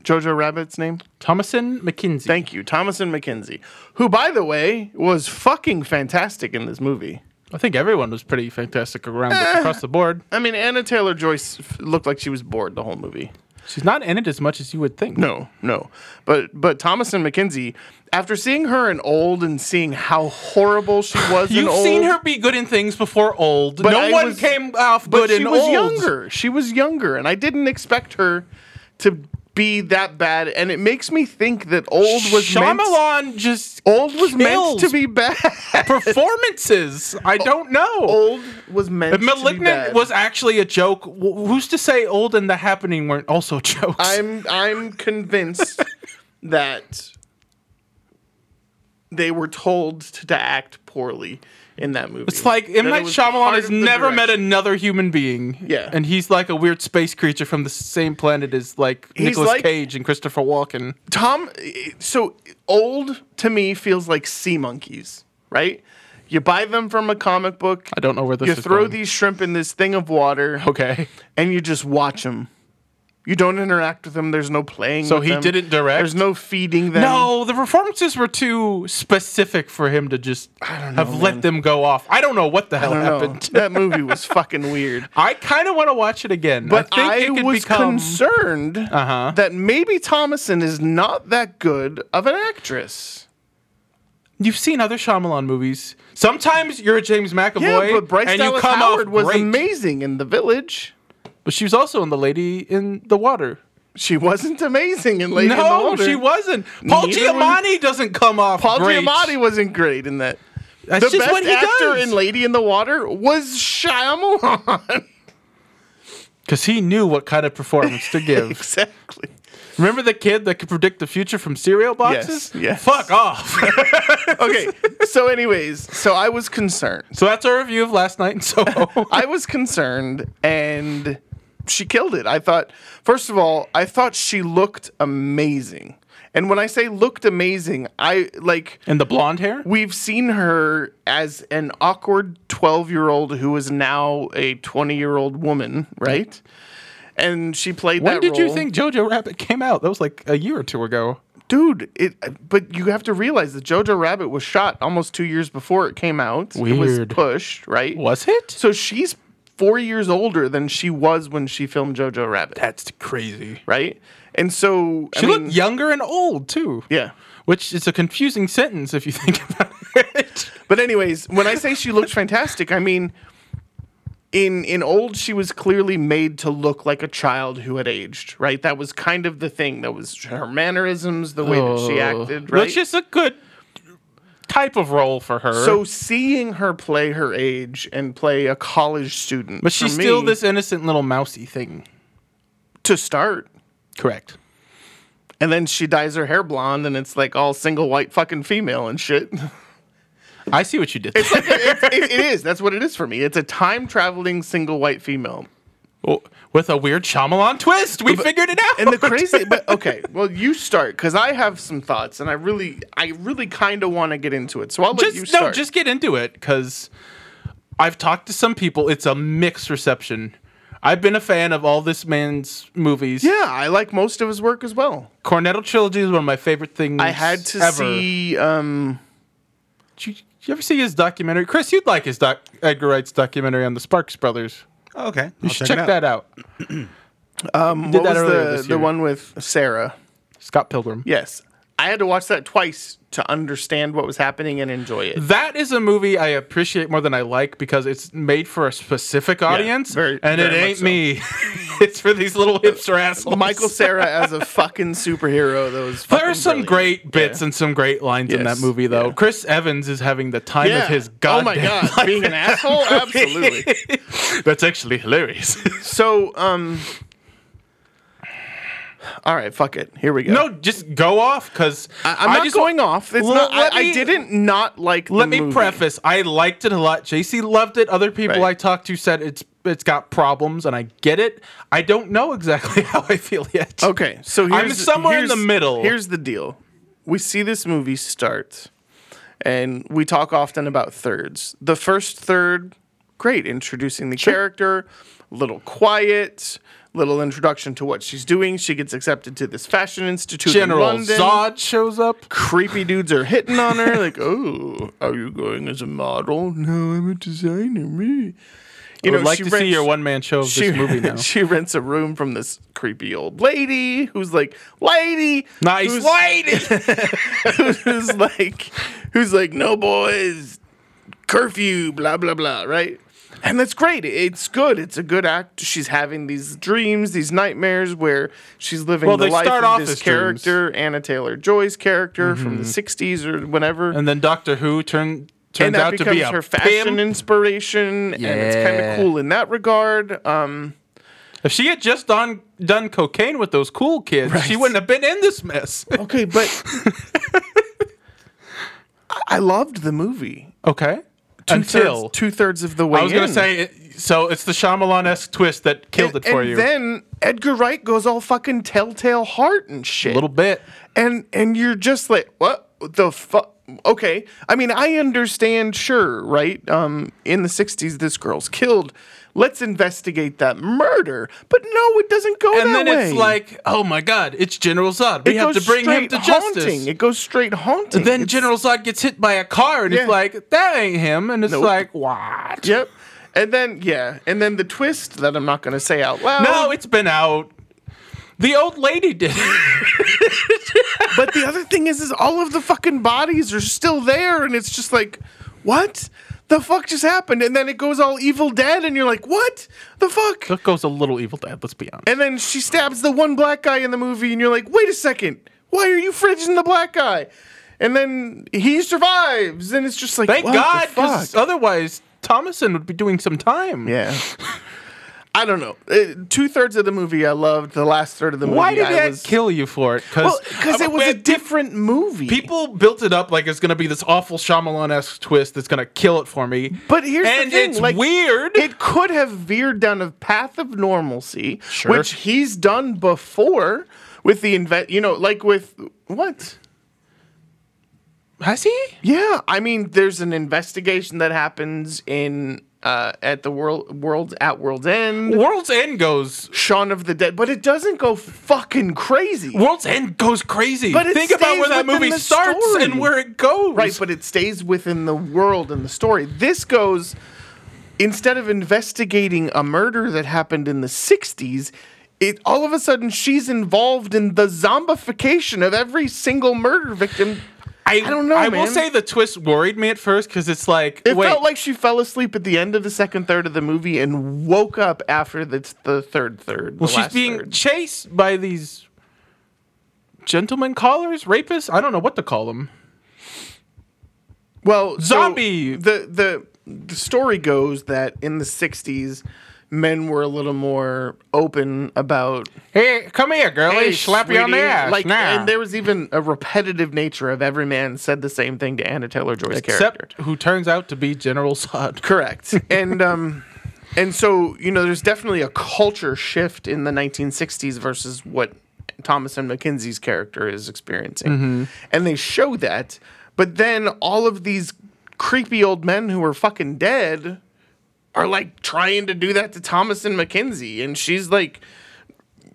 Speaker 1: Jojo Rabbit's name?
Speaker 2: Thomason McKenzie.
Speaker 1: Thank you, Thomason McKenzie, who, by the way, was fucking fantastic in this movie.
Speaker 2: I think everyone was pretty fantastic around
Speaker 1: Eh.
Speaker 2: across the board.
Speaker 1: I mean, Anna Taylor Joyce looked like she was bored the whole movie.
Speaker 2: She's not in it as much as you would think.
Speaker 1: No, no. But but Thomason McKenzie, after seeing her in old and seeing how horrible she was in
Speaker 2: You've
Speaker 1: old,
Speaker 2: seen her be good in things before old.
Speaker 1: but
Speaker 2: no
Speaker 1: I
Speaker 2: one
Speaker 1: was-
Speaker 2: came off
Speaker 1: but
Speaker 2: good
Speaker 1: she
Speaker 2: in
Speaker 1: was
Speaker 2: old.
Speaker 1: younger. She was younger, and I didn't expect her to be that bad. And it makes me think that old was meant
Speaker 2: Shyamalan just
Speaker 1: old was meant
Speaker 2: kills
Speaker 1: to be bad.
Speaker 2: performances. I don't know.
Speaker 1: Oh, old was meant
Speaker 2: if
Speaker 1: to be
Speaker 2: Malignant
Speaker 1: bad.
Speaker 2: was actually a joke, wh- who's to say Old and The Happening weren't also jokes?
Speaker 1: I'm I'm convinced that they were told to act poorly in that movie.
Speaker 2: it's like M.
Speaker 1: That it
Speaker 2: Night
Speaker 1: was
Speaker 2: Shyamalan
Speaker 1: part
Speaker 2: has
Speaker 1: of the
Speaker 2: never met
Speaker 1: direction.
Speaker 2: another human being.
Speaker 1: Yeah.
Speaker 2: And he's like a weird space creature from the same planet as like
Speaker 1: He's
Speaker 2: Nicolas
Speaker 1: like-
Speaker 2: Cage and Christopher Walken.
Speaker 1: Tom. So old to me feels like sea monkeys, right? You buy them from a comic book.
Speaker 2: I don't know where this
Speaker 1: You
Speaker 2: is
Speaker 1: throw
Speaker 2: going.
Speaker 1: these shrimp in this thing of water,
Speaker 2: Okay.
Speaker 1: and you just watch them. You don't interact with them. There's no playing.
Speaker 2: So
Speaker 1: with
Speaker 2: he
Speaker 1: them.
Speaker 2: didn't direct?
Speaker 1: There's no feeding them.
Speaker 2: No, the performances were too specific for him to just have let them go off. I don't know what the hell
Speaker 1: I don't know.
Speaker 2: happened.
Speaker 1: that movie was fucking weird.
Speaker 2: I kind of want to watch it again.
Speaker 1: But
Speaker 2: I think
Speaker 1: I,
Speaker 2: it could
Speaker 1: was
Speaker 2: become.
Speaker 1: concerned
Speaker 2: Uh-huh.
Speaker 1: that maybe Thomason is not that good of an actress.
Speaker 2: You've seen other Shyamalan movies. Sometimes you're a James McAvoy,
Speaker 1: Yeah, but Bryce
Speaker 2: and you
Speaker 1: Dallas
Speaker 2: come
Speaker 1: Howard
Speaker 2: off
Speaker 1: was
Speaker 2: great.
Speaker 1: amazing in The Village.
Speaker 2: But she was also in The Lady in the Water.
Speaker 1: She wasn't amazing in Lady in the
Speaker 2: no,
Speaker 1: Water.
Speaker 2: she wasn't. Paul
Speaker 1: Neither
Speaker 2: Giamatti doesn't come off.
Speaker 1: Paul
Speaker 2: great.
Speaker 1: Giamatti wasn't great in that.
Speaker 2: That's
Speaker 1: the
Speaker 2: just
Speaker 1: best
Speaker 2: what he
Speaker 1: actor
Speaker 2: does.
Speaker 1: in Lady in the Water was Shyamalan.
Speaker 2: Because he knew what kind of performance to give.
Speaker 1: exactly.
Speaker 2: Remember the kid that could predict the future from cereal boxes?
Speaker 1: yes.
Speaker 2: Fuck off.
Speaker 1: Okay. so, anyways, so I was concerned.
Speaker 2: so that's our review of last night in Soho.
Speaker 1: I was concerned, and she killed it. I thought, first of all, I thought she looked amazing. And when I say looked amazing, I like
Speaker 2: and the blonde hair?
Speaker 1: we've seen her as an awkward 12 year old who is now a 20 year old woman, right? And she played
Speaker 2: When
Speaker 1: that
Speaker 2: did you
Speaker 1: role.
Speaker 2: think Jojo Rabbit came out? That was like a year or two ago.
Speaker 1: dude? It, but you have to realize that Jojo Rabbit was shot almost two years before it came out. It was
Speaker 2: Weird.
Speaker 1: pushed, right?
Speaker 2: Was it?
Speaker 1: So she's four years older than she was when she filmed Jojo Rabbit,
Speaker 2: That's crazy.
Speaker 1: right? And so
Speaker 2: She
Speaker 1: I mean,
Speaker 2: looked younger and old too.
Speaker 1: yeah.
Speaker 2: Which is a confusing sentence if you think about it.
Speaker 1: But anyways, when I say she looked fantastic, I mean in in old she was clearly made to look like a child who had aged, right? That was kind of the thing. That was her mannerisms, the way that she
Speaker 2: Oh.
Speaker 1: acted, right?
Speaker 2: Which is a good type of role for her.
Speaker 1: so seeing her play her age and play a college student,
Speaker 2: but she's
Speaker 1: for me,
Speaker 2: still this innocent little mousy thing.
Speaker 1: to start.
Speaker 2: Correct.
Speaker 1: And then she dyes her hair blonde, and it's like all single white fucking female and shit.
Speaker 2: I see what you did. there.
Speaker 1: it, it is. That's what it is for me. It's a time traveling single white female.
Speaker 2: Oh, With a weird Shyamalan twist, we figured it out.
Speaker 1: And the crazy, but okay. Well, you start because I have some thoughts, and I really, I really kind of want to get into it. So I'll let you
Speaker 2: just
Speaker 1: start.
Speaker 2: no, just get into it because I've talked to some people. It's a mixed reception. I've been a fan of all this man's movies.
Speaker 1: yeah, I like most of his work as well.
Speaker 2: Cornetto trilogy is one of my favorite things.
Speaker 1: I had to
Speaker 2: ever.
Speaker 1: see. um
Speaker 2: Did you, did you ever see his documentary, Chris? You'd like his doc, Edgar Wright's documentary on the Sparks brothers.
Speaker 4: Okay. I'll
Speaker 2: You should check, that out.
Speaker 1: What
Speaker 2: that
Speaker 1: was
Speaker 2: earlier
Speaker 1: the
Speaker 2: this
Speaker 1: the
Speaker 2: year.
Speaker 1: one with Sarah?
Speaker 2: Scott Pilgrim.
Speaker 1: Yes, I had to watch that twice to understand what was happening and enjoy it.
Speaker 2: That is a movie I appreciate more than I like because it's made for a specific audience,
Speaker 1: very-
Speaker 2: and
Speaker 1: very
Speaker 2: it
Speaker 1: much
Speaker 2: ain't
Speaker 1: so.
Speaker 2: me. it's for these little hipster assholes.
Speaker 1: Michael Sarah as a fucking superhero. That was
Speaker 2: There
Speaker 1: fucking
Speaker 2: are some
Speaker 1: brilliant.
Speaker 2: great bits and some great lines in that
Speaker 1: Yes,
Speaker 2: movie, though.
Speaker 1: yeah.
Speaker 2: Chris Evans is having the time
Speaker 1: Yeah.
Speaker 2: of his goddamn
Speaker 1: oh my god,
Speaker 2: life.
Speaker 1: being an asshole, absolutely.
Speaker 2: That's actually hilarious.
Speaker 1: So, um, all right, fuck it. Here we go.
Speaker 2: no, just go off because
Speaker 1: I, I'm not going off. It's
Speaker 2: Let-
Speaker 1: not,
Speaker 2: let
Speaker 1: I, I
Speaker 2: me-
Speaker 1: didn't not like. the
Speaker 2: Let me
Speaker 1: movie.
Speaker 2: preface: I liked it a lot. JC loved it. Other people
Speaker 1: Right.
Speaker 2: I talked to said it's it's got problems, and I get it. I don't know exactly how I feel yet.
Speaker 1: Okay, so here's,
Speaker 2: I'm somewhere in the
Speaker 1: here's-
Speaker 2: middle.
Speaker 1: Here's the deal: we see this movie start, and we talk often about thirds. The first third, great, introducing the character, little quiet, little introduction to what she's doing. She gets accepted to this fashion institute
Speaker 2: General
Speaker 1: in London.
Speaker 2: Zod shows up.
Speaker 1: Creepy dudes are hitting on her, like, "Oh, are you going as a model? No, I'm a designer." Me, you
Speaker 2: You would like
Speaker 1: she
Speaker 2: to see
Speaker 1: rents-
Speaker 2: your one man show of
Speaker 1: she,
Speaker 2: this movie now.
Speaker 1: she rents a room from this creepy old lady who's like, lady,
Speaker 2: nice
Speaker 1: who's,
Speaker 2: lady.
Speaker 1: who's like, who's like, no boys, curfew, blah blah blah, right? And that's great. It's good. It's a good act. She's having these dreams, these nightmares where she's living
Speaker 2: Well,
Speaker 1: the
Speaker 2: they
Speaker 1: life
Speaker 2: start
Speaker 1: of
Speaker 2: off
Speaker 1: this
Speaker 2: as dreams. Mm-hmm.
Speaker 1: character, Anna Taylor Joy's character from the '60s or whenever.
Speaker 2: and then Doctor Who turned
Speaker 1: and
Speaker 2: turns
Speaker 1: that
Speaker 2: out to
Speaker 1: becomes
Speaker 2: be a
Speaker 1: her fashion
Speaker 2: pimp.
Speaker 1: inspiration, and it's kind of
Speaker 2: Yeah.
Speaker 1: cool in that regard. Um,
Speaker 2: If she had just done done cocaine with those cool kids, she wouldn't have been in this mess.
Speaker 1: Okay, but I- I loved the movie
Speaker 2: okay. Until
Speaker 1: two thirds of the way.
Speaker 2: I was going
Speaker 1: in.
Speaker 2: to say, it- so it's the Shyamalan esque twist that killed
Speaker 1: And-
Speaker 2: it for
Speaker 1: and
Speaker 2: you.
Speaker 1: Then Edgar Wright goes all fucking telltale heart and shit.
Speaker 2: a little bit.
Speaker 1: and and you're just like, what the fuck? Okay, I mean, I understand, sure, right? Um, in the '60s, this girl's killed. Let's investigate that murder. But no, it doesn't go
Speaker 2: And
Speaker 1: that
Speaker 2: then
Speaker 1: way.
Speaker 2: it's like, oh my God, it's General Zod. We
Speaker 1: It
Speaker 2: have
Speaker 1: goes
Speaker 2: to bring him
Speaker 1: straight
Speaker 2: to
Speaker 1: haunting.
Speaker 2: justice.
Speaker 1: It goes straight haunting.
Speaker 2: then
Speaker 1: It's-
Speaker 2: General Zod gets hit by a car, and
Speaker 1: Yeah.
Speaker 2: it's like, that ain't him. And it's
Speaker 1: Nope.
Speaker 2: like, what?
Speaker 1: Yep. And then yeah, and then the twist that I'm not going to say out loud.
Speaker 2: No, it's been out. The old lady did it.
Speaker 1: but the other thing is, is all of the fucking bodies are still there, and it's just like, what the fuck just happened? And then it goes all Evil Dead, and you're like, what the fuck?
Speaker 2: That goes a little evil dad, let's be honest.
Speaker 1: And then she stabs the one black guy in the movie, and you're like, wait a second, why are you fridging the black guy? And then he survives, and it's just like,
Speaker 2: Thank
Speaker 1: what
Speaker 2: God,
Speaker 1: the fuck?
Speaker 2: because otherwise Thomason would be doing some time.
Speaker 1: Yeah. I don't know. Two thirds of the movie I loved. The last third of the movie
Speaker 2: Why did
Speaker 1: I
Speaker 2: that
Speaker 1: was,
Speaker 2: kill you for it? Because
Speaker 1: Well, because it was a different movie.
Speaker 2: People built it up like it's gonna be this awful Shyamalan esque twist that's gonna kill it for me.
Speaker 1: but here's
Speaker 2: and
Speaker 1: the thing:
Speaker 2: it's
Speaker 1: like,
Speaker 2: weird.
Speaker 1: It could have veered down a path of normalcy,
Speaker 2: Sure.
Speaker 1: which he's done before with the invent. You know, like with what?
Speaker 2: Has he?
Speaker 1: Yeah, I mean, there's an investigation that happens in uh, at the world world at World's End.
Speaker 2: World's End goes.
Speaker 1: Shaun of the Dead, but it doesn't go fucking crazy.
Speaker 2: World's End goes crazy.
Speaker 1: But it
Speaker 2: think about
Speaker 1: stays
Speaker 2: where that
Speaker 1: within
Speaker 2: movie
Speaker 1: the
Speaker 2: starts
Speaker 1: story.
Speaker 2: and where it goes.
Speaker 1: Right, but it stays within the world and the story. This goes instead of investigating a murder that happened in the 60s, it all of a sudden she's involved in the zombification of every single murder victim.
Speaker 2: I,
Speaker 1: don't know,
Speaker 2: I will
Speaker 1: man.
Speaker 2: say the twist worried me at first because it's like
Speaker 1: It
Speaker 2: wait,
Speaker 1: felt like she fell asleep at the end of the second third of the movie and woke up after the, the third third. the
Speaker 2: well, she's
Speaker 1: last
Speaker 2: being
Speaker 1: third.
Speaker 2: chased by these gentlemen callers, rapists. I don't know what to call them.
Speaker 1: Well, so
Speaker 2: Zombie.
Speaker 1: the the the story goes that in the 60s men were a little more open about
Speaker 2: Hey, come here, girlie.
Speaker 1: Hey,
Speaker 2: slap Oh, you on the
Speaker 1: sweetie.
Speaker 2: ass.
Speaker 1: Like,
Speaker 2: now.
Speaker 1: and there was even a repetitive nature of every man said the same thing to Anna Taylor Joy's character.
Speaker 2: Except who turns out to be General Zod.
Speaker 1: Correct. and um, and so you know, there's definitely a culture shift in the 1960s versus what Thomas and McKenzie's character is experiencing,
Speaker 2: Mm-hmm.
Speaker 1: and they show that. But then all of these creepy old men who are fucking dead are like trying to do that to Thomas and McKenzie, and she's like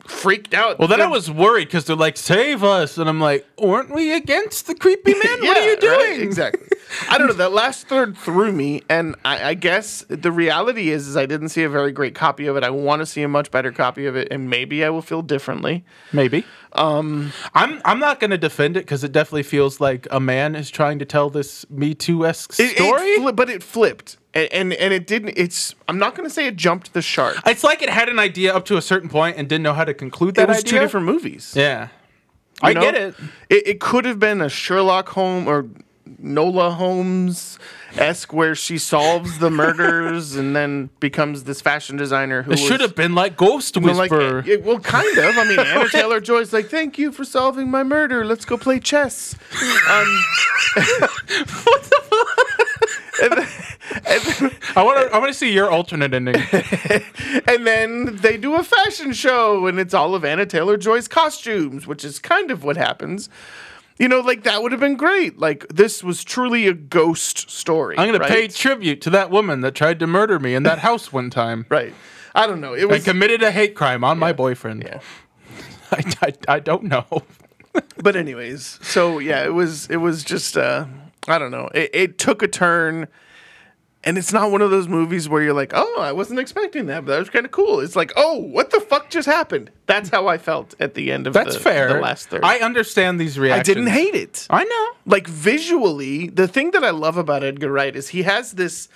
Speaker 1: freaked out.
Speaker 2: Well, then I was worried because they're like, save us. And I'm like, aren't we against the creepy men? what are
Speaker 1: Yeah,
Speaker 2: you
Speaker 1: right,
Speaker 2: doing?
Speaker 1: Exactly. I don't know. That last third threw me, and I, I guess the reality is, is I didn't see a very great copy of it. I want to see a much better copy of it, and maybe I will feel differently.
Speaker 2: Maybe. Um, I'm I'm not going to defend it because it definitely feels like a man is trying to tell this Me Too esque
Speaker 1: It- it
Speaker 2: story.
Speaker 1: fli- but it flipped, and, and and it didn't. It's I'm not going to say it jumped the shark.
Speaker 2: it's like it had an idea up to a certain point and didn't know how to conclude that
Speaker 1: it was
Speaker 2: idea.
Speaker 1: two different movies.
Speaker 2: Yeah,
Speaker 1: You
Speaker 2: I
Speaker 1: know?
Speaker 2: get it.
Speaker 1: It, it could have been a Sherlock Holmes or Nola Holmes esque where she solves the murders and then becomes this fashion designer who
Speaker 2: It should have been like Ghost
Speaker 1: been like
Speaker 2: Whisperer.
Speaker 1: it- well, kind of. I mean, Anna Taylor Joy's like, "Thank you for solving my murder. Let's go play chess." Um,
Speaker 2: I want to I want to see your alternate ending.
Speaker 1: and then they do a fashion show, and it's all of Anna Taylor Joy's costumes, which is kind of what happens. You know, like that would have been great. Like this was truly a ghost story.
Speaker 2: I'm going
Speaker 1: right?
Speaker 2: to pay tribute to that woman that tried to murder me in that house one time
Speaker 1: Right. I don't know. It was,
Speaker 2: and committed a hate crime on my boyfriend.
Speaker 1: Yeah.
Speaker 2: I, I, I don't know.
Speaker 1: but anyways. So yeah, it was. It was just. Uh, I don't know. It, it took a turn, and it's not one of those movies where you're like, oh, I wasn't expecting that, but that was kind of cool. It's like, oh, what the fuck just happened? That's how I felt at the end of
Speaker 2: That's
Speaker 1: the,
Speaker 2: fair.
Speaker 1: the last third.
Speaker 2: I understand these
Speaker 1: I
Speaker 2: reactions.
Speaker 1: didn't hate it.
Speaker 2: I know.
Speaker 1: like visually, the thing that I love about Edgar Wright is he has this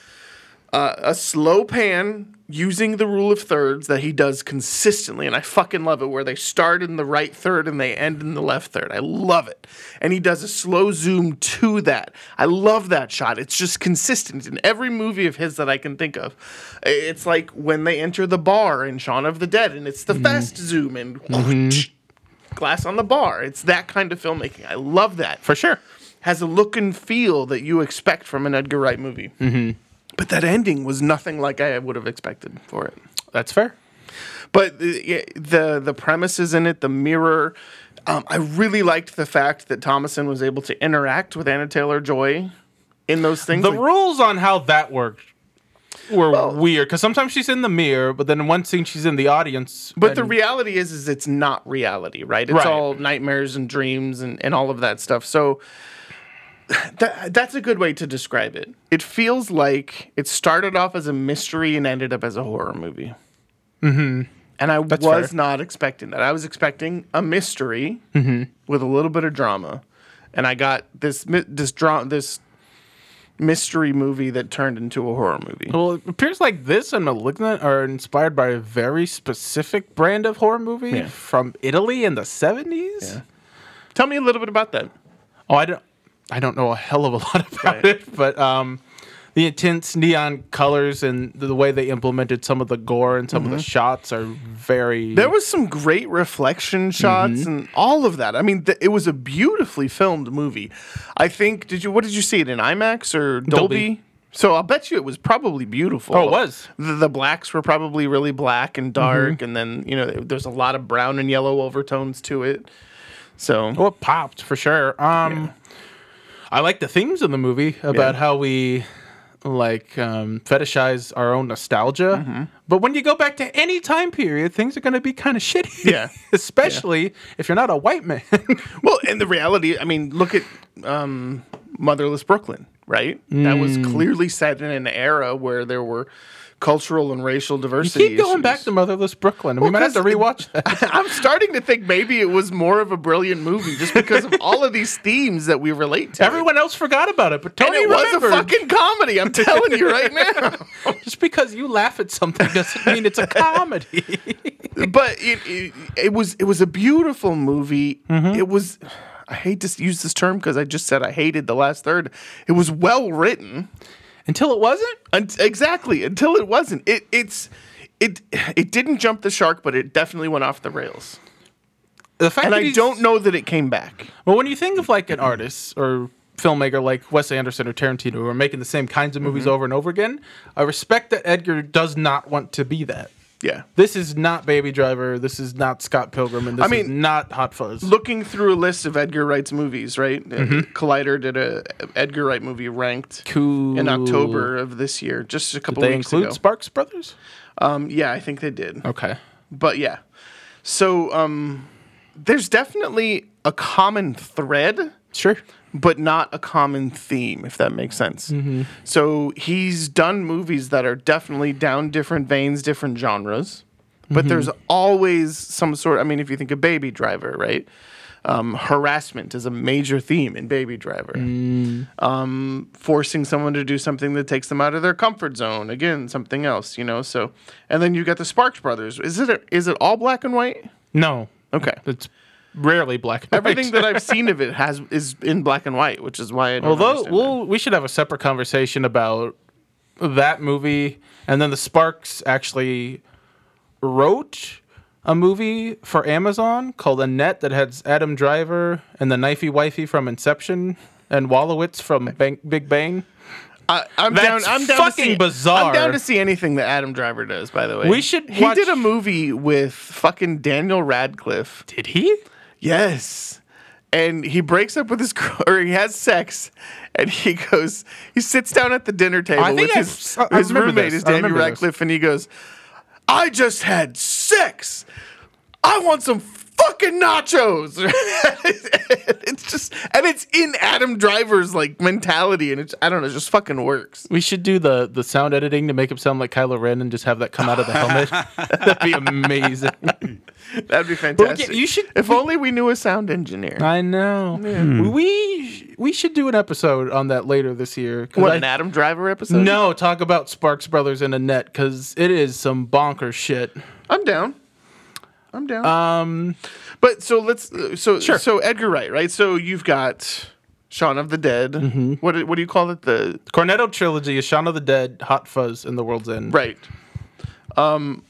Speaker 1: uh, a slow pan using the rule of thirds that he does consistently, and I fucking love it. Where they start in the right third and they end in the left third, I love it. And he does a slow zoom to that. I love that shot. It's just consistent in every movie of his that I can think of. I- It's like when they enter the bar in Shaun of the Dead, and it's the fast zoom and. Glass on the bar. It's that kind of filmmaking. I love that
Speaker 2: For sure.
Speaker 1: has a look and feel that you expect from an Edgar Wright movie. Mm-hmm. But that ending was nothing like I would have expected for it.
Speaker 2: That's fair.
Speaker 1: But the the, the premises in it, the mirror. Um, I really liked the fact that Thomason was able to interact with Anna Taylor Joy in those things.
Speaker 2: The
Speaker 1: like-
Speaker 2: rules on how that worked were
Speaker 1: Well-
Speaker 2: weird because sometimes she's in the mirror, but then in one scene she's in the audience.
Speaker 1: but the
Speaker 2: and-
Speaker 1: reality is, is it's not reality, right? It's
Speaker 2: Right.
Speaker 1: all nightmares and dreams and, and all of that stuff. So that, that's a good way to describe it. It feels like it started off as a mystery and ended up as a horror movie. Mm-hmm. And I was
Speaker 2: fair.
Speaker 1: not expecting that. I was expecting a mystery
Speaker 2: Mm-hmm.
Speaker 1: with a little bit of drama, and I got this mi- this dra- this mystery movie that turned into a horror movie.
Speaker 2: well, it appears like this and *Malignant* are inspired by a very specific brand of horror movie from Italy in the seventies.
Speaker 1: Tell me a little bit about that.
Speaker 2: Oh, I don't, I don't know a hell of a lot about
Speaker 1: Right.
Speaker 2: it, but um, the intense neon colors and the way they implemented some of the gore and some of the shots are very.
Speaker 1: Mm-hmm. There was some great reflection shots
Speaker 2: Mm-hmm.
Speaker 1: and all of that. I mean, th- it was a beautifully filmed movie. I think did you what did you see it in IMAX or Dolby?
Speaker 2: Dolby.
Speaker 1: So I'll bet you it was probably beautiful.
Speaker 2: Oh, it was. Mm-hmm.
Speaker 1: The, the blacks were probably really black and dark, and then you know there's a lot of brown and yellow overtones to it. So
Speaker 2: Oh, it popped for sure. Um, I like the themes of the movie about
Speaker 1: Yeah.
Speaker 2: how we like um, fetishize our own nostalgia,
Speaker 1: Mm-hmm.
Speaker 2: but when you go back to any time period, things are going to be kind of shitty.
Speaker 1: Yeah.
Speaker 2: especially if you're not a white man.
Speaker 1: Well, and the reality, I mean, look at um, Motherless Brooklyn, right? That was
Speaker 2: Mm.
Speaker 1: clearly set in an era where there were cultural and racial diversity.
Speaker 2: Keep going back
Speaker 1: issues.
Speaker 2: to motherless Brooklyn. and we might have to
Speaker 1: 'cause it-
Speaker 2: rewatch that.
Speaker 1: I'm starting to think maybe it was more of a brilliant movie just because of all of these themes that we relate to.
Speaker 2: Everyone else forgot about it, but
Speaker 1: and
Speaker 2: Tony
Speaker 1: it was
Speaker 2: remembered.
Speaker 1: a fucking comedy. I'm telling you right now.
Speaker 2: Just because you laugh at something doesn't mean it's a comedy.
Speaker 1: but it, it it was it was a beautiful movie. It was. I hate to s- use this term because I just said I hated the last third. It was well written.
Speaker 2: Until it wasn't.
Speaker 1: Un- exactly until it wasn't. It it's it it didn't jump the shark, but it definitely went off the rails.
Speaker 2: The fact
Speaker 1: And
Speaker 2: that
Speaker 1: I
Speaker 2: he's-
Speaker 1: don't know that it came back.
Speaker 2: Well, when you think of like an artist or filmmaker like Wes Anderson or Tarantino, who are making the same kinds of
Speaker 1: Mm-hmm.
Speaker 2: movies over and over again, I respect that Edgar does not want to be that.
Speaker 1: Yeah.
Speaker 2: This is not Baby Driver. This is not Scott Pilgrim, and this
Speaker 1: I mean,
Speaker 2: is not Hot Fuzz.
Speaker 1: looking through a list of Edgar Wright's movies, right? Uh,
Speaker 2: Mm-hmm.
Speaker 1: Collider did a Edgar Wright movie ranked
Speaker 2: Cool.
Speaker 1: in October of this year, just a couple
Speaker 2: They
Speaker 1: weeks
Speaker 2: include Oh.
Speaker 1: ago.
Speaker 2: Sparks Brothers.
Speaker 1: um, yeah, I think they did.
Speaker 2: Okay.
Speaker 1: But yeah, so um, there's definitely a common thread
Speaker 2: Sure.
Speaker 1: but not a common theme, if that makes sense.
Speaker 2: Mm-hmm.
Speaker 1: So he's done movies that are definitely down different veins, different genres,
Speaker 2: Mm-hmm.
Speaker 1: but there's always some sort. I mean, if you think of Baby Driver, right? Um, harassment is a major theme in Baby Driver.
Speaker 2: Mm.
Speaker 1: Um, forcing someone to do something that takes them out of their comfort zone. Again, something else, you know. So, and then you got the Sparks Brothers. Is it is it all black and white?
Speaker 2: No.
Speaker 1: Okay.
Speaker 2: It's rarely black. and white.
Speaker 1: Everything that I've seen of it has is in black and white, which is why I don't
Speaker 2: Although
Speaker 1: understand
Speaker 2: we'll, we should have a separate conversation about that movie, and then the Sparks actually wrote a movie for Amazon called Annette that has Adam Driver and the knifey wifey from Inception and Wallowitz from Bang, Big Bang.
Speaker 1: I, I'm
Speaker 2: That's
Speaker 1: down. I'm down
Speaker 2: fucking
Speaker 1: to see,
Speaker 2: bizarre.
Speaker 1: I'm down to see anything that Adam Driver does. By the way,
Speaker 2: We should
Speaker 1: He
Speaker 2: watch-
Speaker 1: did a movie with fucking Daniel Radcliffe.
Speaker 2: Did he?
Speaker 1: Yes, and he breaks up with his girl, or he has sex, and he goes. He sits down at the dinner table
Speaker 2: I think
Speaker 1: with
Speaker 2: I-
Speaker 1: his,
Speaker 2: I
Speaker 1: his
Speaker 2: remember
Speaker 1: roommate,
Speaker 2: this.
Speaker 1: is
Speaker 2: I
Speaker 1: Daniel
Speaker 2: remember this.
Speaker 1: Radcliffe, and he goes, "I just had sex. I want some." Fucking nachos. it's just, and it's in Adam Driver's like mentality, and it's I don't know, it just fucking works.
Speaker 2: We should do the the sound editing to make him sound like Kylo Ren and just have that come out of the helmet. That'd be amazing.
Speaker 1: That'd be fantastic.
Speaker 2: you should-
Speaker 1: If only we knew a sound engineer.
Speaker 2: I know. We we should do an episode on that later this year. 'cause
Speaker 1: what
Speaker 2: I-
Speaker 1: an Adam Driver episode?
Speaker 2: No, talk about Sparks Brothers and Annette because it is some bonker shit.
Speaker 1: I'm down. I'm down.
Speaker 2: Uh,
Speaker 1: Um, but so let's uh, so so Edgar Wright, right? So you've got Shaun of the Dead.
Speaker 2: Mm-hmm.
Speaker 1: What do- what do you call it? The
Speaker 2: Cornetto trilogy is Shaun of the Dead, Hot Fuzz, and The World's End.
Speaker 1: right. Um,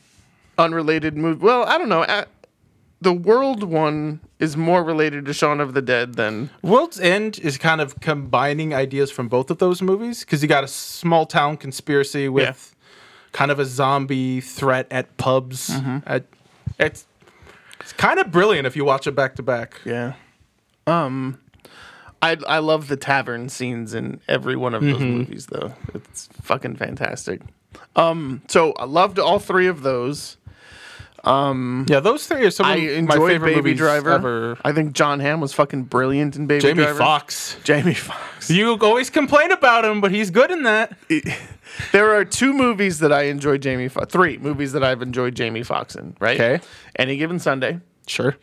Speaker 1: unrelated movie. Well, I don't know. Uh the world one is more related to Shaun of the Dead than
Speaker 2: World's End is kind of combining ideas from both of those movies because you got a small town conspiracy with kind of a zombie threat at pubs.
Speaker 1: Mm-hmm.
Speaker 2: At, it's it's kind of brilliant if you watch it back to back.
Speaker 1: Yeah. Um, I I love the tavern scenes in every one of
Speaker 2: Mm-hmm.
Speaker 1: those movies, though. It's fucking fantastic. Um, so I loved all three of those.
Speaker 2: Yeah, those three are some
Speaker 1: Mm. I
Speaker 2: of my
Speaker 1: enjoyed
Speaker 2: favorite
Speaker 1: Baby
Speaker 2: movies
Speaker 1: Driver.
Speaker 2: ever.
Speaker 1: I think John Hamm was fucking brilliant in Baby
Speaker 2: Jamie
Speaker 1: Driver.
Speaker 2: Foxx.
Speaker 1: Jamie Foxx.
Speaker 2: You always complain about him, but he's good in that.
Speaker 1: There are two movies that I enjoy Jamie Fo- three movies that I've enjoyed Jamie Foxx in, right?
Speaker 2: Okay.
Speaker 1: Any given Sunday. Um,
Speaker 2: Sure,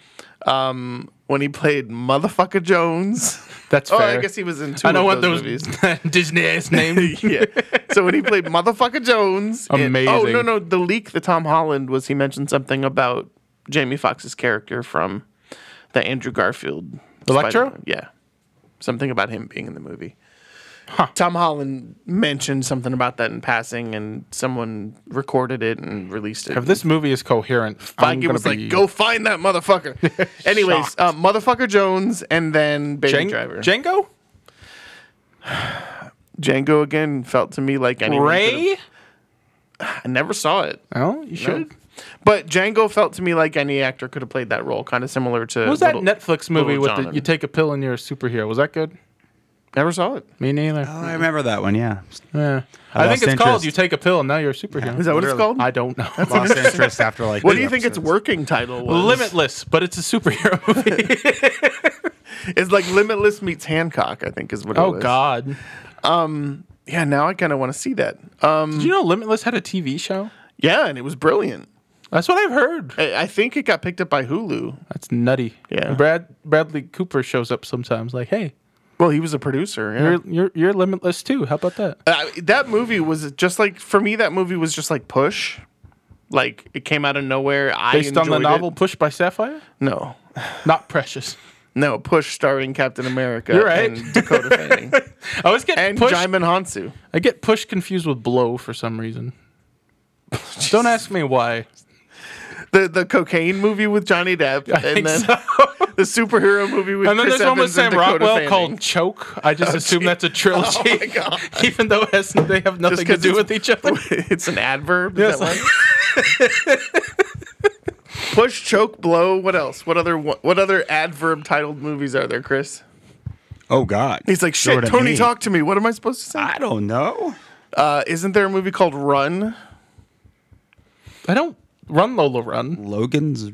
Speaker 1: When he played Motherfucker Jones.
Speaker 2: that's
Speaker 1: Oh,
Speaker 2: fair.
Speaker 1: I guess he was in two
Speaker 2: I don't
Speaker 1: of
Speaker 2: want
Speaker 1: those
Speaker 2: those
Speaker 1: movies.
Speaker 2: Disney ass names.
Speaker 1: yeah. So when he played Motherfucker Jones, it- oh
Speaker 2: Amazing.
Speaker 1: no, no, the leak the Tom Holland was he mentioned something about Jamie Foxx's character from the Andrew Garfield
Speaker 2: Electro?
Speaker 1: Spider-Man. Yeah, something about him being in the movie. Tom Holland mentioned something about that in passing, and someone recorded it and released it.
Speaker 2: If this movie is coherent, I'm
Speaker 1: Feige
Speaker 2: gonna
Speaker 1: was
Speaker 2: be-
Speaker 1: like, "Go find that motherfucker." Anyways, uh, motherfucker Jones, and then Baby
Speaker 2: Djan-
Speaker 1: Driver.
Speaker 2: Django,
Speaker 1: Django again felt to me like anyone. could've-
Speaker 2: Ray.
Speaker 1: I never saw it.
Speaker 2: Oh, you should.
Speaker 1: But Django felt to me like any actor could have played that role, kind of similar to
Speaker 2: What was that
Speaker 1: Little-
Speaker 2: Netflix movie
Speaker 1: Little
Speaker 2: with
Speaker 1: John
Speaker 2: the, you
Speaker 1: and-
Speaker 2: take a pill and you're a superhero? Was that good?
Speaker 1: Never saw it.
Speaker 2: Me neither.
Speaker 3: Oh, I remember that one. Yeah,
Speaker 2: yeah, I, think
Speaker 3: lost
Speaker 2: it's called
Speaker 3: interest.
Speaker 2: "You Take a Pill and Now You're a Superhero."
Speaker 1: Is that what it's called?
Speaker 2: I don't know.
Speaker 3: lost interest after like.
Speaker 1: what
Speaker 3: two
Speaker 1: do you think its
Speaker 3: episodes.
Speaker 1: working title was?
Speaker 2: Limitless, but it's a superhero movie.
Speaker 1: It's like Limitless meets Hancock, I think is what it
Speaker 2: oh
Speaker 1: was.
Speaker 2: God!
Speaker 1: Yeah, now I kind of want to see that. Um,
Speaker 2: Did you know Limitless had a TV show?
Speaker 1: yeah, and it was brilliant.
Speaker 2: That's what I've heard.
Speaker 1: I, I think it got picked up by Hulu.
Speaker 2: That's nutty.
Speaker 1: Yeah.
Speaker 2: And Brad Bradley Cooper shows up sometimes. Like, hey,
Speaker 1: Well, he was a producer. yeah.
Speaker 2: you're you're you're limitless too. How about that?
Speaker 1: Uh, that movie was just like for me. That movie was just like Push. Like it came out of nowhere. I
Speaker 2: Based on the
Speaker 1: enjoyed
Speaker 2: novel
Speaker 1: It.
Speaker 2: Push by Sapphire.
Speaker 1: No,
Speaker 2: Not precious.
Speaker 1: no, Push starring Captain America
Speaker 2: You're right.
Speaker 1: and Dakota Fanning
Speaker 2: I always get
Speaker 1: and
Speaker 2: push.
Speaker 1: Jaimon Hansu.
Speaker 2: I get push confused with blow for some reason. Don't ask me why.
Speaker 1: the the cocaine movie with Johnny Depp,
Speaker 2: I
Speaker 1: and
Speaker 2: think
Speaker 1: then
Speaker 2: so.
Speaker 1: the superhero movie with
Speaker 2: And then
Speaker 1: Chris
Speaker 2: there's one
Speaker 1: Evans
Speaker 2: with
Speaker 1: and
Speaker 2: Sam
Speaker 1: Dakota
Speaker 2: Rockwell
Speaker 1: Fanning.
Speaker 2: called Choke. I just assume that's a trilogy,
Speaker 1: Oh, my God.
Speaker 2: even though it has, they have nothing to
Speaker 1: 'cause it's-
Speaker 2: do with each other.
Speaker 1: it's an adverb.
Speaker 2: Yeah,
Speaker 1: Is that what? Push, choke, blow. What else? What other what other adverb titled movies are there, Chris?
Speaker 3: Oh God.
Speaker 1: He's like,
Speaker 3: Throw
Speaker 1: shit,
Speaker 3: it at
Speaker 1: Tony,
Speaker 3: me.
Speaker 1: talk to me. What am I supposed to say?
Speaker 3: I don't know.
Speaker 1: Uh, isn't there a movie called Run?
Speaker 2: I don't Run Lola Run.
Speaker 3: Logan's.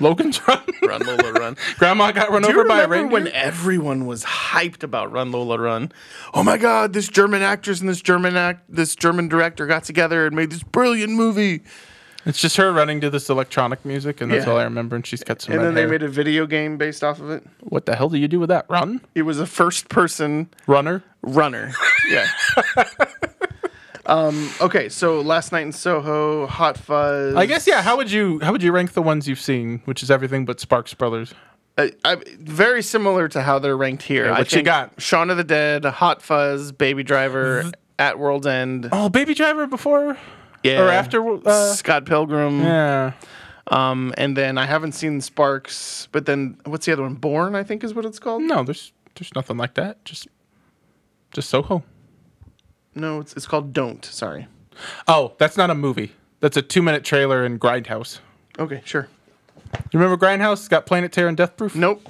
Speaker 2: Logan's Run.
Speaker 1: Run Lola Run.
Speaker 2: Grandma got run
Speaker 1: Do you
Speaker 2: over by a
Speaker 1: remember when
Speaker 2: reindeer.
Speaker 1: everyone was hyped about Run Lola Run? Oh my God! This German actress and this German act, this German director got together and made this brilliant movie.
Speaker 2: It's just her running to this electronic music, and that's
Speaker 1: Yeah.
Speaker 2: all I remember. And she's got some.
Speaker 1: And
Speaker 2: red
Speaker 1: then they
Speaker 2: hair.
Speaker 1: made a video game based off of it.
Speaker 2: What the hell do you do with that? Run,
Speaker 1: It was a first-person
Speaker 2: runner.
Speaker 1: runner. Yeah. um, okay, so last night in Soho, Hot Fuzz.
Speaker 2: I guess. Yeah. How would you How would you rank the ones you've seen, which is everything but Sparks Brothers?
Speaker 1: I, Uh, I, very similar to how they're ranked here. I
Speaker 2: what you
Speaker 1: think
Speaker 2: got?
Speaker 1: Shaun of the Dead, Hot Fuzz, Baby Driver, At World's End,
Speaker 2: Oh, Baby Driver before.
Speaker 1: yeah,
Speaker 2: or after, uh,
Speaker 1: Scott Pilgrim.
Speaker 2: Yeah.
Speaker 1: Um, and then I haven't seen Sparks, but then what's the other one? Born, I think is what it's called.
Speaker 2: No, there's there's nothing like that. Just just Soho.
Speaker 1: No, it's it's called Don't. Sorry.
Speaker 2: Oh, that's not a movie. That's a two minute trailer in Grindhouse.
Speaker 1: Okay, sure.
Speaker 2: You remember Grindhouse? It's got Planet Terror and Death Proof.
Speaker 1: Nope.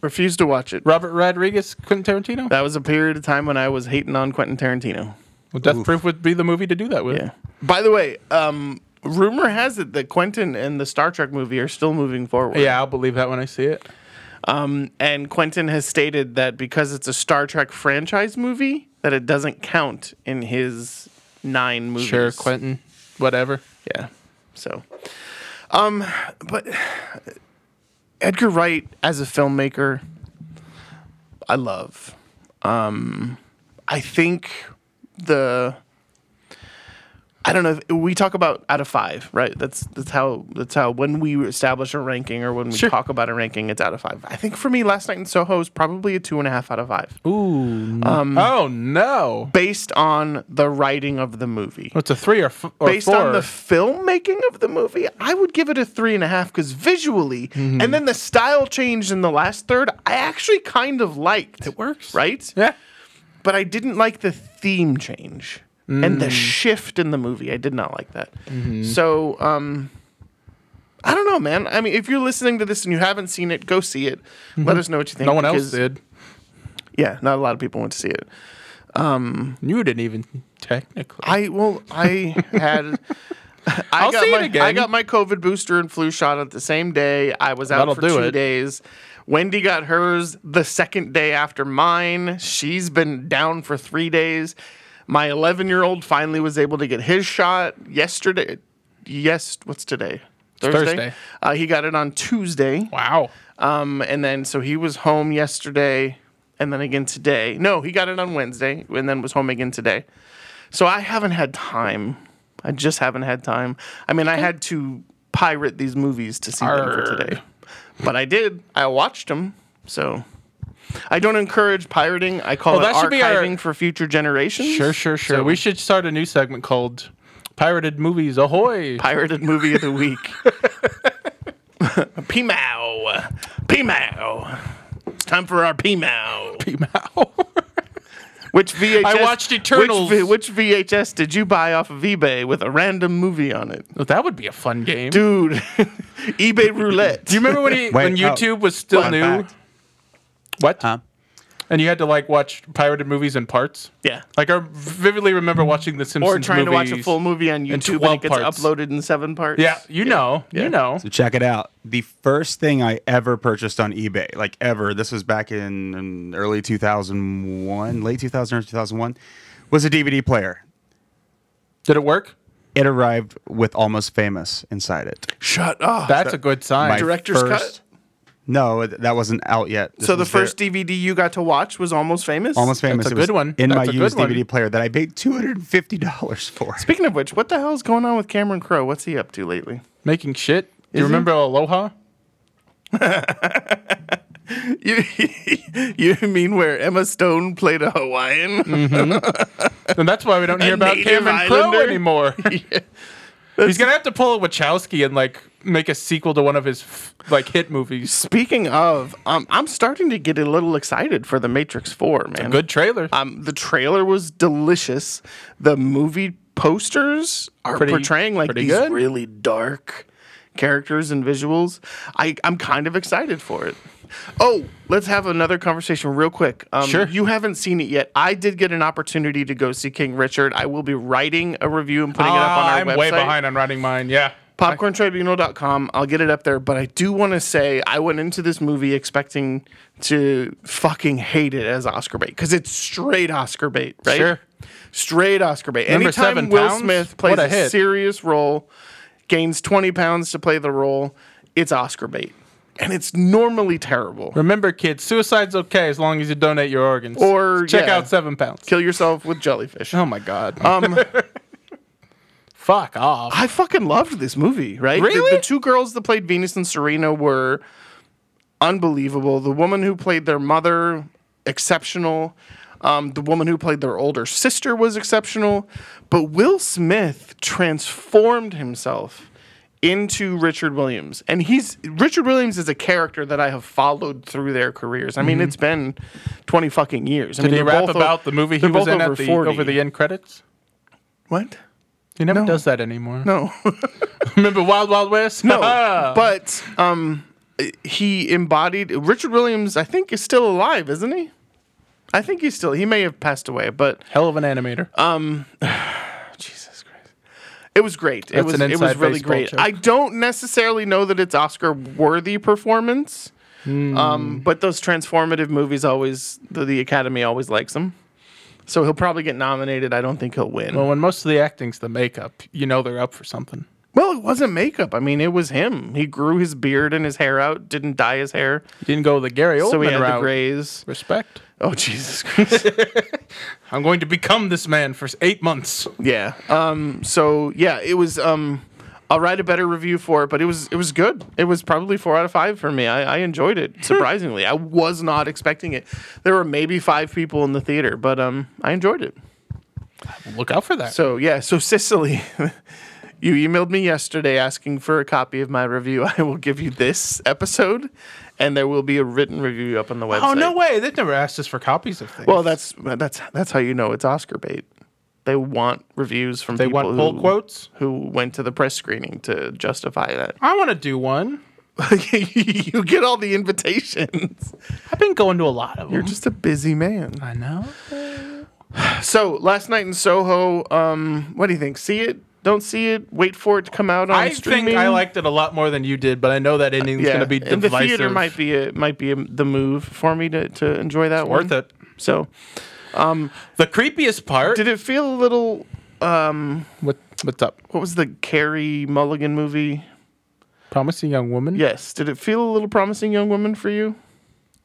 Speaker 1: Refuse to watch it.
Speaker 2: Robert Rodriguez, Quentin Tarantino.
Speaker 1: That was a period of time when I was hating on Quentin Tarantino.
Speaker 2: Well, Death Proof would be the movie to do that with.
Speaker 1: Yeah. By the way, um, rumor has it that Quentin and the Star Trek movie are still moving forward.
Speaker 2: Yeah, I'll believe that when I see it.
Speaker 1: And Quentin has stated that because it's a Star Trek franchise movie, that it doesn't count in his nine movies.
Speaker 2: Sure, Quentin. Whatever.
Speaker 1: Yeah. So, um, but Edgar Wright as a filmmaker, I love. Um, I think the. I don't know. If we talk about out of five, right? That's that's how that's how when we establish a ranking or when we
Speaker 2: Sure.
Speaker 1: talk about a ranking, it's out of five. I think for me, last night in Soho is probably a two and a half out of five,
Speaker 2: Ooh.
Speaker 1: Um,
Speaker 2: oh no.
Speaker 1: based on the writing of the movie.
Speaker 2: It's a three or, f- or
Speaker 1: based
Speaker 2: four.
Speaker 1: on the filmmaking of the movie, I would give it a three and a half because visually,
Speaker 2: Mm-hmm.
Speaker 1: and then the style change in the last third, I actually kind of liked. It
Speaker 2: works.
Speaker 1: right?
Speaker 2: yeah.
Speaker 1: But I didn't like the theme change and
Speaker 2: Mm.
Speaker 1: the shift in the movie. I did not like that.
Speaker 2: Mm-hmm.
Speaker 1: So, um, I don't know, man. I mean, if you're listening to this and you haven't seen it, go see it. Let us know what you think.
Speaker 2: Mm-hmm. No one else
Speaker 1: because-
Speaker 2: did.
Speaker 1: Yeah, not a lot of people went to see it.
Speaker 2: You didn't even technically.
Speaker 1: I well, I had. I
Speaker 2: I'll
Speaker 1: got
Speaker 2: say it
Speaker 1: my, I
Speaker 2: again.
Speaker 1: got my COVID booster and flu shot at the same day. I was out
Speaker 2: That'll
Speaker 1: for
Speaker 2: do
Speaker 1: two
Speaker 2: it.
Speaker 1: days. Wendy got hers the second day after mine. She's been down for three days. My 11 year old finally was able to get his shot yesterday. Yes, what's today?
Speaker 2: Thursday.
Speaker 1: Uh, he got it on Tuesday.
Speaker 2: wow.
Speaker 1: Um, and then so he was home yesterday and then again today. No, he got it on Wednesday and then was home again today. So I haven't had time. I just haven't had time. I mean, I had to pirate these movies to see them for today. But I did. I watched them. So I don't encourage pirating. I call
Speaker 2: Well,
Speaker 1: it
Speaker 2: that should be our-
Speaker 1: archiving for future generations.
Speaker 2: Sure, sure, sure. we should start a new segment called Pirated Movies Ahoy.
Speaker 1: Pirated movie of the week. P-Mow. P-Mow. It's time for our P-Mow. Which VHS?
Speaker 2: I watched Eternals.
Speaker 1: Which, V- which VHS did you buy off of eBay with a random movie on it,
Speaker 2: Well, that would be a fun game.
Speaker 1: dude? eBay roulette.
Speaker 2: Do you remember when, he, when
Speaker 3: oh.
Speaker 2: YouTube was still
Speaker 3: Fun
Speaker 2: new?
Speaker 3: fact.
Speaker 2: What?
Speaker 3: Huh?
Speaker 2: And you had to like watch pirated movies in parts?
Speaker 1: Yeah.
Speaker 2: Like I vividly remember watching The Simpsons
Speaker 1: Or trying to watch a
Speaker 2: movies.
Speaker 1: full movie on YouTube and
Speaker 2: 12
Speaker 1: it gets
Speaker 2: parts.
Speaker 1: uploaded in seven parts.
Speaker 2: Yeah, you know, you know.
Speaker 3: So check it out. The first thing I ever purchased on eBay, like ever, this was back in, in early 2001, late 2000 or 2001, was a DVD player.
Speaker 2: Did it work?
Speaker 3: It arrived with Almost Famous inside it.
Speaker 1: Shut up.
Speaker 2: That's a good sign.
Speaker 1: Director's cut?
Speaker 3: No, th- that wasn't out yet. This
Speaker 1: so the
Speaker 3: was their-
Speaker 1: first DVD you got to watch was Almost Famous.
Speaker 3: Almost Famous.
Speaker 2: a
Speaker 3: it was
Speaker 2: good one.
Speaker 3: In
Speaker 2: That's a
Speaker 3: my
Speaker 2: good
Speaker 3: used
Speaker 2: one.
Speaker 3: DVD player that I paid $250 for.
Speaker 1: Speaking of which, what the hell's going on with Cameron Crowe? What's he up to lately?
Speaker 2: Making shit. Do
Speaker 1: Is
Speaker 2: you
Speaker 1: he?
Speaker 2: remember Aloha?
Speaker 1: You, you mean where Emma Stone played a Hawaiian?
Speaker 2: And that's why we don't hear about
Speaker 1: native
Speaker 2: Cameron Crowe
Speaker 1: islander.
Speaker 2: anymore. He's gonna have to pull a Wachowski and like make a sequel to one of his f- like hit movies.
Speaker 1: Speaking of, um, I'm starting to get a little excited for The Matrix 4, man.
Speaker 2: Good trailer.
Speaker 1: Um, the trailer was delicious. The movie posters are
Speaker 2: Pretty-
Speaker 1: portraying like
Speaker 2: pretty
Speaker 1: these
Speaker 2: good.
Speaker 1: really dark characters and visuals. I, I'm kind of excited for it. Oh, let's have another conversation real quick. Um,
Speaker 2: Sure.
Speaker 1: You haven't seen it yet. I did get an opportunity to go see King Richard. I will be writing a review and putting it up on our
Speaker 2: Ah, I'm
Speaker 1: website
Speaker 2: way behind on writing mine. Yeah.
Speaker 1: popcorntribunal.com. I'll get it up there, but I do want to say I went into this movie expecting to fucking hate it as Oscar bait because it's straight Oscar bait, right?
Speaker 2: Sure.
Speaker 1: Straight Oscar bait.
Speaker 2: Remember
Speaker 1: Anytime
Speaker 2: Seven
Speaker 1: Will
Speaker 2: Pounds?
Speaker 1: Smith
Speaker 2: What
Speaker 1: plays
Speaker 2: a
Speaker 1: a,
Speaker 2: hit.
Speaker 1: serious role, gains 20 pounds to play the role, it's Oscar bait. And it's normally terrible.
Speaker 2: Remember, kids, suicide's okay as long as you donate your organs.
Speaker 1: Or,
Speaker 2: check
Speaker 1: yeah.
Speaker 2: out seven pounds.
Speaker 1: Kill yourself with jellyfish.
Speaker 2: oh my god.
Speaker 1: Um,
Speaker 2: Fuck off.
Speaker 1: I fucking loved this movie, right? The-
Speaker 2: Really?
Speaker 1: The, two girls that played Venus and Serena were unbelievable. The woman who played their mother, exceptional. Um, the woman who played their older sister was exceptional. But Will Smith transformed himself into Richard Williams. And he's Richard Williams is a character that I have followed through their careers. I mean, it's been 20 fucking years. I
Speaker 2: Mm-hmm. Did
Speaker 1: mean,
Speaker 2: he
Speaker 1: they're
Speaker 2: rap
Speaker 1: both o-
Speaker 2: about the movie he
Speaker 1: they're
Speaker 2: was
Speaker 1: both
Speaker 2: in
Speaker 1: over
Speaker 2: at the,
Speaker 1: 40.
Speaker 2: over the end credits?
Speaker 1: What?
Speaker 2: He never does that anymore.
Speaker 1: No.
Speaker 2: Remember Wild Wild West?
Speaker 1: No,
Speaker 2: Ah.
Speaker 1: but um, he embodied Richard Williams. I think is still alive, isn't he? I think he's still. He may have passed away, but
Speaker 2: Hell of an animator.
Speaker 1: Uh, Jesus Christ, it was great. it
Speaker 2: That's
Speaker 1: was.
Speaker 2: an
Speaker 1: it was
Speaker 2: inside
Speaker 1: really
Speaker 2: baseball
Speaker 1: great.
Speaker 2: joke.
Speaker 1: I don't necessarily know that it's Oscar worthy performance,
Speaker 2: Hmm.
Speaker 1: um, but those transformative movies always the, the Academy always likes them. So he'll probably get nominated. I don't think he'll win.
Speaker 2: well, when most of the acting's the makeup, you know they're up for something.
Speaker 1: Well, it wasn't makeup. I mean, it was him. He grew his beard and his hair out. Didn't dye his hair,
Speaker 2: You didn't go the Gary Oldman
Speaker 1: so he had
Speaker 2: route.
Speaker 1: the grays.
Speaker 2: Respect.
Speaker 1: Oh Jesus Christ!
Speaker 2: I'm going to become this man for eight months.
Speaker 1: yeah. Um. So yeah, it was. Um. I'll write a better review for it, but it was it was good. It was probably four out of five for me. I, I enjoyed it surprisingly. I was not expecting it. There were maybe five people in the theater, but um, I enjoyed it.
Speaker 2: Look out for that.
Speaker 1: So yeah. So Sicily, you emailed me yesterday asking for a copy of my review. I will give you this episode, and there will be a written review up on the website.
Speaker 2: oh no way! They've never asked us for copies of things.
Speaker 1: Well, that's that's that's how you know it's Oscar bait. They want reviews from
Speaker 2: they
Speaker 1: people
Speaker 2: want pull
Speaker 1: who,
Speaker 2: quotes.
Speaker 1: who went to the press screening to justify that.
Speaker 2: I want to do one.
Speaker 1: you get all the invitations.
Speaker 2: I've been going to a lot of them.
Speaker 1: You're just a busy man.
Speaker 2: I know.
Speaker 1: So last night in Soho, um, what do you think? See it? Don't see it? Wait for it to come out on
Speaker 2: I
Speaker 1: streaming.
Speaker 2: think I liked it a lot more than you did, but I know that ending's going to be
Speaker 1: and
Speaker 2: divisive.
Speaker 1: the theater might be a, might be a, the move for me to, to enjoy that one.
Speaker 2: worth it.
Speaker 1: So
Speaker 2: The creepiest part.
Speaker 1: did it feel a little?
Speaker 2: what, what's up?
Speaker 1: What was the Carrie Mulligan movie?
Speaker 2: Promising young woman.
Speaker 1: Yes. Did it feel a little promising, young woman, for you?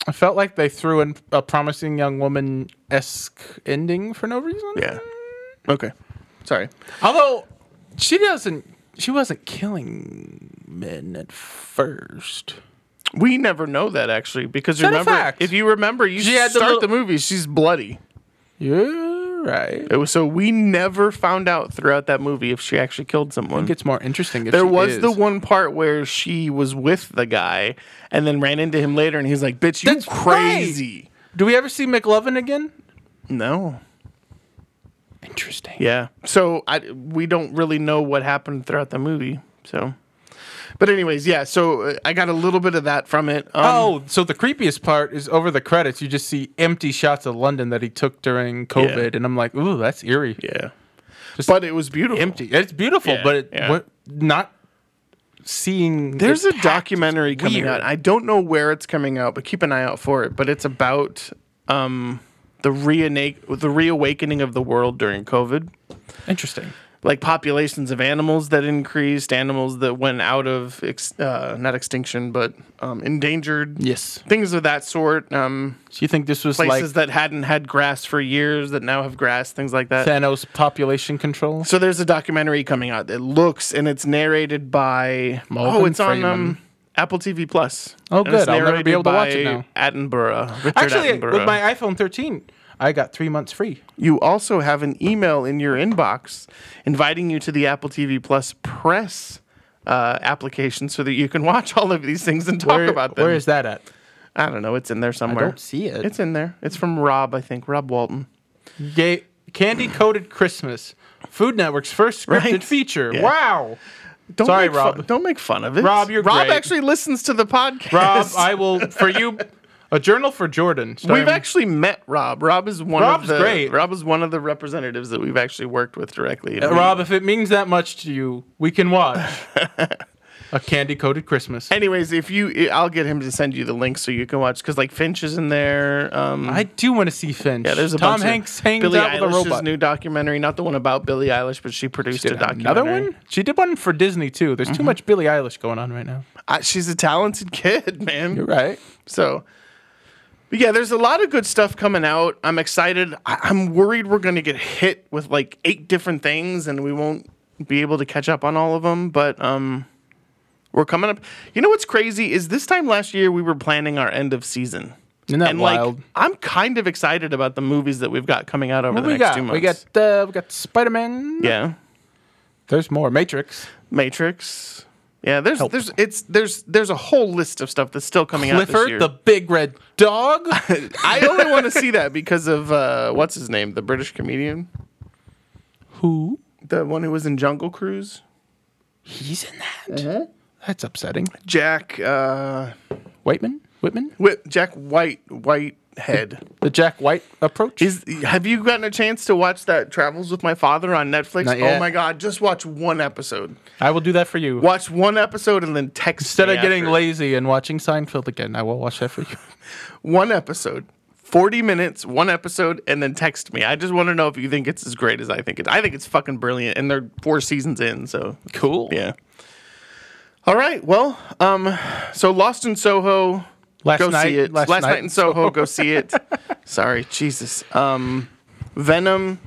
Speaker 2: I felt like they threw in a promising young woman esque ending for no reason.
Speaker 1: Okay. Sorry.
Speaker 2: Although she doesn't, she wasn't killing men at first.
Speaker 1: We never know that actually because
Speaker 2: that a
Speaker 1: remember
Speaker 2: fact?
Speaker 1: if you remember you
Speaker 2: She had the
Speaker 1: start
Speaker 2: little-
Speaker 1: the movie she's bloody.
Speaker 2: You're right.
Speaker 1: It was so we never found out throughout that movie if she actually killed someone.
Speaker 2: It gets more interesting. If
Speaker 1: There
Speaker 2: she
Speaker 1: was
Speaker 2: is.
Speaker 1: the one part where she was with the guy and then ran into him later and he's like, "Bitch, you
Speaker 2: That's right.
Speaker 1: crazy."
Speaker 2: Do we ever see McLovin again?
Speaker 1: No.
Speaker 2: Interesting.
Speaker 1: Yeah. So I we don't really know what happened throughout the movie. So But anyways, yeah, so uh, I got a little bit of that from it. Um,
Speaker 2: Oh, so the creepiest part is over the credits. You just see empty shots of London that he took during COVID, and I'm like, ooh, that's eerie.
Speaker 1: yeah.
Speaker 2: Just
Speaker 1: But it was beautiful.
Speaker 2: empty. It's beautiful,
Speaker 1: Yeah,
Speaker 2: but it,
Speaker 1: yeah.
Speaker 2: what, not seeing.
Speaker 1: There's
Speaker 2: it
Speaker 1: a
Speaker 2: packed is
Speaker 1: documentary coming
Speaker 2: weird.
Speaker 1: out. I don't know where it's coming out, but keep an eye out for it. But it's about um, the reana- the reawakening of the world during COVID,
Speaker 2: Interesting.
Speaker 1: like populations of animals that increased, animals that went out of ex- uh, not extinction but um, endangered,
Speaker 2: Yes.
Speaker 1: things of that sort. Um,
Speaker 2: So you think this was like
Speaker 1: places that hadn't had grass for years that now have grass, things like that.
Speaker 2: Thanos population control?
Speaker 1: So there's a documentary coming out that looks and it's narrated by
Speaker 2: Morgan
Speaker 1: oh, it's on
Speaker 2: Freeman.
Speaker 1: um, Apple TV Plus.
Speaker 2: Oh,
Speaker 1: And it's
Speaker 2: good. I'll never be
Speaker 1: narrated
Speaker 2: able to watch it
Speaker 1: by
Speaker 2: now.
Speaker 1: Attenborough, Richard
Speaker 2: Actually,
Speaker 1: Attenborough.
Speaker 2: with my iPhone 13, I got three months free.
Speaker 1: you also have an email in your inbox inviting you to the Apple TV Plus press uh, application so that you can watch all of these things and talk
Speaker 2: Where-
Speaker 1: about them.
Speaker 2: Where is that at?
Speaker 1: I don't know. It's in there somewhere.
Speaker 2: don't see it.
Speaker 1: It's in there. It's from Rob, I think. Rob Walton.
Speaker 2: Gay, candy coated Christmas. Food Network's first scripted
Speaker 1: Right?
Speaker 2: feature.
Speaker 1: Yeah.
Speaker 2: Wow.
Speaker 1: Don't
Speaker 2: Sorry,
Speaker 1: make fun-
Speaker 2: Rob.
Speaker 1: don't make fun of it.
Speaker 2: Rob, you're
Speaker 1: Rob
Speaker 2: great.
Speaker 1: actually listens to the podcast.
Speaker 2: Rob, I will for you. A journal for Jordan. starring-
Speaker 1: We've actually met Rob. Rob is one
Speaker 2: Rob's
Speaker 1: of the
Speaker 2: great.
Speaker 1: Rob is one of the representatives that we've actually worked with directly.
Speaker 2: Uh, Rob, if it means that much to you, we can watch a candy coated Christmas.
Speaker 1: Anyways, if you, I'll get him to send you the link so you can watch because like Finch is in there. Um,
Speaker 2: I do want to see Finch.
Speaker 1: yeah, there's a
Speaker 2: Tom
Speaker 1: bunch
Speaker 2: Hanks
Speaker 1: of
Speaker 2: hangs
Speaker 1: Billie
Speaker 2: out with a
Speaker 1: Eilish's
Speaker 2: robot.
Speaker 1: new documentary, not the one about Billie Eilish, but she produced a
Speaker 2: Did
Speaker 1: documentary. Mm-hmm.
Speaker 2: another one? She did one for Disney too. There's too much Billie Eilish going on right now.
Speaker 1: I, she's a talented kid, man.
Speaker 2: You're right.
Speaker 1: So, but yeah, there's a lot of good stuff coming out. I'm excited. I, I'm worried we're going to get hit with like eight different things and we won't be able to catch up on all of them. But um, we're coming up. You know what's crazy is this time last year we were planning our end of season.
Speaker 2: Isn't that
Speaker 1: and
Speaker 2: wild?
Speaker 1: like, I'm kind of excited about the movies that we've got coming out over
Speaker 2: What
Speaker 1: the
Speaker 2: we
Speaker 1: next
Speaker 2: got?
Speaker 1: two months.
Speaker 2: We got uh, we got Spider Man.
Speaker 1: yeah,
Speaker 2: There's more Matrix.
Speaker 1: Matrix. Yeah, there's there's it's there's there's a whole list of stuff that's still coming out this year.
Speaker 2: Clifford the Big Red Dog.
Speaker 1: I only want to see that because of uh, what's his name, the British comedian,
Speaker 2: Who?
Speaker 1: the one who was in Jungle Cruise.
Speaker 2: He's in that. That's upsetting.
Speaker 1: Jack, uh,
Speaker 2: Whiteman. Whitman.
Speaker 1: Whit, Jack White, Whitehead.
Speaker 2: The Jack White approach.
Speaker 1: Is have you gotten a chance to watch that Travels with My Father on Netflix?
Speaker 2: Not yet.
Speaker 1: Oh my God, just watch one episode.
Speaker 2: I will do that for you.
Speaker 1: Watch one episode and then text.
Speaker 2: Instead
Speaker 1: me
Speaker 2: of getting
Speaker 1: after.
Speaker 2: lazy and watching Seinfeld again, I will watch that for you.
Speaker 1: one episode. 40 minutes, one episode, and then text me. I just want to know if you think it's as great as I think it. I think it's fucking brilliant, and they're four seasons in, so
Speaker 2: Cool.
Speaker 1: Yeah. All right. Well, um, so Lost in Soho.
Speaker 2: Last
Speaker 1: go
Speaker 2: night-
Speaker 1: see it.
Speaker 2: last
Speaker 1: Last,
Speaker 2: night
Speaker 1: night,
Speaker 2: in
Speaker 1: in Soho. Go see it. Sorry, Jesus. Um, Venom.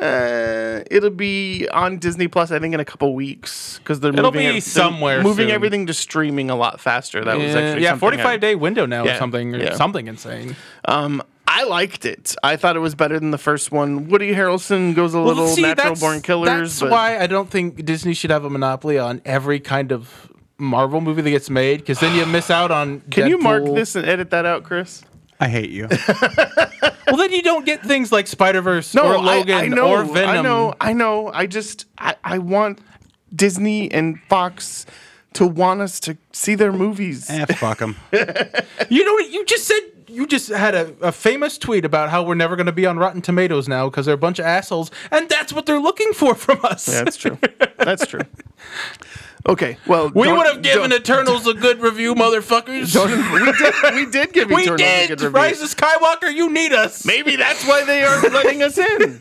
Speaker 1: Uh, it'll be on Disney Plus, I think, in a couple weeks because they're
Speaker 2: It'll
Speaker 1: moving
Speaker 2: be
Speaker 1: they're
Speaker 2: somewhere
Speaker 1: moving
Speaker 2: soon.
Speaker 1: everything to streaming a lot faster. That was actually
Speaker 2: yeah,
Speaker 1: something I-
Speaker 2: 45 day window now or
Speaker 1: Yeah,
Speaker 2: something or
Speaker 1: yeah.
Speaker 2: something insane.
Speaker 1: Um, I liked it. I thought it was better than the first one. Woody Harrelson goes a little natural born killers.
Speaker 2: That's
Speaker 1: but-
Speaker 2: why I don't think Disney should have a monopoly on every kind of Marvel movie that gets made because then you miss out on.
Speaker 1: Can you mark
Speaker 2: Deadpool.
Speaker 1: this and edit that out, Chris?
Speaker 3: I hate you.
Speaker 2: Well, then you don't get things like Spider Verse or
Speaker 1: I-
Speaker 2: Logan
Speaker 1: I, know,
Speaker 2: or Venom.
Speaker 1: I know, I know. I just I, I want Disney and Fox to want us to see their movies.
Speaker 3: eh, fuck them.
Speaker 2: You know what? You just said you just had a, a famous tweet about how we're never going to be on Rotten Tomatoes now because they're a bunch of assholes, and that's what they're looking for from us.
Speaker 1: That's true. That's true. Okay. Well,
Speaker 2: we
Speaker 1: don't-
Speaker 2: would have given
Speaker 1: don't-
Speaker 2: Eternals a good review, motherfuckers.
Speaker 1: we did. We did give
Speaker 2: we
Speaker 1: Eternals a
Speaker 2: did.
Speaker 1: good review.
Speaker 2: Rise of Skywalker, you need us.
Speaker 1: Maybe that's why they are letting us in.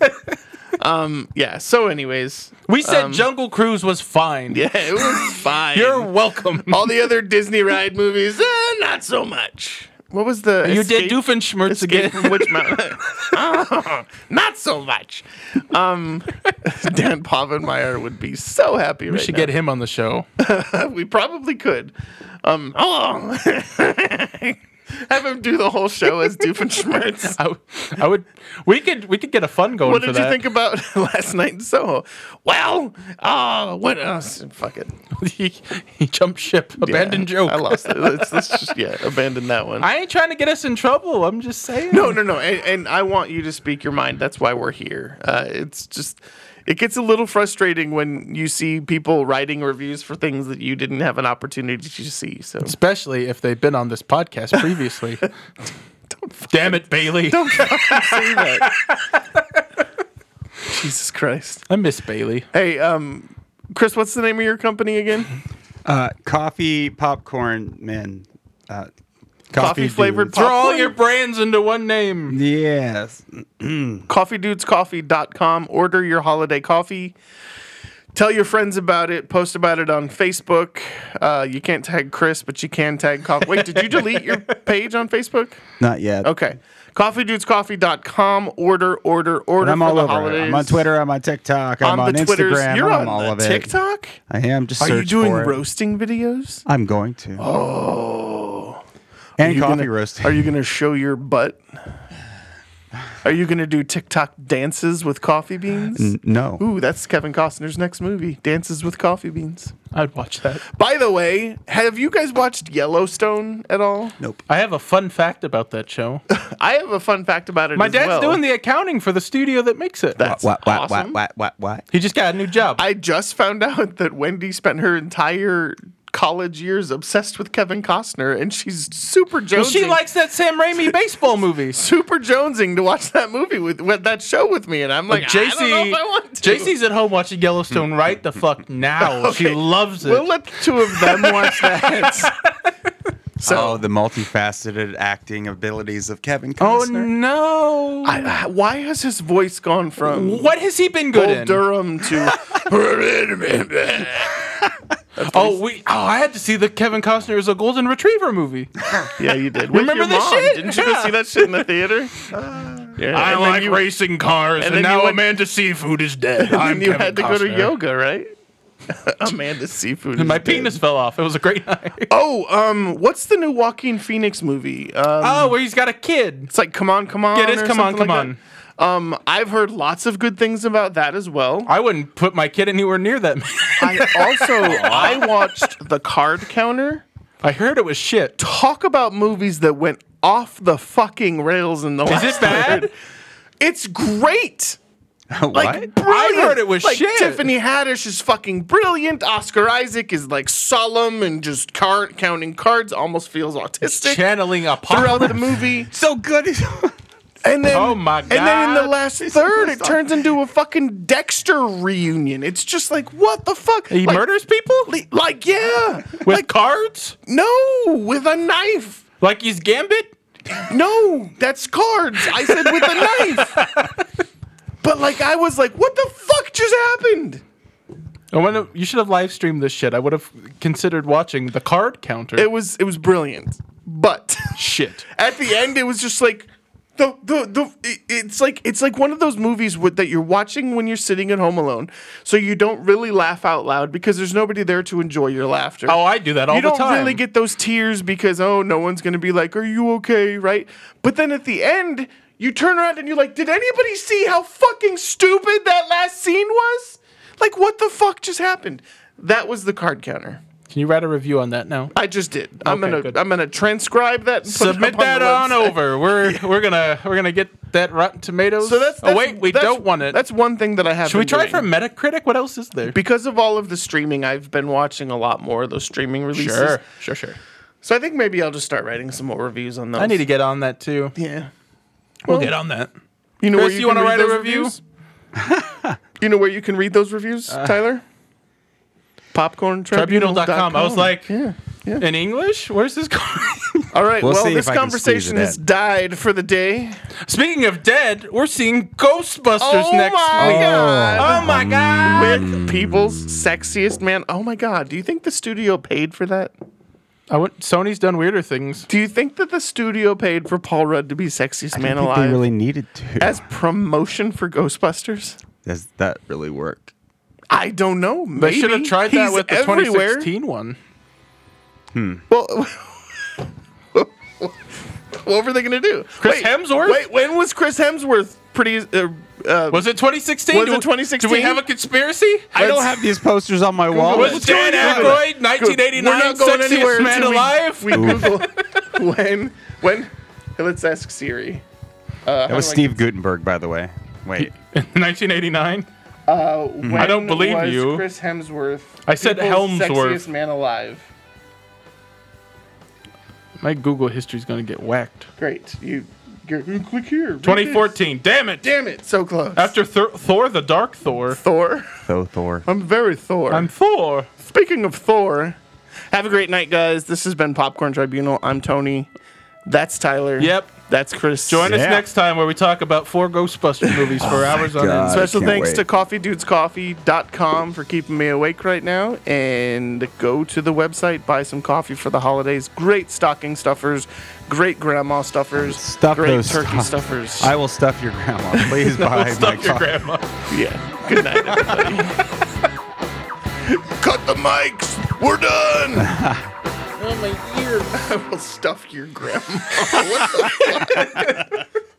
Speaker 1: Um. Yeah. So, anyways,
Speaker 2: We said Jungle Cruise was fine.
Speaker 1: Um, yeah, it was fine.
Speaker 2: You're welcome.
Speaker 1: all the other Disney ride movies, eh, not so much. What was the
Speaker 2: you did
Speaker 1: Escape-
Speaker 2: Doofenshmirtz
Speaker 1: Escape
Speaker 2: again.
Speaker 1: from Witch Mountain. Ah, not so much. Um, Dan Povenmire would be so happy
Speaker 2: We
Speaker 1: right
Speaker 2: should
Speaker 1: now.
Speaker 2: get him on the show.
Speaker 1: we probably could. Um, oh. Have him do the whole show as Doofenshmirtz.
Speaker 2: I, w- I would. We could. We could get a fun going.
Speaker 1: What
Speaker 2: for
Speaker 1: did
Speaker 2: that.
Speaker 1: you think about last night in Soho? Well, oh, what else? Fuck it.
Speaker 2: he, he jumped ship. Abandoned
Speaker 1: Yeah,
Speaker 2: joke.
Speaker 1: I lost it. Let's, let's just, yeah, abandon that one.
Speaker 2: I ain't trying to get us in trouble. I'm just saying.
Speaker 1: No, no, no. And, and I want you to speak your mind. That's why we're here. Uh, it's just, it gets a little frustrating when you see people writing reviews for things that you didn't have an opportunity to see. So
Speaker 2: Especially if they've been on this podcast previously. Damn it, Bailey.
Speaker 1: see that. Jesus Christ.
Speaker 2: I miss Bailey.
Speaker 1: Hey, um, Chris, what's the name of your company again?
Speaker 3: Uh, coffee, popcorn, man. Uh,
Speaker 1: Coffee flavored
Speaker 3: dudes.
Speaker 2: Throw all
Speaker 1: popcorn?
Speaker 2: your brands into one name.
Speaker 3: Yes.
Speaker 1: coffeedudescoffee.com. Order your holiday coffee. Tell your friends about it. Post about it on Facebook. Uh, you can't tag Chris, but you can tag Coffee. Wait, did you delete your page on Facebook?
Speaker 3: Not yet.
Speaker 1: Okay. CoffeeDudesCoffee.com. Order, order, order.
Speaker 3: But I'm
Speaker 1: for
Speaker 3: all
Speaker 1: the
Speaker 3: over.
Speaker 1: Holidays.
Speaker 3: it. I'm on Twitter. I'm on TikTok. I'm
Speaker 1: On,
Speaker 3: on,
Speaker 1: the Twitters.
Speaker 3: Instagram.
Speaker 1: You're
Speaker 3: I'm
Speaker 1: on
Speaker 3: all
Speaker 1: the
Speaker 3: of it.
Speaker 1: TikTok?
Speaker 3: I am just.
Speaker 1: Are you
Speaker 3: search
Speaker 1: doing
Speaker 3: for it.
Speaker 1: roasting videos?
Speaker 3: I'm going to.
Speaker 1: Oh.
Speaker 3: and
Speaker 1: You
Speaker 3: coffee
Speaker 1: Oh. gonna-
Speaker 3: roasting.
Speaker 1: Are you going to show your butt? Are you gonna do TikTok dances with coffee beans?
Speaker 3: No.
Speaker 1: Ooh, that's Kevin Costner's next movie, Dances with Coffee Beans.
Speaker 2: I'd watch that.
Speaker 1: By the way, have you guys watched Yellowstone at all?
Speaker 2: I have a fun fact about that show.
Speaker 1: I have a fun fact about it.
Speaker 2: My
Speaker 1: as
Speaker 2: dad's
Speaker 1: well.
Speaker 2: doing the accounting for the studio that makes it.
Speaker 1: That's
Speaker 3: What, what,
Speaker 1: awesome.
Speaker 3: what, what, what,
Speaker 2: He just got a new job.
Speaker 1: I just found out that Wendy spent her entire college years obsessed with Kevin Costner, and she's super jonesing.
Speaker 2: well, she likes that Sam Raimi baseball movie.
Speaker 1: super jonesing to watch that movie with, with that show with me, and I'm like, I don't know if I want to.
Speaker 2: JC's at home watching Yellowstone right the fuck now. She
Speaker 1: Okay.
Speaker 2: loves it.
Speaker 1: We'll let the two of them watch that.
Speaker 3: oh, the multifaceted acting abilities of Kevin
Speaker 2: oh
Speaker 3: Costner.
Speaker 2: no!
Speaker 1: I- I- why has his voice gone from
Speaker 2: what has he been good
Speaker 1: Bull
Speaker 2: in?
Speaker 1: Durham to?
Speaker 2: Oh, we. Oh, I had to see the Kevin Costner as a golden retriever movie.
Speaker 1: yeah, you did. With
Speaker 2: Remember
Speaker 1: your
Speaker 2: this
Speaker 1: mom.
Speaker 2: shit?
Speaker 1: Didn't you go
Speaker 2: Yeah.
Speaker 1: see that shit in the theater? yeah. and then you-
Speaker 2: racing cars,
Speaker 1: and then you went-
Speaker 2: Amanda Seafood is dead.
Speaker 1: And then you had to go to yoga, right? Amanda Seafood. is
Speaker 2: My
Speaker 1: dead.
Speaker 2: penis fell off. It was a great night.
Speaker 1: Oh, um, what's the new Joaquin Phoenix movie? Um,
Speaker 2: Oh, where he's got a kid.
Speaker 1: it's like Come On, Come On.
Speaker 2: Yeah, it is
Speaker 1: or
Speaker 2: Come On,
Speaker 1: something
Speaker 2: Come
Speaker 1: like that. Um, I've heard lots of good things about that as well.
Speaker 2: I wouldn't put my kid anywhere near that. man.
Speaker 1: I also I watched The Card Counter.
Speaker 2: I heard it was shit.
Speaker 1: Talk about movies that went off the fucking rails in the
Speaker 2: Is
Speaker 1: last.
Speaker 2: it bad?
Speaker 1: It's great.
Speaker 3: what?
Speaker 1: Like brilliant.
Speaker 2: I heard it was
Speaker 1: like,
Speaker 2: shit.
Speaker 1: Tiffany Haddish is fucking brilliant. Oscar Isaac is like solemn and just car- counting cards. Almost feels autistic
Speaker 2: Channeling a
Speaker 1: throughout the movie.
Speaker 3: so good.
Speaker 1: And then,
Speaker 2: Oh my
Speaker 1: And then in the
Speaker 2: God.
Speaker 1: last third, it turns into a fucking Dexter reunion. It's just like, what the fuck?
Speaker 2: He
Speaker 1: like,
Speaker 2: murders people
Speaker 1: li- Like, yeah,
Speaker 2: with
Speaker 1: like
Speaker 2: cards,
Speaker 1: no, with a knife.
Speaker 2: like he's Gambit.
Speaker 1: No, that's cards. I said with a knife. But like, I was like, what the fuck just happened?
Speaker 2: I wonder, you should have live streamed this shit. I would have considered watching the card counter.
Speaker 1: It was it was brilliant, but
Speaker 2: shit.
Speaker 1: at the end it was just like the the, the it- it's like it's like one of those movies with, that you're watching when you're sitting at home alone so you don't really laugh out loud because there's nobody there to enjoy your laughter
Speaker 2: Oh, I do that all
Speaker 1: you
Speaker 2: the
Speaker 1: don't
Speaker 2: time.
Speaker 1: really get those tears because oh no one's gonna be like are you okay right but then at the end you turn around and you're like did anybody see how fucking stupid that last scene was like what the fuck just happened that was the card counter
Speaker 2: Can you write a review on that now?
Speaker 1: I just did. I'm
Speaker 2: Okay,
Speaker 1: gonna
Speaker 2: good.
Speaker 1: I'm gonna transcribe that. and put it
Speaker 2: Submit
Speaker 1: up on
Speaker 2: that
Speaker 1: the
Speaker 2: on,
Speaker 1: website.
Speaker 2: over. We're we're gonna we're gonna get that Rotten Tomatoes.
Speaker 1: So that's,
Speaker 2: oh
Speaker 1: that's-
Speaker 2: wait, we
Speaker 1: that's-
Speaker 2: don't want it.
Speaker 1: That's one thing that I have.
Speaker 2: Should we
Speaker 1: been
Speaker 2: try
Speaker 1: doing.
Speaker 2: for Metacritic? What else is there?
Speaker 1: because of all of the streaming? I've been watching a lot more of those streaming releases.
Speaker 2: Sure, sure, sure.
Speaker 1: So I think maybe I'll just start writing some more reviews on those.
Speaker 2: I need to get on that too.
Speaker 1: Yeah.
Speaker 2: We'll get on that.
Speaker 1: You know
Speaker 2: Chris,
Speaker 1: where
Speaker 2: you
Speaker 1: you,
Speaker 2: wanna
Speaker 1: want to
Speaker 2: write a review?
Speaker 1: you know where you can read those reviews,
Speaker 2: Uh.
Speaker 1: Tyler? Popcorn
Speaker 2: Tribunal.com. I was like,
Speaker 1: yeah. yeah.
Speaker 2: in English? Where's this going?
Speaker 1: All right.
Speaker 3: We'll
Speaker 1: well,
Speaker 3: see
Speaker 1: this
Speaker 3: if I can squeeze
Speaker 1: conversation
Speaker 3: it
Speaker 1: has
Speaker 3: in.
Speaker 1: died for the day.
Speaker 2: Speaking of dead, we're seeing Ghostbusters next week.
Speaker 1: god!
Speaker 2: Oh my Oh god!
Speaker 1: With people's sexiest man. Oh my god! Do you think the studio paid for that?
Speaker 2: I went, Sony's done weirder things.
Speaker 1: Do you think that the studio paid for Paul Rudd to be sexiest man
Speaker 3: I think
Speaker 1: alive
Speaker 3: they really needed to.
Speaker 1: as promotion for Ghostbusters?
Speaker 3: Does that really work?
Speaker 1: I don't know.
Speaker 2: They
Speaker 1: Maybe.
Speaker 2: should have tried that
Speaker 1: He's
Speaker 2: with the
Speaker 1: everywhere.
Speaker 2: 2016 one.
Speaker 1: Well, what were they going to do?
Speaker 2: Chris Hemsworth?
Speaker 1: Wait, when was Chris Hemsworth pretty? Uh, uh,
Speaker 2: Was it 2016?
Speaker 1: Was
Speaker 2: Do-
Speaker 1: it 2016?
Speaker 2: Do we have a conspiracy?
Speaker 3: I don't have these posters on my wall.
Speaker 2: Was
Speaker 1: Let's
Speaker 2: Oh, Dan
Speaker 1: do it.
Speaker 2: Aykroyd 1989
Speaker 1: we're not going
Speaker 2: sexiest
Speaker 1: anywhere
Speaker 2: man
Speaker 1: until we-
Speaker 2: alive?
Speaker 1: we Google when when. Hey, let's ask Siri. Uh,
Speaker 3: that was Steve Gutenberg, by the way. Wait.
Speaker 2: 1989.
Speaker 1: Uh, when
Speaker 2: I don't believe
Speaker 1: was
Speaker 2: you.
Speaker 1: Chris Hemsworth.
Speaker 2: I said
Speaker 1: people's
Speaker 2: Helmsworth.
Speaker 1: Sexiest man alive.
Speaker 2: My Google history's gonna get whacked.
Speaker 1: Great. You, you you click here. read
Speaker 2: 2014. Damn it!
Speaker 1: this. Damn it. So close.
Speaker 2: After Thor, Thor, the Dark Thor.
Speaker 1: Thor.
Speaker 3: Tho Thor.
Speaker 1: I'm very Thor.
Speaker 2: I'm Thor.
Speaker 1: Speaking of Thor, have a great night, guys. This has been Popcorn Tribunal. I'm Tony. That's Tyler.
Speaker 2: Yep.
Speaker 1: That's Chris.
Speaker 2: Join us
Speaker 3: Yeah.
Speaker 2: next time where we talk about four Ghostbuster movies for hours on
Speaker 3: God.
Speaker 2: end.
Speaker 1: Special
Speaker 3: I can't
Speaker 1: thanks
Speaker 3: wait.
Speaker 1: to coffeedudescoffee.com for keeping me awake right now. And go to the website, buy some coffee for the holidays. Great stocking stuffers, great grandma stuffers,
Speaker 3: Stuff
Speaker 1: great
Speaker 3: those
Speaker 1: turkey
Speaker 3: stuff-
Speaker 1: stuffers.
Speaker 3: I will stuff your grandma. Please buy my
Speaker 2: Stuff your
Speaker 3: coffee.
Speaker 2: grandma.
Speaker 1: yeah. Good night, everybody. Cut the mics. We're done. oh, my ear. I will stuff your grandma. What the fuck?